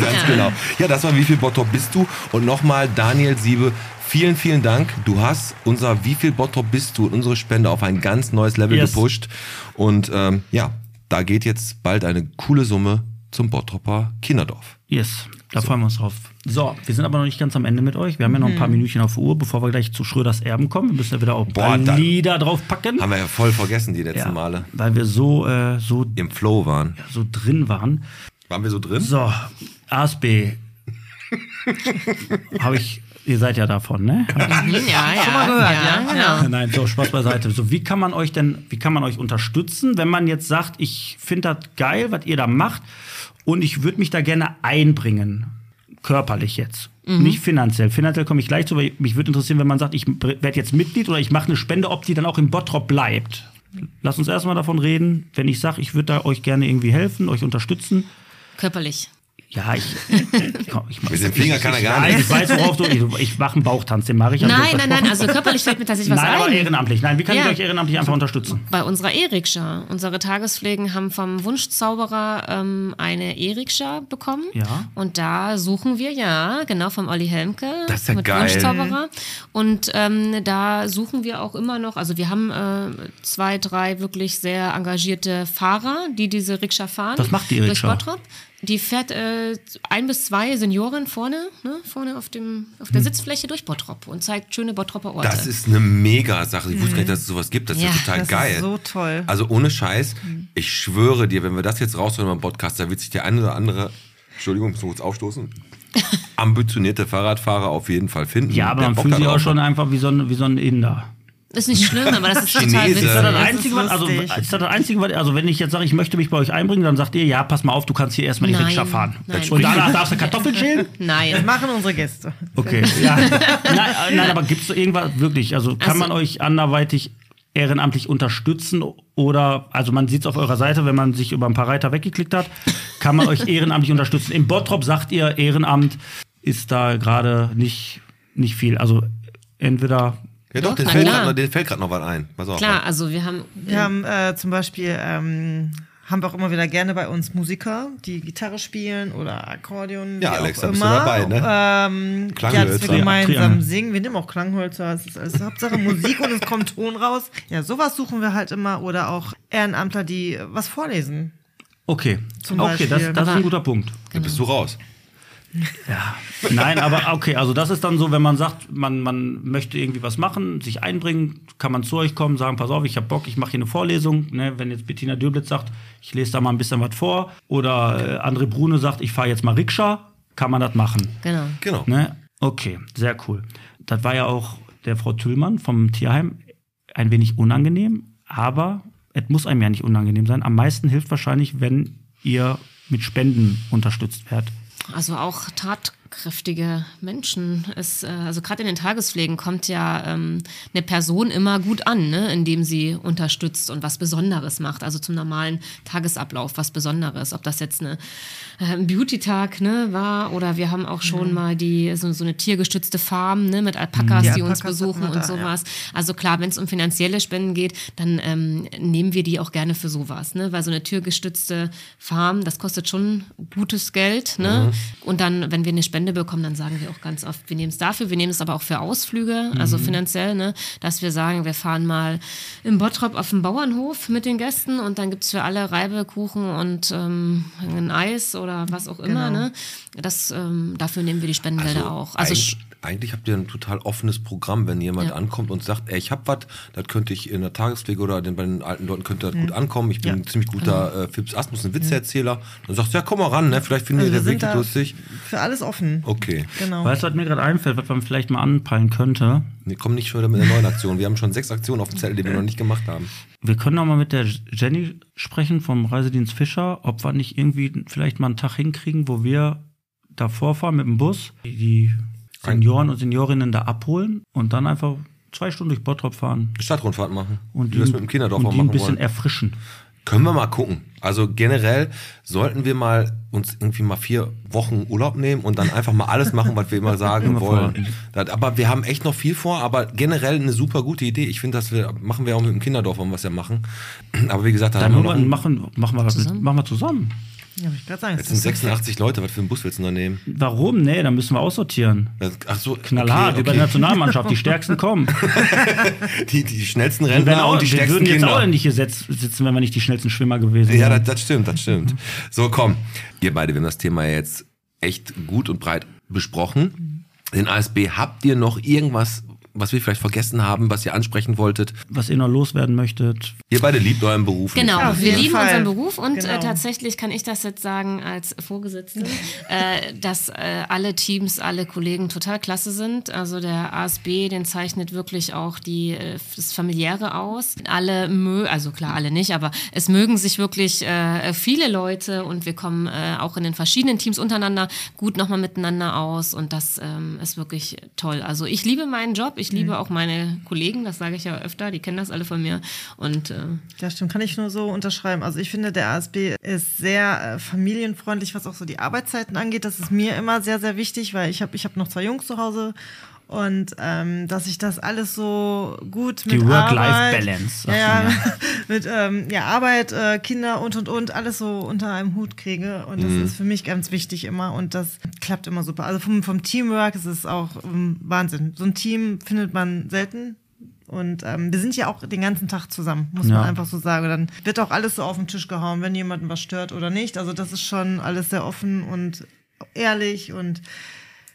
[SPEAKER 12] <laughs> Ganz genau. Ja, das war Wie viel Bottrop bist du? Und nochmal Daniel Siebe, vielen, vielen Dank. Du hast unser Wie viel Bottrop bist du und unsere Spende auf ein ganz neues Level
[SPEAKER 3] Yes.
[SPEAKER 12] gepusht. Und ähm, ja, da geht jetzt bald eine coole Summe zum Bottropper Kinderdorf.
[SPEAKER 3] Yes, da freuen wir uns drauf. So, wir sind aber noch nicht ganz am Ende mit euch. Wir haben ja noch ein
[SPEAKER 12] Mhm.
[SPEAKER 3] paar Minütchen auf der Uhr, bevor wir gleich zu Schröders Erben kommen. Wir müssen ja wieder auch ein
[SPEAKER 12] Boah,
[SPEAKER 3] paar
[SPEAKER 12] dann-
[SPEAKER 3] Lieder draufpacken.
[SPEAKER 12] Haben wir ja voll vergessen die letzten
[SPEAKER 3] Ja,
[SPEAKER 12] Male.
[SPEAKER 3] Weil wir so, äh, so,
[SPEAKER 12] Im Flow waren.
[SPEAKER 3] so drin waren.
[SPEAKER 12] Waren wir so drin?
[SPEAKER 3] So,
[SPEAKER 6] <laughs>
[SPEAKER 3] ASB. Habe ich, ihr seid ja davon, ne?
[SPEAKER 6] Ja, ja. Schon mal
[SPEAKER 7] gehört,
[SPEAKER 6] ja,
[SPEAKER 7] ja.
[SPEAKER 6] Genau.
[SPEAKER 3] Nein, so Spaß beiseite. So, wie kann man euch denn, wie kann man euch unterstützen, wenn man jetzt sagt, ich finde das geil, was ihr da macht und ich würde mich da gerne einbringen, körperlich jetzt,
[SPEAKER 6] Mhm.
[SPEAKER 3] nicht finanziell. Finanziell komme ich gleich zu, weil mich würde interessieren, wenn man sagt, ich werde jetzt Mitglied oder ich mache eine Spende, ob die dann auch im Bottrop bleibt. Lass uns erstmal davon reden, wenn ich sage, ich würde da euch gerne irgendwie helfen, euch unterstützen.
[SPEAKER 6] Körperlich.
[SPEAKER 3] Ja,
[SPEAKER 6] <laughs>
[SPEAKER 3] ich. Komm, ich
[SPEAKER 12] Mit dem Finger kann er gar
[SPEAKER 3] Nein,
[SPEAKER 12] nicht.
[SPEAKER 3] ich weiß, worauf du. Ich, ich mache einen Bauchtanz, den mache ich. hab ich euch
[SPEAKER 6] Nein, nein, nein,
[SPEAKER 3] versprochen.
[SPEAKER 6] also körperlich fällt mir tatsächlich was
[SPEAKER 3] Nein, aber
[SPEAKER 6] ein.
[SPEAKER 3] ehrenamtlich. Nein, wie kann
[SPEAKER 6] Ja.
[SPEAKER 3] ich euch ehrenamtlich einfach unterstützen?
[SPEAKER 6] Bei unserer Erikscha. Unsere Tagespflegen haben vom Wunschzauberer ähm, eine Erikscha bekommen.
[SPEAKER 3] Ja.
[SPEAKER 6] Und da suchen wir, ja, genau, vom Olli Helmke.
[SPEAKER 12] Das ist ja
[SPEAKER 6] mit
[SPEAKER 12] geil.
[SPEAKER 6] Wunschzauberer. Und ähm, da suchen wir auch immer noch, also wir haben äh, zwei, drei wirklich sehr engagierte Fahrer, die diese Rikscha fahren.
[SPEAKER 3] Was macht die Erikscha?
[SPEAKER 6] Durch Bottrop. Die fährt äh, ein bis zwei Senioren vorne, ne, vorne auf, dem, auf der Sitzfläche durch Bottrop und zeigt schöne Bottropper Orte.
[SPEAKER 12] Hm. Das ist eine mega Sache. Ich wusste gar nicht, dass es sowas gibt. Das ist ja,
[SPEAKER 6] Ja,
[SPEAKER 12] total
[SPEAKER 7] das ist
[SPEAKER 12] geil.
[SPEAKER 7] so toll.
[SPEAKER 12] Also ohne Scheiß, ich schwöre dir, wenn wir das jetzt rausholen beim Podcast, da wird sich der eine oder andere, Entschuldigung, muss kurz aufstoßen, ambitionierte Fahrradfahrer auf jeden Fall finden.
[SPEAKER 3] Ja, aber
[SPEAKER 12] Der
[SPEAKER 3] man
[SPEAKER 12] Bock
[SPEAKER 3] fühlt sich
[SPEAKER 12] darauf
[SPEAKER 3] auch
[SPEAKER 12] hat. ne?
[SPEAKER 3] schon einfach wie so ein, wie so ein Inder.
[SPEAKER 6] Ist nicht schlimm, aber das ist total
[SPEAKER 12] Chinese.
[SPEAKER 6] witzig.
[SPEAKER 12] Ist das
[SPEAKER 3] Das
[SPEAKER 12] Das
[SPEAKER 3] Einzige, was, also,
[SPEAKER 7] lustig.
[SPEAKER 3] ist das das Einzige, was, also wenn ich jetzt sage, ich möchte mich bei euch einbringen, dann sagt ihr, ja, pass mal auf, du kannst hier erstmal die
[SPEAKER 6] Nein,
[SPEAKER 3] Rikscha fahren.
[SPEAKER 6] nein.
[SPEAKER 3] Und danach darfst du Kartoffeln schälen?
[SPEAKER 6] Nein.
[SPEAKER 7] Machen unsere Gäste.
[SPEAKER 3] <laughs> Okay. Ja. nein, äh, nein, aber gibt es irgendwas wirklich? Also kann
[SPEAKER 6] Also-
[SPEAKER 3] man euch anderweitig ehrenamtlich unterstützen oder also man sieht es auf eurer Seite, wenn man sich über ein paar Reiter weggeklickt hat, kann man euch ehrenamtlich unterstützen. Im Bottrop sagt ihr, Ehrenamt ist da gerade nicht, nicht viel. Also entweder
[SPEAKER 12] Ja doch, den
[SPEAKER 6] Na
[SPEAKER 12] fällt
[SPEAKER 6] klar.
[SPEAKER 12] grad noch- den fällt gerade noch was ein. Pass auf.
[SPEAKER 6] Klar, also wir haben
[SPEAKER 7] Wir haben äh, zum Beispiel, ähm, haben wir auch immer wieder gerne bei uns Musiker, die Gitarre spielen oder Akkordeon.
[SPEAKER 12] Ja,
[SPEAKER 7] wie
[SPEAKER 12] Alex,
[SPEAKER 7] auch
[SPEAKER 12] da bist du
[SPEAKER 7] immer.
[SPEAKER 12] dabei, ne?
[SPEAKER 7] Ähm, ja, dass
[SPEAKER 12] Klanghölzer.
[SPEAKER 7] wir gemeinsam
[SPEAKER 3] Triangel.
[SPEAKER 7] singen. Wir nehmen auch Klanghölzer. Es ist alles Hauptsache Musik und es kommt Ton raus. Ja, sowas suchen wir halt immer. Oder auch Ehrenamtler, die was vorlesen.
[SPEAKER 3] okay.
[SPEAKER 7] Zum
[SPEAKER 3] okay, das,
[SPEAKER 7] Beispiel.
[SPEAKER 3] das ist ein
[SPEAKER 6] Aber-
[SPEAKER 3] guter Punkt.
[SPEAKER 12] Dann bist du raus.
[SPEAKER 3] Nein, aber okay, also das ist dann so, wenn man sagt, man, man möchte irgendwie was machen, sich einbringen, kann man zu euch kommen, sagen, pass auf, ich habe Bock, ich mache hier eine Vorlesung. Ne, wenn jetzt Bettina Döblitz sagt, ich lese da mal ein bisschen was vor, oder äh, André Brune sagt, ich fahre jetzt mal Rikscha, kann man das machen.
[SPEAKER 6] genau.
[SPEAKER 12] Genau.
[SPEAKER 3] Ne? Okay, sehr cool. Das war ja auch der Frau Tüllmann vom Tierheim ein wenig unangenehm, aber es muss einem ja nicht unangenehm sein. Am meisten hilft wahrscheinlich, wenn ihr mit Spenden unterstützt werdet.
[SPEAKER 6] Also auch tatkräftige Menschen. Es, äh, also gerade in den Tagespflegen kommt ja ähm, eine Person immer gut an, ne? indem sie unterstützt und was Besonderes macht. Also zum normalen Tagesablauf was Besonderes. Ob das jetzt eine, äh, ein Beauty-Tag ne, war oder wir haben auch schon mal die so, so eine tiergestützte Farm ne, mit Alpakas,
[SPEAKER 7] Mhm. Die
[SPEAKER 6] die, uns
[SPEAKER 7] Alpakas
[SPEAKER 6] besuchen
[SPEAKER 7] hatten wir
[SPEAKER 6] und
[SPEAKER 7] da, ja.
[SPEAKER 6] sowas. Also klar, wenn es um finanzielle Spenden geht, dann ähm, nehmen wir die auch gerne für sowas, ne? Weil so eine türgestützte Farm, das kostet schon gutes Geld, ne? Und dann, wenn wir eine Spende bekommen, dann sagen wir auch ganz oft, wir nehmen es dafür, wir nehmen es aber auch für Ausflüge, also finanziell, ne? Dass wir sagen, wir fahren mal im Bottrop auf dem Bauernhof mit den Gästen und dann gibt es für alle Reibe, Kuchen und ähm, ein Eis oder was auch immer, ne? Das, ähm, dafür nehmen wir die Spendengelder auch. Genau. Also
[SPEAKER 12] eig-
[SPEAKER 4] eigentlich habt ihr ein total offenes Programm, wenn jemand
[SPEAKER 6] Ja.
[SPEAKER 4] ankommt und sagt, ey, ich hab was, das könnte ich in der Tagespflege oder den, bei den alten Leuten könnte das gut ankommen. Ich bin ein ziemlich guter äh, Fips Asmus, ein Witzeerzähler. Dann sagst du, ja, komm mal ran, ne? vielleicht findet
[SPEAKER 7] Also
[SPEAKER 4] ihr
[SPEAKER 7] wir
[SPEAKER 4] den
[SPEAKER 7] sind
[SPEAKER 4] wirklich
[SPEAKER 7] da
[SPEAKER 4] lustig.
[SPEAKER 7] für alles offen.
[SPEAKER 4] Okay.
[SPEAKER 7] Genau.
[SPEAKER 3] Weißt du, was mir gerade einfällt, was man vielleicht mal anpeilen könnte?
[SPEAKER 4] Nee, komm nicht schon wieder mit einer neuen Aktion. Wir haben schon sechs Aktionen auf dem Zettel, die wir noch nicht gemacht haben.
[SPEAKER 3] Wir können auch mal mit der Jenny sprechen vom Reisedienst Fischer, ob wir nicht irgendwie vielleicht mal einen Tag hinkriegen, wo wir da vorfahren mit dem Bus, die Senioren und Seniorinnen da abholen und dann einfach zwei Stunden durch Bottrop fahren
[SPEAKER 4] Eine Stadtrundfahrt machen.
[SPEAKER 3] und
[SPEAKER 4] die wir das mit dem Kinderdorf
[SPEAKER 3] und
[SPEAKER 4] mal
[SPEAKER 3] die ein
[SPEAKER 4] machen
[SPEAKER 3] bisschen
[SPEAKER 4] wollen.
[SPEAKER 3] erfrischen.
[SPEAKER 4] Können wir mal gucken. Also generell sollten wir mal uns irgendwie mal vier Wochen Urlaub nehmen und dann einfach mal alles machen, was wir immer sagen
[SPEAKER 3] Immer
[SPEAKER 4] wollen. Das, aber wir haben echt noch viel vor, aber generell eine super gute Idee. Ich finde, das wir, machen wir auch mit dem Kinderdorf, wollen wir es ja machen. Aber wie gesagt, da
[SPEAKER 3] Dann
[SPEAKER 4] haben wir noch
[SPEAKER 3] machen, machen, machen wir das mit,
[SPEAKER 6] Zusammen?
[SPEAKER 3] machen wir zusammen.
[SPEAKER 7] Ja, wollte ich gerade sagen.
[SPEAKER 4] jetzt sind 86 Leute, was für einen Bus willst du denn da nehmen?
[SPEAKER 3] Warum? Nee, dann müssen wir aussortieren.
[SPEAKER 4] Das- Ach so,
[SPEAKER 3] Knallhart, über die Nationalmannschaft, die
[SPEAKER 4] <laughs>
[SPEAKER 3] stärksten kommen.
[SPEAKER 4] die, die schnellsten
[SPEAKER 3] Die werden
[SPEAKER 4] Rentner
[SPEAKER 3] auch,
[SPEAKER 4] und die
[SPEAKER 3] wir
[SPEAKER 4] stärksten
[SPEAKER 3] würden jetzt
[SPEAKER 4] Kinder.
[SPEAKER 3] auch nicht hier setz- sitzen, wenn wir nicht die schnellsten Schwimmer gewesen
[SPEAKER 4] Ja,
[SPEAKER 3] wären.
[SPEAKER 4] das, das stimmt, das stimmt. So, komm. Ihr beide, wir haben das Thema jetzt echt gut und breit besprochen. Den ASB, habt ihr noch irgendwas, was wir vielleicht vergessen haben, was ihr ansprechen wolltet?
[SPEAKER 3] Was ihr noch loswerden möchtet,
[SPEAKER 4] Ihr beide liebt euren Beruf.
[SPEAKER 6] Genau,
[SPEAKER 4] nicht wahr?
[SPEAKER 7] auf
[SPEAKER 6] wir
[SPEAKER 7] jeden
[SPEAKER 6] lieben
[SPEAKER 7] Fall.
[SPEAKER 6] unseren Beruf und äh,
[SPEAKER 7] Genau.
[SPEAKER 6] tatsächlich kann ich das jetzt sagen als Vorgesetzte, äh, dass äh, alle Teams, alle Kollegen total klasse sind. Also der ASB, den zeichnet wirklich auch die, äh, das Familiäre aus. Alle mö, also klar, alle nicht, aber es mögen sich wirklich äh, viele Leute und wir kommen äh, auch in den verschiedenen Teams untereinander gut nochmal miteinander aus und das ähm, ist wirklich toll. Also ich liebe meinen Job, ich
[SPEAKER 7] Mhm.
[SPEAKER 6] liebe auch meine Kollegen, das sage ich ja öfter, die kennen das alle von mir und äh,
[SPEAKER 7] Das stimmt, kann ich nur so unterschreiben. Also ich finde, der ASB ist sehr äh, familienfreundlich, was auch so die Arbeitszeiten angeht. Das ist mir immer sehr, sehr wichtig, weil ich habe ich hab noch zwei Jungs zu Hause und ähm, dass ich das alles so gut
[SPEAKER 3] Die
[SPEAKER 7] mit Arbeit-
[SPEAKER 3] Work-Life-Balance, sagt
[SPEAKER 7] ja,
[SPEAKER 3] man
[SPEAKER 7] ja, <laughs> mit ähm, ja, Arbeit, äh, Kinder und und und alles so unter einem Hut kriege und das ist für mich ganz wichtig immer und das klappt immer super. Also vom, vom Teamwork ist es auch ähm, Wahnsinn. So ein Team findet man selten. Und ähm, wir sind ja auch den ganzen Tag zusammen, muss
[SPEAKER 3] Ja.
[SPEAKER 7] man einfach so sagen. Dann wird auch alles so auf den Tisch gehauen, wenn jemanden was stört oder nicht. Also das ist schon alles sehr offen und ehrlich und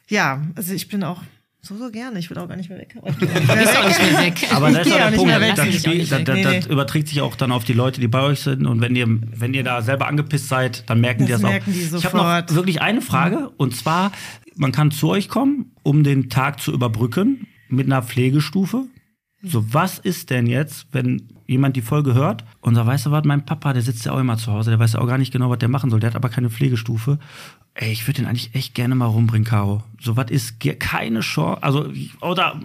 [SPEAKER 7] ja, also ich bin auch so, so gerne. Ich will auch gar nicht mehr weg. Aber ich bin auch nicht mehr
[SPEAKER 6] Ist auch nicht mehr weg.
[SPEAKER 3] <laughs> Aber das ist
[SPEAKER 7] geh
[SPEAKER 3] doch
[SPEAKER 7] auch
[SPEAKER 3] der
[SPEAKER 7] nicht
[SPEAKER 3] Punkt.
[SPEAKER 7] mehr weg.
[SPEAKER 3] Das,
[SPEAKER 7] Lass
[SPEAKER 6] mich auch
[SPEAKER 3] spielt-
[SPEAKER 6] nicht
[SPEAKER 3] das,
[SPEAKER 6] weg.
[SPEAKER 3] das,
[SPEAKER 7] Nee,
[SPEAKER 3] das überträgt sich auch dann auf die Leute, die bei euch sind. Und wenn ihr, wenn ihr da selber angepisst seid, dann merken
[SPEAKER 7] Das
[SPEAKER 3] die das
[SPEAKER 7] merken
[SPEAKER 3] auch.
[SPEAKER 7] die
[SPEAKER 3] Ich habe noch
[SPEAKER 7] sofort.
[SPEAKER 3] wirklich eine Frage. Und zwar, man kann zu euch kommen, um den Tag zu überbrücken mit einer Pflegestufe. So, was ist denn jetzt, wenn jemand die Folge hört und sagt, weißt du was, mein Papa, der sitzt ja auch immer zu Hause, der weiß ja auch gar nicht genau, was der machen soll, der hat aber keine Pflegestufe. Ey, ich würde den eigentlich echt gerne mal rumbringen, Caro. So, was ist ge- keine Chance, also, oder,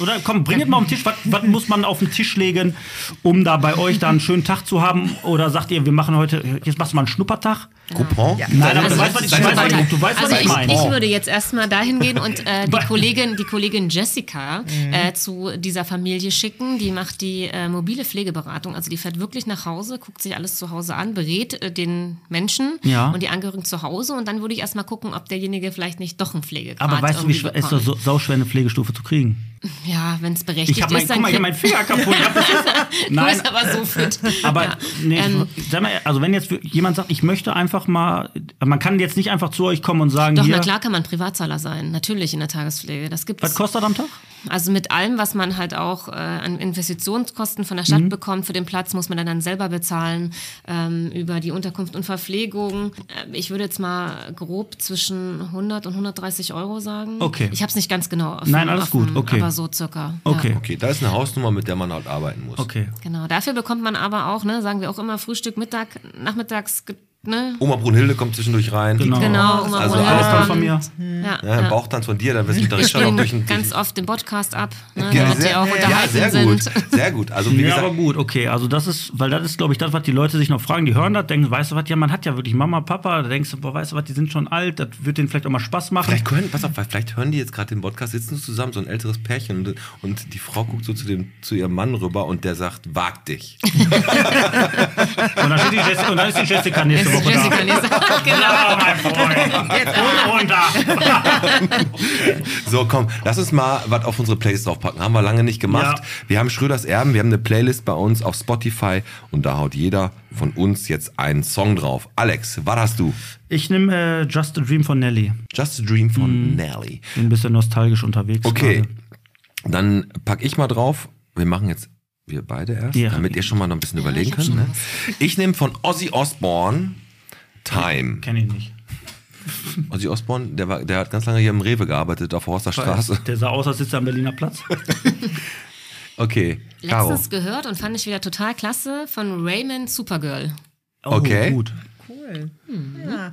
[SPEAKER 3] oder komm, bring es mal auf den Tisch, was- was muss man auf den Tisch legen, um da bei euch da einen schönen Tag zu haben? Oder sagt ihr, wir machen heute, jetzt machst du mal einen Schnuppertag?
[SPEAKER 4] Coupon?
[SPEAKER 3] Nein, aber
[SPEAKER 6] Also
[SPEAKER 3] du weißt, was ich, du weißt, was ich, du weißt, was
[SPEAKER 6] also
[SPEAKER 3] ich
[SPEAKER 6] ich,
[SPEAKER 3] meine.
[SPEAKER 6] ich würde jetzt erstmal dahin gehen und äh, die
[SPEAKER 3] Weil-
[SPEAKER 6] Kollegin, die Kollegin Jessica
[SPEAKER 3] Mhm.
[SPEAKER 6] äh, zu dieser Familie schicken. Die macht die äh, mobile Pflegeberatung. Also die fährt wirklich nach Hause, guckt sich alles zu Hause an, berät äh, den Menschen
[SPEAKER 3] Ja.
[SPEAKER 6] und die Angehörigen zu Hause und dann würde ich erstmal gucken, ob derjenige vielleicht nicht doch einen Pflegegrad
[SPEAKER 3] aber weißt du, wie
[SPEAKER 6] irgendwie
[SPEAKER 3] schwer, ist doch
[SPEAKER 6] bekommt.
[SPEAKER 3] so, sauschwer eine Pflegestufe zu kriegen?
[SPEAKER 6] Ja, wenn es berechtigt
[SPEAKER 3] Ich habe mein,
[SPEAKER 6] ist,
[SPEAKER 3] guck
[SPEAKER 6] dann
[SPEAKER 3] mal, ich hab
[SPEAKER 6] kriegt- <laughs>
[SPEAKER 3] meinen Finger kaputt. Ich hab <laughs> das,
[SPEAKER 6] du
[SPEAKER 3] nein,
[SPEAKER 6] bist
[SPEAKER 3] <laughs>
[SPEAKER 6] aber so fit.
[SPEAKER 3] aber
[SPEAKER 6] ja.
[SPEAKER 3] nee,
[SPEAKER 6] Ähm,
[SPEAKER 3] sag mal, also wenn jetzt jemand sagt, ich möchte einfach mal, man kann jetzt nicht einfach zu euch kommen und sagen,
[SPEAKER 6] Doch,
[SPEAKER 3] hier,
[SPEAKER 6] na klar kann man Privatzahler sein, natürlich in der Tagespflege. Das gibt's.
[SPEAKER 3] was kostet am Tag?
[SPEAKER 6] Also mit allem, was man halt auch äh, an Investitionskosten von der
[SPEAKER 4] Mhm.
[SPEAKER 6] Stadt bekommt für den Platz, muss man dann, dann selber bezahlen ähm, über die Unterkunft und Verpflegung. Äh, ich würde jetzt mal grob zwischen 100 und 130 Euro sagen.
[SPEAKER 3] Okay.
[SPEAKER 6] Ich habe es nicht ganz genau. Auf
[SPEAKER 3] Nein, alles
[SPEAKER 6] auf
[SPEAKER 3] gut, okay.
[SPEAKER 6] Aber so circa.
[SPEAKER 3] Okay,
[SPEAKER 6] Ja.
[SPEAKER 4] Okay, da ist eine Hausnummer, mit der man halt arbeiten muss.
[SPEAKER 3] okay.
[SPEAKER 6] Genau. Dafür bekommt man aber auch, ne, sagen wir auch immer Frühstück, Mittag, Nachmittags, ge- ne?
[SPEAKER 4] Oma Brunhilde kommt zwischendurch rein.
[SPEAKER 3] Genau.
[SPEAKER 6] Genau. Oma
[SPEAKER 4] Also
[SPEAKER 6] Brunner.
[SPEAKER 4] alles
[SPEAKER 3] kommt von mir.
[SPEAKER 6] Ja,
[SPEAKER 4] Ja,
[SPEAKER 6] ja.
[SPEAKER 4] Bauchtanz von dir, dann wirst du mit der
[SPEAKER 6] Ich
[SPEAKER 4] Richter noch
[SPEAKER 6] bringe
[SPEAKER 4] durch den
[SPEAKER 6] ganz oft den Podcast ab, ne,
[SPEAKER 4] Ja,
[SPEAKER 6] damit
[SPEAKER 4] sehr-
[SPEAKER 6] wir auch
[SPEAKER 4] ja,
[SPEAKER 6] unterhalten
[SPEAKER 4] sehr gut.
[SPEAKER 6] <laughs> sind.
[SPEAKER 4] Sehr gut. Also wie
[SPEAKER 3] Ja,
[SPEAKER 4] gesagt,
[SPEAKER 3] aber gut, okay. Also das ist, weil das ist, glaube ich, das, was die Leute sich noch fragen. Die hören das, denken, weißt du was, ja, man hat ja wirklich Mama, Papa, da denkst du, boah, weißt du was, die sind schon alt, das wird denen vielleicht auch mal Spaß machen.
[SPEAKER 4] Vielleicht, können, pass auf, vielleicht hören die jetzt gerade den Podcast, sitzen zusammen, so ein älteres Pärchen und, und die Frau guckt so zu, dem, zu ihrem Mann rüber und der sagt, wag dich.
[SPEAKER 3] Und dann, steht die Jessica, und dann ist die Jessica nächste Woche da.
[SPEAKER 6] Jessica nächste
[SPEAKER 3] Ja, <laughs>
[SPEAKER 6] Genau.
[SPEAKER 3] mein Freund.
[SPEAKER 6] Jetzt
[SPEAKER 3] Ohne runter.
[SPEAKER 4] So, komm, lass uns mal was auf unsere Playlist draufpacken. Haben wir lange nicht gemacht.
[SPEAKER 3] Ja.
[SPEAKER 4] Wir haben Schröders Erben, wir haben eine Playlist bei uns auf Spotify und da haut jeder von uns jetzt einen Song drauf. Alex, was hast du?
[SPEAKER 3] <laughs> Ich nehme äh, Just a Dream von Nelly.
[SPEAKER 4] Just a Dream von Nelly.
[SPEAKER 3] Bin ein bisschen nostalgisch unterwegs.
[SPEAKER 4] Okay,
[SPEAKER 3] gerade.
[SPEAKER 4] dann pack ich mal drauf. Wir machen jetzt wir beide erst,
[SPEAKER 3] Ja.
[SPEAKER 4] damit ihr schon mal noch ein bisschen überlegen
[SPEAKER 6] ich hab
[SPEAKER 4] könnt.
[SPEAKER 6] schon
[SPEAKER 4] Ne? Ich nehme von Ozzy Osbourne Time.
[SPEAKER 3] Kenn ich nicht.
[SPEAKER 4] Ozzy Osbourne, der, war, der hat ganz lange hier im Rewe gearbeitet, auf Horster Straße.
[SPEAKER 3] Der sah aus, als sitzt er am Berliner Platz.
[SPEAKER 4] Okay, Caro.
[SPEAKER 6] Letztens gehört und fand ich wieder total klasse von Raymond Supergirl.
[SPEAKER 3] Oh,
[SPEAKER 4] Okay.
[SPEAKER 3] Gut.
[SPEAKER 7] Cool. Ja.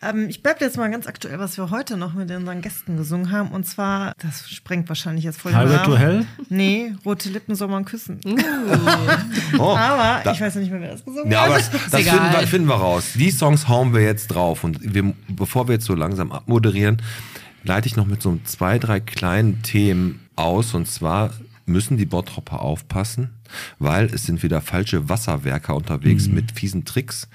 [SPEAKER 7] Ähm, ich bleibe jetzt mal ganz aktuell, was wir heute noch mit unseren Gästen gesungen haben. Und zwar, das sprengt wahrscheinlich jetzt voll den
[SPEAKER 3] Highway
[SPEAKER 7] Rahmen.
[SPEAKER 3] to Hell?
[SPEAKER 7] Nee, rote Lippen soll man küssen.
[SPEAKER 4] Oh,
[SPEAKER 7] Aber
[SPEAKER 4] da-
[SPEAKER 7] ich weiß ja nicht mehr, wer das gesungen
[SPEAKER 4] Ja,
[SPEAKER 7] hat.
[SPEAKER 4] aber das, das
[SPEAKER 6] egal.
[SPEAKER 4] finden, wir, finden wir raus. Die Songs hauen wir jetzt drauf. Und wir, bevor wir jetzt so langsam abmoderieren, leite ich noch mit so zwei, drei kleinen Themen aus. Und zwar müssen die Bottropper aufpassen, weil es sind wieder falsche Wasserwerker unterwegs
[SPEAKER 3] Mhm.
[SPEAKER 4] mit fiesen Tricks.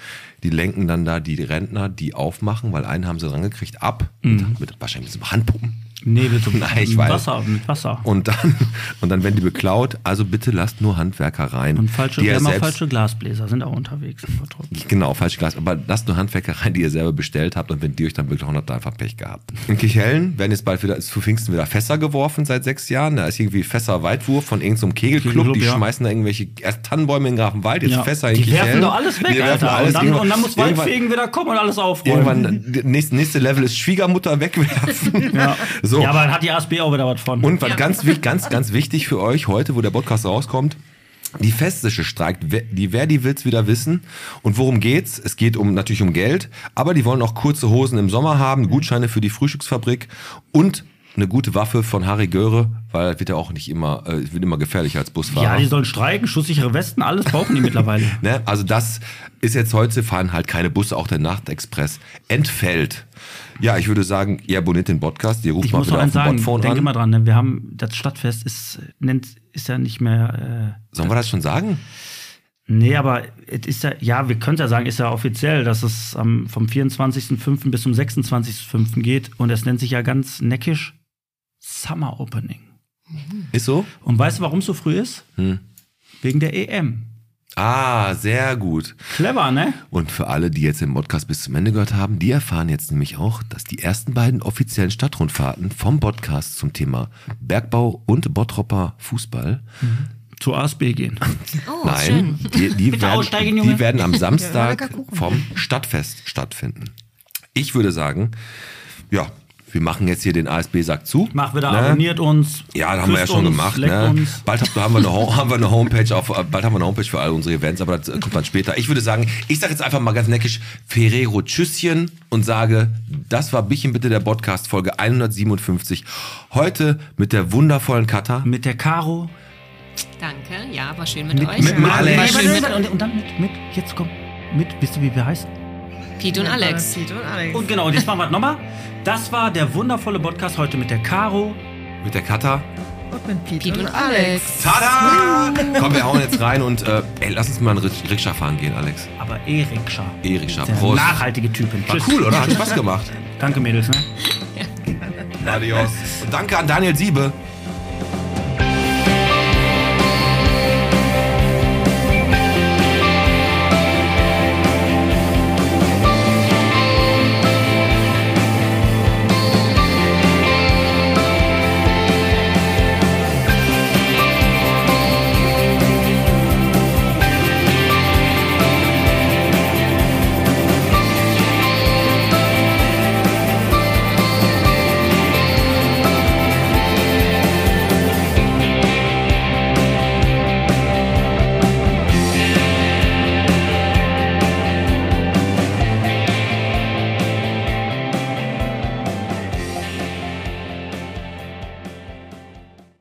[SPEAKER 4] Die lenken dann da die Rentner, die aufmachen, weil einen haben sie rangekriegt, ab.
[SPEAKER 3] Mhm.
[SPEAKER 4] Mit, mit, wahrscheinlich mit so Handpuppen.
[SPEAKER 3] Nee, mit so
[SPEAKER 4] <laughs> Nein, ich
[SPEAKER 3] mit
[SPEAKER 4] weiß. Oh.
[SPEAKER 3] Wasser. Mit Wasser.
[SPEAKER 4] Und dann, und dann werden die beklaut. Also bitte lasst nur Handwerker rein.
[SPEAKER 3] Und falsche,
[SPEAKER 4] die ihr
[SPEAKER 3] ja, mal
[SPEAKER 4] selbst-
[SPEAKER 3] falsche Glasbläser sind auch unterwegs. im Bottrop.
[SPEAKER 4] Genau, falsch Glas. Aber lasst nur Handwerker rein, die ihr selber bestellt habt und wenn die euch dann wirklich habt, dann einfach Pech gehabt. In Kichellen werden jetzt bald wieder, ist zu Pfingsten wieder Fässer geworfen seit sechs Jahren. Da ist irgendwie Fässer-Weitwurf von irgendeinem Kegelclub.
[SPEAKER 3] Kegelclub,
[SPEAKER 4] die
[SPEAKER 3] ja.
[SPEAKER 4] schmeißen da irgendwelche erst Tannenbäume in Grafenwald, jetzt
[SPEAKER 3] Ja.
[SPEAKER 4] Fässer in
[SPEAKER 3] Die
[SPEAKER 4] Kichellen.
[SPEAKER 3] werfen doch alles weg,
[SPEAKER 4] Die werfen
[SPEAKER 3] Alter.
[SPEAKER 4] alles.
[SPEAKER 3] und, dann,
[SPEAKER 4] Irgendwann-
[SPEAKER 3] und dann muss
[SPEAKER 4] irgendwann-
[SPEAKER 3] Waldfegen wieder kommen und alles aufräumen.
[SPEAKER 4] Irgendwann, nächste, nächste Level ist Schwiegermutter wegwerfen.
[SPEAKER 3] ja.
[SPEAKER 4] <laughs> So.
[SPEAKER 3] ja, aber dann hat die ASB auch wieder was von.
[SPEAKER 4] Und was ganz, wich- ganz, ganz wichtig für euch heute, wo der Podcast rauskommt, die Festische streikt. Wer- Die Verdi will's wieder wissen. Und worum geht's? Es geht um natürlich um Geld, aber die wollen auch kurze Hosen im Sommer haben, Gutscheine für die Frühstücksfabrik und eine gute Waffe von Harry Göre, weil das wird ja auch nicht immer, äh, wird immer gefährlicher als
[SPEAKER 3] ja,
[SPEAKER 4] Busfahrer.
[SPEAKER 3] die sollen streiken, schusssichere Westen, alles brauchen die mittlerweile.
[SPEAKER 4] <laughs> Ne? Also das ist jetzt heute, fahren halt keine Busse, auch der Nachtexpress entfällt. Ja, ich würde sagen, ihr abonniert den Podcast, ihr ruft
[SPEAKER 3] Ich
[SPEAKER 4] mal
[SPEAKER 3] muss noch
[SPEAKER 4] wieder auf
[SPEAKER 3] eins
[SPEAKER 4] dem
[SPEAKER 3] sagen,
[SPEAKER 4] Botphone
[SPEAKER 3] denke
[SPEAKER 4] an.
[SPEAKER 3] mal dran, denn wir haben, das Stadtfest ist, nennt, ist ja nicht mehr, äh,
[SPEAKER 4] Sollen wir das schon sagen?
[SPEAKER 3] Nee, aber es ist ja, ja, wir können ja sagen, ist ja offiziell, dass es am, vom 24.05. bis zum 26.05. geht und es nennt sich ja ganz neckisch Summer Opening.
[SPEAKER 4] Ist so?
[SPEAKER 3] Und weißt du, warum es so früh ist?
[SPEAKER 4] Hm.
[SPEAKER 3] Wegen der EM.
[SPEAKER 4] Ah, sehr gut.
[SPEAKER 3] Clever, ne?
[SPEAKER 4] Und für alle, die jetzt den Podcast bis zum Ende gehört haben, die erfahren jetzt nämlich auch, dass die ersten beiden offiziellen Stadtrundfahrten vom Podcast zum Thema Bergbau und Bottropper Fußball,
[SPEAKER 3] Zu ASB gehen.
[SPEAKER 6] Oh,
[SPEAKER 4] nein,
[SPEAKER 6] schön.
[SPEAKER 4] die, die,
[SPEAKER 3] Bitte aussteigen,
[SPEAKER 4] werden,
[SPEAKER 3] Junge.
[SPEAKER 4] die werden am Samstag
[SPEAKER 7] Kuchen.
[SPEAKER 4] vom Stadtfest stattfinden. Ich würde sagen, ja, wir machen jetzt hier den ASB-Sack zu.
[SPEAKER 3] Mach wieder,
[SPEAKER 4] Ne?
[SPEAKER 3] abonniert uns.
[SPEAKER 4] Ja, das haben wir ja
[SPEAKER 3] küsst
[SPEAKER 4] schon
[SPEAKER 3] uns,
[SPEAKER 4] gemacht.
[SPEAKER 3] leckt
[SPEAKER 4] Ne?
[SPEAKER 3] uns.
[SPEAKER 4] Bald habt- haben wir, eine, Home- <laughs> haben wir eine Homepage auf, äh, bald haben wir eine Homepage für all unsere Events, aber das äh, kommt dann später. Ich würde sagen, ich sage jetzt einfach mal ganz neckisch Ferrero Tschüsschen und sage, das war Bichen bitte der Podcast Folge 157. Heute mit der wundervollen Katha.
[SPEAKER 3] Mit der Caro.
[SPEAKER 6] Danke. Ja, war schön mit, euch.
[SPEAKER 4] mit
[SPEAKER 6] War
[SPEAKER 4] Alex.
[SPEAKER 6] schön mit
[SPEAKER 3] Und, und dann mit, mit, jetzt komm, mit, wisst ihr, wie wir heißen?
[SPEAKER 6] Pete und Alex.
[SPEAKER 7] Pete und Alex.
[SPEAKER 3] Und genau, und jetzt machen wir es nochmal. Das war der wundervolle Podcast heute mit der Caro.
[SPEAKER 4] Mit der Katha.
[SPEAKER 7] Und mit Pete,
[SPEAKER 6] Pete und
[SPEAKER 7] Alex.
[SPEAKER 6] Alex.
[SPEAKER 4] Tada! Komm, wir hauen jetzt rein und äh, ey, lass uns mal einen Ritsch- Rikscha fahren gehen, Alex.
[SPEAKER 3] Aber Erikscha.
[SPEAKER 4] Erikscha,
[SPEAKER 3] Der
[SPEAKER 4] Prost.
[SPEAKER 3] Nachhaltige Typin.
[SPEAKER 4] War cool, oder? Hat Spaß gemacht.
[SPEAKER 3] Danke, Mädels. Ne?
[SPEAKER 4] Adios. Und danke an Daniel Siebe.